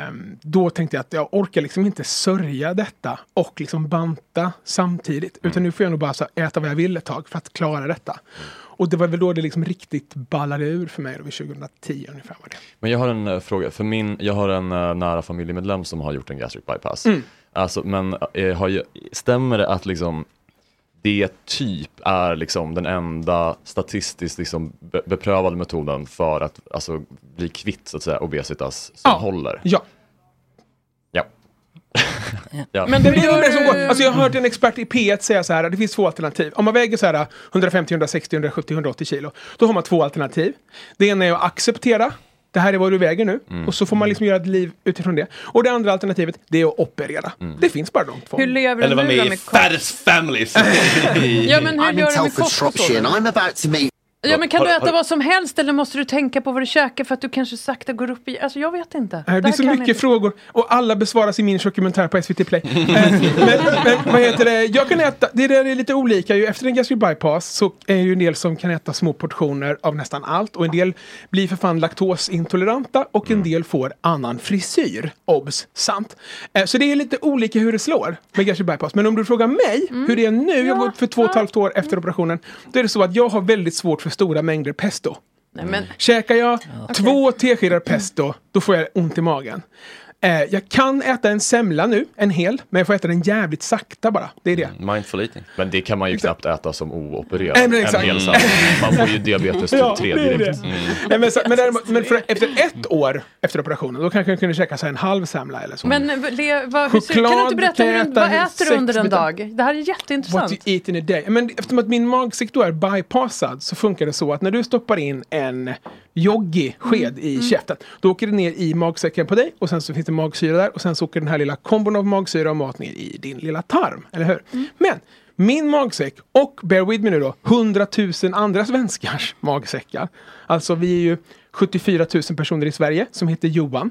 S11: då tänkte jag att jag orkar liksom inte sörja detta och liksom banta samtidigt. Utan nu får jag nog bara så här äta vad jag vill ett tag för att klara detta. Och det var väl då det liksom riktigt ballade ur för mig då vid 2010 ungefär. Var det.
S5: Men jag har en eh, fråga, för min, jag har en eh, nära familjemedlem som har gjort en gastric bypass.
S11: Mm.
S5: Alltså, men eh, har ju, stämmer det att liksom det typ är liksom den enda statistiskt liksom be- beprövade metoden för att alltså, bli kvitt så att säga obesitas som håller?
S11: Ja.
S5: Ja. ja.
S11: Men det är väl det som går. Alltså jag har hört en expert i P1 säga så här, det finns två alternativ. Om man väger så här 150, 160, 170, 180 kilo, då har man två alternativ. Det ena är att acceptera, det här är vad du väger nu,
S5: Mm.
S11: och så får man liksom göra ett liv utifrån det. Och det andra alternativet, det är att operera.
S5: Mm.
S11: Det finns bara de två.
S8: Hur lever du Eller vara nu med då i med kost?
S1: Fattest families!
S8: Ja,
S4: I'm
S8: men hur gör
S4: in
S8: du med
S4: Telford,
S8: kost och
S4: Shropshire and
S8: sådant?
S4: I'm about to meet...
S8: Ja, men kan
S4: Har-
S8: du äta
S4: har-
S8: vad som helst eller måste du tänka på vad du käkar för att du kanske sakta går upp i... Alltså jag vet inte.
S11: Nej, Äh, Det
S8: Där
S11: är så
S8: kan
S11: mycket
S8: jag inte.
S11: frågor och alla besvaras i min dokumentär på SVT Play. Eh, men, men vad heter det? Jag kan äta, det där är lite olika ju. Efter en gastric bypass så är ju en del som kan äta små portioner av nästan allt och en del blir för fan laktosintoleranta och en del får annan frisyr. Obs! Sant! Eh, Så det är lite olika hur det slår med gastric bypass. Men om du frågar mig
S8: Mm.
S11: hur det är nu, jag går för två och ett halvt år efter operationen, då är det så att jag har väldigt svårt för stora mängder pesto.
S8: Nej, men...
S11: Mm. Käkar jag två teskedar pesto, då får jag ont i magen. Eh, jag kan äta en semla nu, en hel, men jag får äta den jävligt sakta bara. Det är det.
S1: Mindful eating.
S5: Men det kan man ju knappt äta som oopererad.
S11: Nej, men exakt.
S5: En hel sallad. Man får ju diabetes typ
S11: Ja,
S5: 3
S11: det är
S5: direkt.
S11: det. Nej, men, så- men, däremot, men för, efter ett år efter operationen, då kanske jag kunde käka så här en halv semla eller så.
S8: Men eh, le, vad, hur, ser- kan du inte
S11: Choklad
S8: berätta
S11: kan
S8: hur,
S11: jag
S8: du-
S11: äta
S8: vad äter du
S11: sex
S8: under en
S11: bitar.
S8: dag? Det här är
S11: What
S8: jätteintressant.
S11: you eat in a day. Men eftersom att min magsäck då är bypassad så funkar det så att när du stoppar in en yogi-sked i käften då åker det ner i magsäcken på dig och sen så finns det magsyra där och sen så åker den här lilla kombon av magsyra och mat ner i din lilla tarm. Eller hur? Men min magsäck och, bear with me nu då, 100 000 andra svenskars magsäckar. Alltså vi är ju 74 000 personer i Sverige som heter Johan.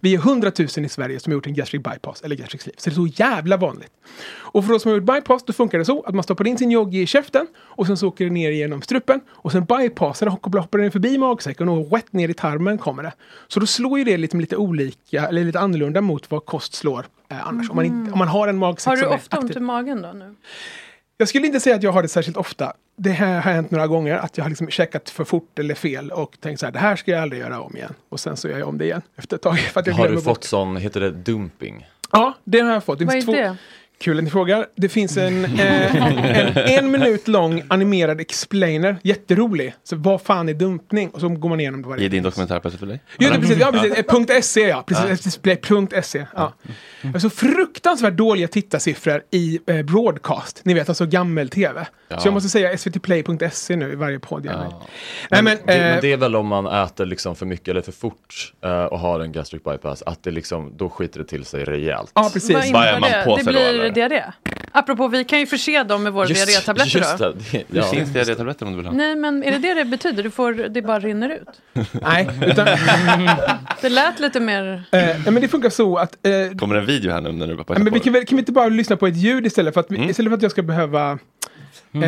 S11: Vi är 100 000 i Sverige som har gjort en gastric bypass eller gastric sleeve. Så det är så jävla vanligt. Och för de som har gjort bypass, då funkar det så att man stoppar in sin yogi i käften och sen så åker det ner genom strupen och sen bypassar den och hoppar den förbi magsäcken och rätt ner i tarmen kommer det. Så då slår ju det liksom lite olika, eller lite annorlunda mot vad kost slår eh, annars. Om, man inte, om man har en magsäck
S8: Har du
S11: som är
S8: ofta ont
S11: aktiv.
S8: i magen då nu?
S11: Jag skulle inte säga att jag har det särskilt ofta. Det här har hänt några gånger, att jag har liksom checkat för fort eller fel och tänkt så här, det här ska jag aldrig göra om igen. Och sen så gör jag om det igen efter ett tag. För att jag
S5: Har du
S11: glömmer bort.
S5: fått sån, heter det dumping?
S11: Ja, det har jag fått.
S8: Vad är
S11: finns två-
S8: det?
S11: Kul att ni frågar. Det finns en, eh, en en minut lång animerad explainer, jätterolig. Så vad fan är dumpning? Och så går man igenom det varje
S1: I din dokumentär på SVT Play?
S11: Jo, det, är precis, ja, precis. Eh, Punkt .se, ja.
S1: Ja.
S11: Precis, display, punkt .se, ja. Mm. Så fruktansvärt dåliga tittarsiffror i eh, broadcast. Ni vet, alltså gammel-tv.
S5: Ja.
S11: Så jag måste säga svtplay.se E nu i varje podd. jag är med i. Nej, men,
S5: det, men
S11: eh,
S5: det är väl om man äter liksom för mycket eller för fort eh, och har en gastric bypass, att det liksom, då skiter det till sig rejält.
S11: Ja, precis.
S8: Vad innebär det? Det blir diarré. Apropå, vi kan ju förse dem med våra diarrétabletter då.
S1: det.
S5: ja.
S1: finns diarrétabletter om du vill ha.
S8: Nej, men är det det det betyder? Du får, det bara rinner ut?
S11: Nej, utan...
S8: Det lät lite mer...
S11: eh, nej, men det funkar så att... Eh,
S1: Kommer det en video här nu när du bara
S11: Ja, men vi kan, väl- kan vi inte bara lyssna på ett ljud istället för att, vi-
S1: Mm.
S11: istället för att jag ska behöva eh,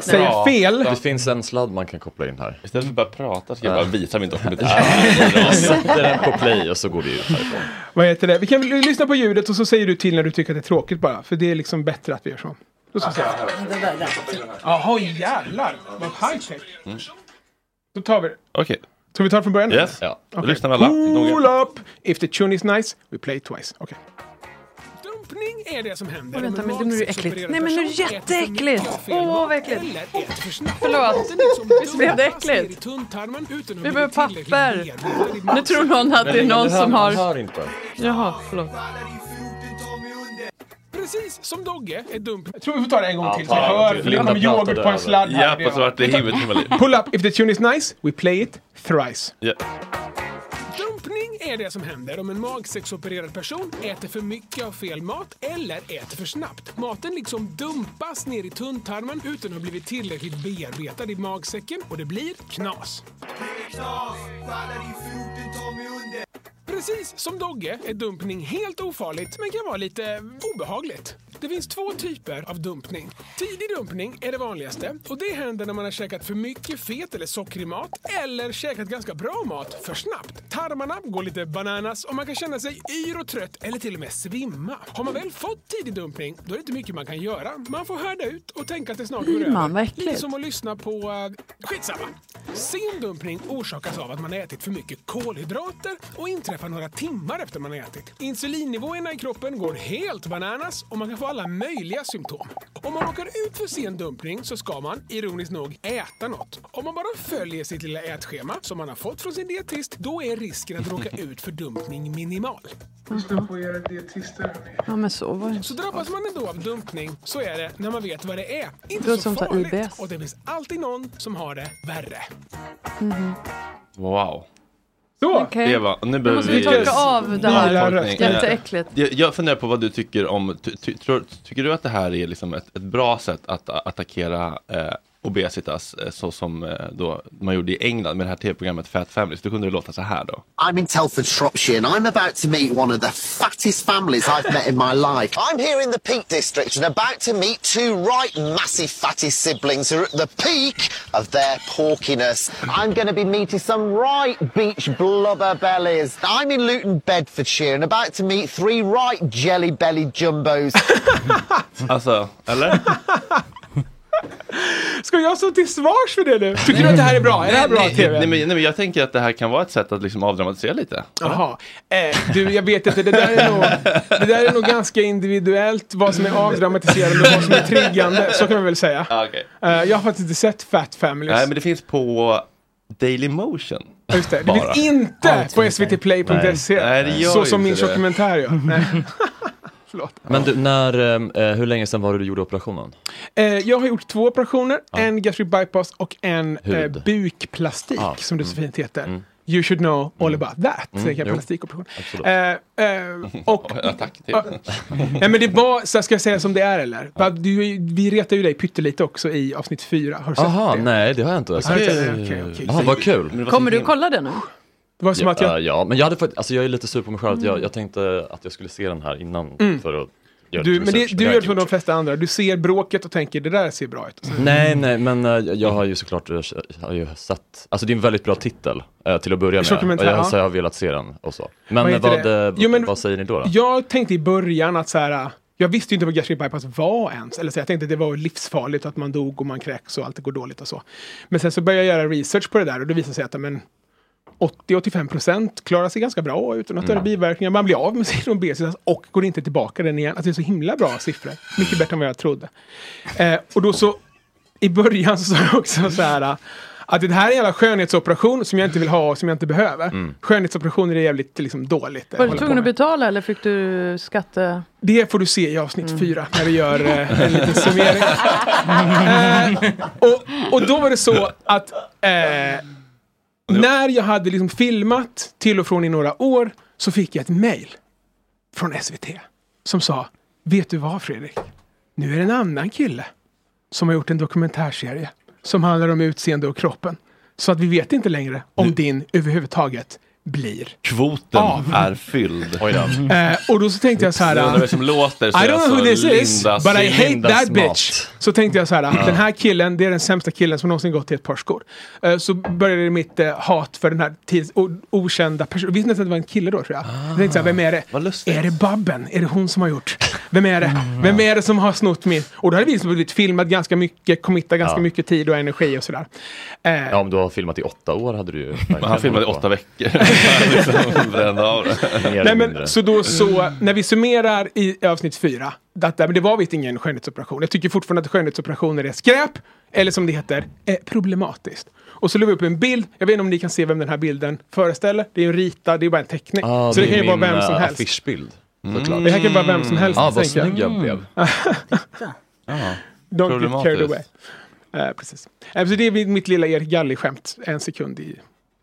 S11: säga fel?
S5: Det finns en sladd man kan koppla in här.
S1: Istället för att bara prata ska
S5: jag
S1: bara visa min dokumentär.
S5: Jag sätter den på play och så går det ut härifrån.
S11: Vad heter det? Vi kan väl lyssna på ljudet och så säger du till när du tycker att det är tråkigt bara. För det är liksom bättre att vi gör så. Då ska vi se. Jaha, jävlar. Vad high tech.
S1: Mm.
S11: Då tar vi det.
S1: Okej.
S11: Ska vi ta det från början?
S1: Yes. Ja. Då lyssnar vi alla noga.
S11: Pull up! If the tune is nice, we play it twice. Okej. Doppning är det som händer.
S8: Åh, vänta,
S11: En
S8: men det blir ju
S11: normalt
S8: äckligt.
S11: sexopererad
S8: Nej, men nu är det
S11: person äter för
S8: jätteäckligt.
S11: mycket av fel
S8: Åh,
S11: mat
S8: vad äckligt.
S11: eller äter för snabbt.
S8: Förlåt.
S11: Den är liksom
S8: Visst blev det
S11: dumpas ner i
S8: äckligt?
S11: tunntarmen utan att
S8: Vi
S11: bli
S8: behöver
S11: tillräckligt
S8: papper.
S11: bearbetad i
S8: Nu tror någon att det är
S11: Men
S8: någon
S11: du hör-
S8: som
S11: man
S8: har...
S11: hör
S13: inte.
S8: Jaha, förlåt.
S11: Precis som Dogge är dum. Jag tror vi får ta det en gång till.
S1: ta
S11: Så
S1: det en gång
S11: hör
S1: till.
S11: vi
S1: Linda alltså.
S11: om
S1: pratade
S11: yoghurt på
S1: över.
S11: en sladd. här.
S1: Japp, och så vart det huvudet som var liv.
S11: Pull up if the tune is nice, we play it thrice.
S1: Ja.
S11: Dumpning är det som händer om en magsexopererad person äter för mycket av fel mat eller äter för snabbt. Maten liksom dumpas ner i tunntarmen utan att ha blivit tillräckligt bearbetad i magsäcken och det blir knas. Precis som Dogge är dumpning helt ofarligt men kan vara lite obehagligt. Det finns två typer av dumpning. Tidig dumpning är det vanligaste och det händer när man har käkat för mycket fet eller sockrig mat eller käkat ganska bra mat för snabbt. Tarmarna går lite bananas och man kan känna sig yr och trött eller till och med svimma. Har man väl fått tidig dumpning då är det inte mycket man kan göra. Man får härda ut och tänka att det snart går
S8: Mm,
S11: över.
S8: vad äckligt.
S11: Lite som att lyssna på... eh, Skitsamma! Sen dumpning orsakas av att man har ätit för mycket kolhydrater och inträffar några timmar efter man har ätit. Insulinnivåerna i kroppen går helt bananas och man kan få alla möjliga symptom. Om man råkar ut för sen dumpning så ska man, ironiskt nog, äta något. Om man bara följer sitt lilla ätschema som man har fått från sin dietist, då är risken att råka ut för dumpning minimal.
S8: Ja, men så var det.
S11: Så drabbas man ändå av dumpning så är det när man vet vad det är.
S8: Det är
S11: Inte så
S8: som att ta
S11: farligt.
S8: IBS.
S11: Och det finns alltid någon som har det värre.
S1: Wow.
S11: Så,
S8: Okej.
S1: Eva, nu
S8: Nu
S1: behöver
S8: måste vi torka av det här.
S1: Avtorkning.
S8: Jätteäckligt.
S1: Jag, jag funderar på vad du tycker om, ty, ty, tror- tycker du att det här är liksom ett, ett bra sätt att a- attackera eh, obesitas eh, så som eh, då man gjorde i England med det här tv-programmet Fat Families? Då kunde det låta så här då.
S14: I'm in Telford, Shropshire, and I'm about to meet one of the fattest families I've met in my life. I'm here in the Peak District and about to meet two right massive fattest siblings who are at the peak of their porkiness. I'm going to be meeting some right beach blubber bellies. I'm in Luton, Bedfordshire, and about to meet three right jelly belly jumbos.
S1: Alltså, eller?
S11: Ska jag stå till svars för det nu? Tycker du att det här är bra? Är det här bra
S1: nej,
S11: TV?
S1: Nej, men- nej, men jag tänker att det här kan vara ett sätt att liksom avdramatisera lite.
S11: Jaha. Eh, du, jag vet inte. Det där, är nog, det där är nog ganska individuellt vad som är avdramatiserande och vad som är triggande. Så kan man väl säga.
S1: Ja, okej.
S11: Eh, jag har faktiskt inte sett Fat Families.
S1: Nej, men det finns på Dailymotion.
S11: Just det, det finns inte på svtplay.se.
S1: Nej, det gör
S11: E, Så som
S1: inte
S11: min
S1: det.
S11: dokumentär gör. Nej.
S13: Men du, när, eh, hur länge sedan var det du gjorde operationen?
S11: Eh, jag har gjort två operationer. En gastric bypass och en eh,
S13: Hud.
S11: bukplastik
S13: Ah,
S11: som det så fint heter. You should know all about that.
S13: Mm,
S11: Mm.
S13: jo.
S11: Plastikoperation.
S13: Absolut.
S11: Eh, eh, och...
S1: Ja, tack.
S11: Ja, Nej men det var, så här ska jag säga som det är eller? Va, Du, vi retar ju dig pyttelite också i avsnitt fyra. Har du sett
S13: Jaha,
S11: det?
S13: nej det har jag inte.
S11: Okej, okej, okej.
S13: Jaha, vad kul.
S8: Kommer du kolla det nu?
S11: Det var som
S13: ja,
S11: att jag-
S13: eh, Ja, men jag, hade, fakt- alltså, jag är lite sur på mig själv. att Jag,
S11: Mm.
S13: jag tänkte att jag skulle se den här innan
S11: Mm.
S13: för att göra
S11: Du,
S13: lite
S11: men det,
S13: research,
S11: du
S13: har
S11: gör
S13: jag
S11: som de flesta andra. Du ser bråket och tänker det där ser bra ut.
S13: Nej, nej, men eh, jag har ju såklart eh, jag har ju sett, alltså det är en väldigt bra titel eh, till att börja
S11: Det är
S13: med. Och
S11: dokumentär,
S13: jag,
S11: ja.
S13: så jag har velat se den och så.
S11: Vad
S13: Men eh,
S11: heter
S13: vad,
S11: det?
S13: eh, vad säger ni då? då?
S11: Jag tänkte i början att så här, jag visste ju inte vad gastric bypass var ens. Eller så jag tänkte att det var livsfarligt att man dog och man kräks och allt det går dåligt och så. Men sen så började jag göra research på det där och det visade sig att ja, men 80-85% klarar sig ganska bra utan att det
S13: Mm.
S11: mm. biverkningar. Man blir av med sin obesitas och går inte tillbaka den igen. Alltså det är så himla bra siffror. Mycket bättre än vad jag trodde. Eh, och då så i början så sa jag också så här att det här är en jävla skönhetsoperation som jag inte vill ha och som jag inte behöver.
S13: Mm.
S11: Skönhetsoperationer är jävligt liksom, dåligt. eh,
S8: Var du
S11: hålla på
S8: tvungen
S11: med.
S8: att betala eller fick du skatte...
S11: Det får du se i avsnitt fyra när vi gör eh, en liten summering. eh, och, och då var det så att eh, när jag hade liksom filmat till och från i några år så fick jag ett mejl från SVT som sa Vet du vad Fredrik? Nu är det en annan kille som har gjort en dokumentärserie som handlar om utseende och kroppen. Så att vi vet inte längre om din överhuvudtaget blir
S1: Kvoten
S11: Av.
S1: är fylld. Oj då.
S11: Ah. Eh, och då så tänkte jag så här. eh,
S1: Jag undrar vem som låter, så
S11: I don't know who
S1: alltså
S11: this is,
S1: Lindas-
S11: but I hate
S1: Lindas
S11: that
S1: mat."
S11: bitch. Så tänkte jag så här.
S1: Ja.
S11: Den här killen, det är den sämsta killen som någonsin gått till ett par skor. Eh, så började mitt eh, hat för den här tids, o, okända personen. Visste nästan att det var en kille då tror jag. Jag tänkte så här, vem är
S1: Ah,
S11: det? Är det Babben? Är det hon som har gjort? Vem är det?
S1: Mm.
S11: Vem är det som har snott min? Och då hade vi liksom blivit filmat ganska mycket, committat ganska
S13: Ja.
S11: mycket tid och energi och sådär. Eh,
S13: Ja, om du har filmat i åtta år hade du ju...
S1: han filmade i åtta veckor. liksom bränna av det.
S11: Nej, men, så då
S5: Mm.
S11: så, när vi summerar i avsnitt fyra, att där, men det var visst ingen skönhetsoperation. Jag tycker fortfarande att skönhetsoperationer är skräp, eller som det heter, eh, problematiskt. Och så la vi upp en bild, jag vet inte om ni kan se vem den här bilden föreställer. Det är ju en rita, det är bara en teckning.
S5: Ah,
S11: så det, kan ju vara
S5: min,
S11: vem som
S5: eh,
S11: helst.
S5: affischbild.
S11: Mm. Det här kan vara vem som helst,
S5: Ah, vad
S11: tänker jag.
S5: snygg jag
S11: Mm.
S5: blev. Ah.
S11: Don't get carried away.
S5: Problematiskt.
S11: Eh, precis. Eh, så det är mitt lilla Erik Galli-skämt, en sekund i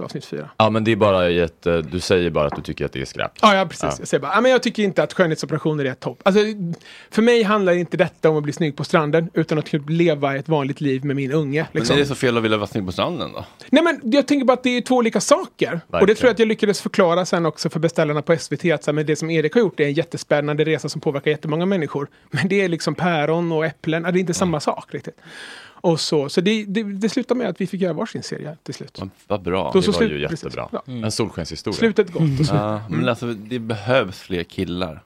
S11: avsnitt fyra.
S5: Ja men det är bara i ett, eh, du säger bara att du tycker att det är skräp.
S11: Ja, ja precis. Jag säger bara, "Ja, men jag tycker inte att skönhetsoperationer är topp. Alltså, för mig handlar inte detta om att bli snygg på stranden, utan att typ leva ett vanligt liv med min unge.
S1: Men
S11: Liksom.
S1: är det så fel att vilja vara snygg på stranden då?
S11: Nej, men jag tänker bara att det är två olika saker. Och det
S1: Verkligen.
S11: tror jag att jag lyckades förklara sen också för beställarna på SVT, att så här, men det som Erik har gjort är en jättespännande resa som påverkar jättemånga människor. Men det är liksom päron och äpplen, Ja, det är inte samma sak riktigt. Och så, så det, det, det slutade med att vi fick göra varsin serie till slut.
S1: Vad bra,
S11: Då
S1: det
S11: så
S1: var
S11: slut-
S1: ju
S11: precis.
S1: jättebra.
S11: Ja.
S5: En solskenshistoria.
S11: Slutet gott och slut. Mm.
S1: Ja, men alltså, det behövs fler killar.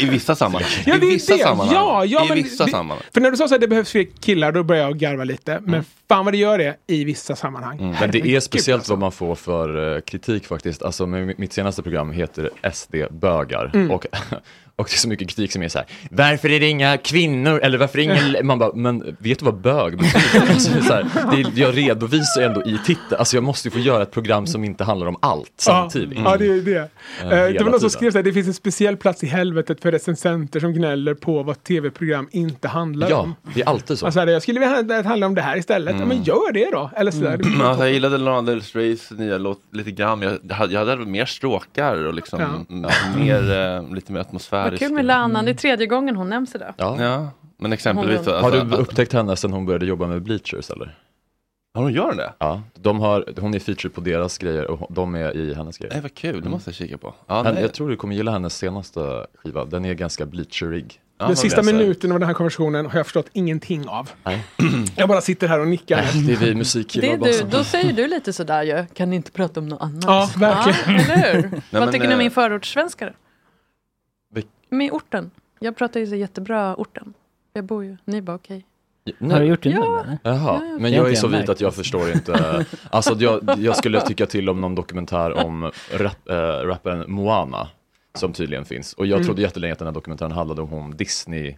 S1: I vissa sammanhang.
S11: Ja, det
S1: I
S11: är
S1: vissa
S11: det.
S1: sammanhang.
S11: Ja, ja,
S1: I
S11: men
S1: vissa
S11: det-
S1: sammanhang.
S11: För när du sa att det behövs fler killar, då började jag garva lite. Men fan vad det gör det i vissa sammanhang.
S5: Mm. Men det är
S11: Herregud. alltså.
S5: speciellt vad man får för eh, kritik faktiskt. Alltså, men mitt senaste program heter SD-bögar.
S11: Mm.
S5: Och, och det är så mycket kritik som är så här, varför är det inga kvinnor? Eller varför är det inga... Man bara, men vet du vad bög betyder? alltså, det är så här, det är, jag redovisar ändå i titeln, alltså jag måste ju få göra ett program som inte handlar om allt samtidigt.
S11: Ja, ja, det är det.
S5: Eh,
S11: Eh, det
S5: hela
S11: var någon som
S5: tiden.
S11: skrev att det finns en speciell plats i helvetet för recensenter som gnäller på vad tv-program inte handlar
S5: Ja,
S11: om.
S5: det är alltid så. Mm.
S11: Alltså, jag skulle vilja att det handlar om det här istället. Ja, men gör det då. Eller sådär.
S1: Mm, alltså, jag gillade Lana Del Reys nya låt lite grann. men Jag hade, jag hade mer stråkar och liksom,
S8: Ja.
S1: mm, mer, eh, lite mer atmosfärisk.
S8: Kul med Lana, det är tredje gången hon nämns idag.
S5: Ja.
S1: Ja, men exempelvis.
S8: Hon-
S1: alltså,
S5: har du upptäckt henne sen hon började jobba med Bleachers eller?
S1: Ja, hon gör det?
S5: Ja, de har, hon är featured på deras grejer och hon- de är i hennes grejer.
S1: Nej, vad kul, det måste jag kika på. Ja,
S5: Ja,
S1: nej.
S5: jag tror du kommer gilla hennes senaste skiva, den är ganska bleacherig.
S11: Den sista minuten av den här konversationen har jag förstått ingenting av.
S5: Nej.
S11: Jag bara sitter här och nickar.
S5: Nej, det är vi musikkillar
S8: Det är
S5: bara
S8: du,
S5: som-
S8: då säger du lite sådär ju, kan ni inte prata om något annat?
S11: Ja, verkligen.
S8: Ja, eller hur?
S1: men,
S8: Vad tycker ni
S1: eh,
S8: om min förortssvenska då?
S5: Vil-
S8: Med orten. Jag pratar ju så jättebra orten. Jag bor ju, ni bara okej.
S5: Nej.
S8: Har du gjort det nu, Ja.
S6: eller?
S5: Jaha,
S8: Ja, ja.
S5: men
S8: Det är
S5: jag är
S8: inte
S5: så
S8: jag
S5: vit
S8: märkt.
S5: att jag förstår inte. Alltså jag, jag skulle tycka till om någon dokumentär om rap, äh, rappen Moana. Som tydligen finns. Och jag
S6: Mm.
S5: trodde jättelänge att den här dokumentären handlade om hon Disney.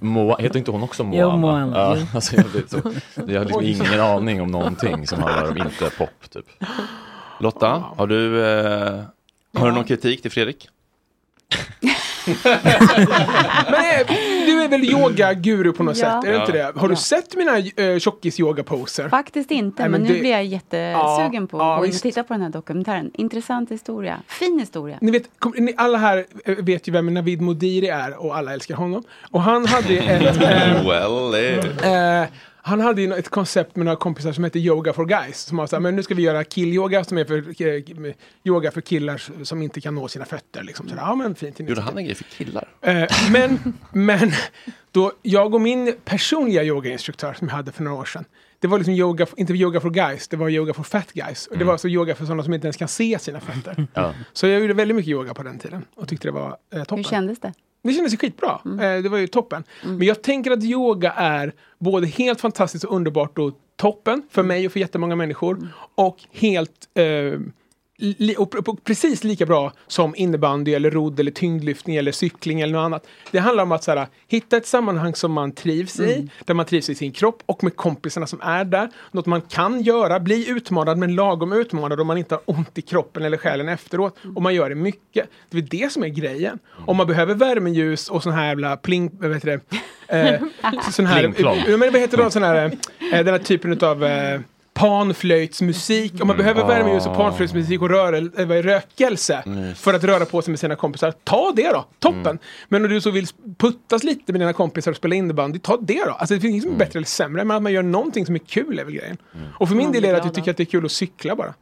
S5: Moana, heter inte hon också Moana?
S6: Jo, Moana,
S5: Ja,
S6: jo.
S5: alltså jag, vet, så, jag har liksom
S6: Oj.
S5: ingen aning om någonting som handlar om inte pop typ.
S1: Lotta, har du, eh, har du någon kritik till Fredrik?
S11: Men eh, du är väl yoga-guru på något
S10: Ja.
S11: sätt? Är det inte
S1: Ja.
S11: det? Har du
S10: Ja.
S11: sett mina eh, tjockis-yoga-poser?
S10: Faktiskt inte,
S11: Nej,
S10: men,
S11: men
S10: nu
S11: det-
S10: blir jag jättesugen på att
S11: Ja,
S10: gå in och
S11: visst.
S10: titta på den här dokumentären. Intressant historia. Fin historia.
S11: Ni vet, kom, ni, alla här eh, vet ju vem Navid Modiri är och alla älskar honom. Och han hade ju ett... eh,
S1: well, eh.
S11: Eh, han hade ju ett koncept med några kompisar som hette Yoga for Guys. Som var så här, men nu ska vi göra kill-yoga som är för, eh, yoga för killar som inte kan nå sina fötter. Liksom. Så där, ja, men fint
S1: Gjorde han en grej för killar?
S11: Eh, men, men då jag och min personliga yogainstruktör som jag hade för några år sedan. Det var liksom yoga, inte yoga for guys, det var yoga for fat guys.
S1: Mm.
S11: Och det var alltså yoga för sådana som inte ens kan se sina fötter.
S5: Ja.
S11: Så jag gjorde väldigt mycket yoga på den tiden och tyckte det var eh, toppen.
S10: Hur kändes det?
S11: Det kändes ju skitbra. Eh, Det var ju toppen. Men jag tänker att yoga är både helt fantastiskt och underbart och toppen för mig och för jättemånga människor. Och helt eh, li- och pr- och precis lika bra som innebandy eller rodd eller tyngdlyftning eller cykling eller något annat. Det handlar om att så här, hitta ett sammanhang som man trivs i,
S9: Mm.
S11: där man trivs i sin kropp och med kompisarna som är där. Något man kan göra, bli utmanad men lagom utmanad om man inte har ont i kroppen eller själen efteråt. Och man gör det mycket. Det är det som är grejen. Om man behöver värmeljus och sån här jävla pling... Vad heter det? Eh, sån här...
S5: Plingplong.
S11: Ja, men vad heter de, sån här, eh, den här typen av eh, panflöjtsmusik? Om man behöver värmeljus och panflöjtsmusik och rörel, eh, vad är det, rökelse
S1: Mys.
S11: för att röra på sig med sina kompisar, ta det då! Toppen! Men om du så vill puttas lite med dina kompisar och spela innebandy, ta det då! Alltså det finns inget som är bättre eller sämre, men att man gör någonting som är kul är väl grejen. Och för min
S9: Man
S11: del
S9: blir
S11: är det att
S9: glad Mm.
S11: jag tycker att det är kul att cykla bara.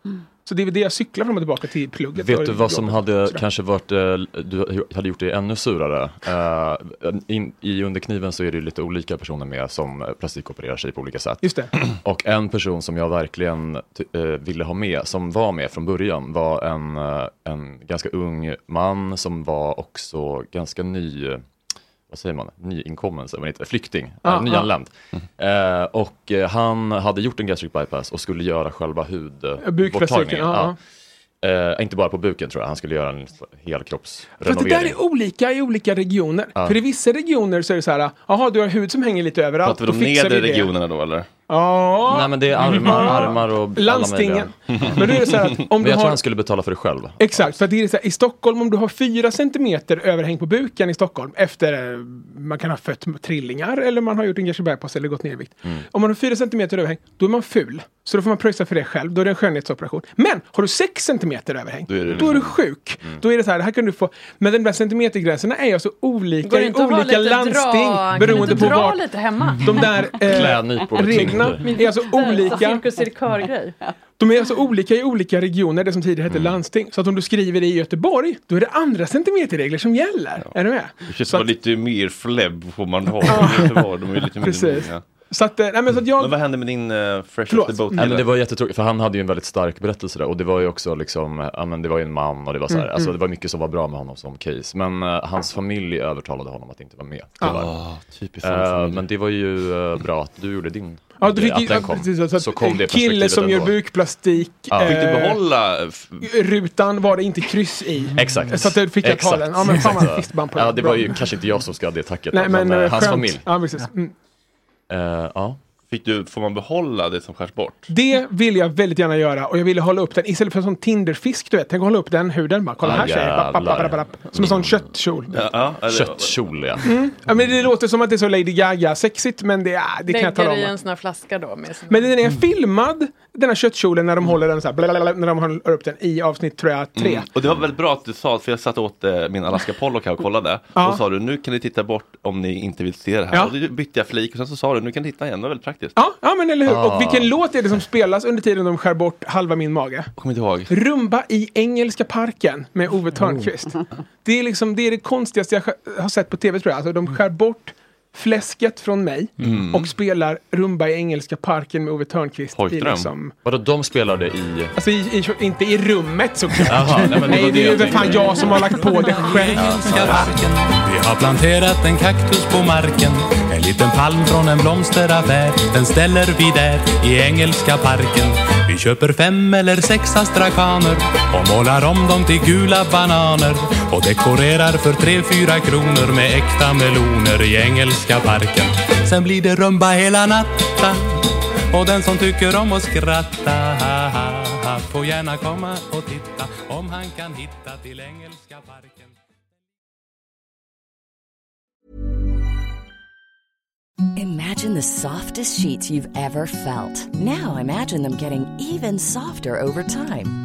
S11: Så det är väl det jag cyklar fram och tillbaka till plugget. och
S5: Vet du vad som
S11: jobbet.
S5: hade
S11: Sådär.
S5: kanske varit, eh, du hade gjort det ännu surare? Eh, in, I Underkniven så är det ju lite olika personer med som eh, plastikopererar sig på olika sätt.
S11: Just det.
S5: Och en person som jag verkligen ty- eh, ville ha med, som var med från början, var en, eh, en ganska ung man som var också ganska ny, vad säger man, nyinkommen, säger man inte, flykting,
S1: Ah,
S5: eh, nyanländ.
S11: Mm.
S5: Eh, och eh, han hade gjort en gastric bypass och skulle göra själva hud
S11: Bukfläckscykeln, ja,
S5: Ja.
S13: Eh, inte bara på buken tror jag, han skulle göra en
S11: Fast det
S13: helkroppsrenovering.
S11: där är olika i olika regioner.
S13: Ja.
S11: För i vissa regioner så är det så här, jaha du har hud som hänger lite överallt.
S1: Pratar
S11: då
S1: vi de
S11: fixar
S1: nedre
S11: vi det."
S1: regionerna då eller?
S11: Ja.
S13: Nej men det är armar,
S11: Ja.
S13: armar och alla möjliga.
S11: Landstingen. Men då är det så här att om
S13: Men
S11: du
S13: jag
S11: har-
S13: tror han skulle betala för det själv.
S11: Exakt, för att det är så här, i Stockholm om du har fyra centimeter överhäng på buken i Stockholm efter eh, man kan ha fött trillingar eller man har gjort en gersebergpass eller gått ner i vikt. Om man har fyra centimeter överhäng, då är man ful. Så då får man pröjsa för det själv, då är det en skönhetsoperation. Men har du sex centimeter överhäng,
S1: Då
S11: då
S1: är
S11: är
S1: det
S11: du,
S1: liksom-
S11: sjuk. Då är det så här, det här kan du få. Men de där centimetergränserna är alltså olika
S8: Går det
S11: i
S8: inte att ha
S11: olika
S8: lite
S11: landsting
S8: dra- kan du
S11: beroende
S8: inte
S11: på
S8: dra
S11: vart Mm.
S8: lite hemma?
S11: de där
S13: Klädnyp
S11: eh,
S13: och
S11: reglerna
S13: tyngder.
S11: är alltså olika.
S8: Cirkus cirkör-grej.
S11: De är alltså olika i olika regioner, det som tidigare
S13: Mm.
S11: hette landsting. Så att om du skriver i Göteborg, då är det andra centimeterregler som gäller. Är du med?
S1: Det känns som att lite mer flebb får man ha i Göteborg. De är lite mindre
S11: Precis.
S1: mogna.
S11: Så att, eh, nej, men så att jag...
S1: Men vad hände med din uh, Fresh
S11: Förlåt.
S1: off the boat
S13: Nej, men det
S1: kille?
S13: var jättetråkigt, för han hade ju en väldigt stark berättelse där och det var ju också liksom, ja men det var ju en man och det var så här,
S1: Mm,
S13: alltså
S1: mm.
S13: det var mycket som var bra med honom som case. Men eh, hans familj övertalade honom att inte vara med. tyvärr.
S1: Ah, typiskt
S13: Eh,
S1: hans familj.
S13: men det var ju eh, bra att du gjorde din
S11: Ja, du
S13: grej,
S11: fick ju,
S13: att den
S11: ja,
S13: kom.
S11: precis, så att
S13: så kom det
S11: kille
S13: perspektivet
S11: som gör
S13: ändå.
S11: bukplastik. eh,
S13: Ja. Fick du behålla, Mm.
S11: Rutan var det inte kryss i.
S13: Exakt.
S11: Så att du fick jag ta
S13: Exakt.
S11: den. Ja, men fan
S13: Exakt.
S11: vad fistbump på
S13: Ja,
S11: den.
S13: det var
S11: Bra.
S13: ju kanske inte jag som ska ha det tacket.
S11: Nej,
S13: då, men,
S11: men,
S13: eh,
S11: eh,
S13: hans
S11: skönt.
S13: familj.
S11: Ja, precis. Mm.
S13: Eh, ja.
S1: Fick du, får man behålla det som skärs bort?
S11: Det vill jag väldigt gärna göra och jag ville hålla upp den istället för en sån Tinderfisk du vet. Tänk att hålla upp den huden bara. Kolla
S1: Ah,
S11: här tjejer. Bap, bap, bap, bap, bap. Som en sån köttkjol.
S1: Ja, ja, eller-
S13: Köttkjol ja.
S11: Mm. Ja, men det låter som att det är så Lady Gaga-sexigt men det, ah, det kan jag tala
S8: Lägger i
S11: om.
S8: en sån här flaska då. Med sin...
S11: Men den är
S1: Mm.
S11: filmad, den här köttkjolen, när de håller den så här, blablabla, när de håller upp den i avsnitt tror jag, tre.
S1: Mm. Och det var väldigt bra att du sa, för jag satt åt eh, min Alaska Pollock här och kollade.
S11: Ja.
S1: Då sa du, nu kan ni titta bort om ni inte vill se det här.
S11: Ja.
S1: Och då bytte jag flik och sen så sa du, nu kan ni titta igen. Det var väldigt praktiskt.
S11: Ja, ja, men eller hur.
S1: Ah.
S11: Och vilken låt är det som spelas under tiden de skär bort halva min mage?
S1: Jag kommer inte ihåg.
S11: Rumba i Engelska parken med
S1: Oh.
S11: Ove Thörnqvist. Det, är liksom, det är det konstigaste jag sk- har sett på tv tror jag. Alltså, de skär bort fläsket från mig
S13: Mm.
S11: och spelar Rumba i Engelska parken med Ove Thörnqvist. i
S13: Pojkdröm.
S11: Liksom,
S13: Vadå, de spelade i...
S11: alltså i, i, inte i rummet såklart.
S13: Jaha, nej, men det var
S11: nej,
S13: det
S11: det, är ju
S13: jag
S11: väl fan
S13: tänkte.
S11: jag som har lagt på det själv.
S15: Vi har planterat en kaktus på marken En liten palm från en blomsteraffär Den ställer vi där i engelska parken Vi köper fem eller sex astrakaner Och målar om dem till gula bananer Och dekorerar för tre, fyra kronor Med äkta meloner i engelska parken Sen blir det rumba hela natten Och den som tycker om att skratta ha, ha, ha, Får gärna komma och titta Om han kan hitta till engelska parken
S12: Imagine the softest sheets you've ever felt. Now imagine them getting even softer over time.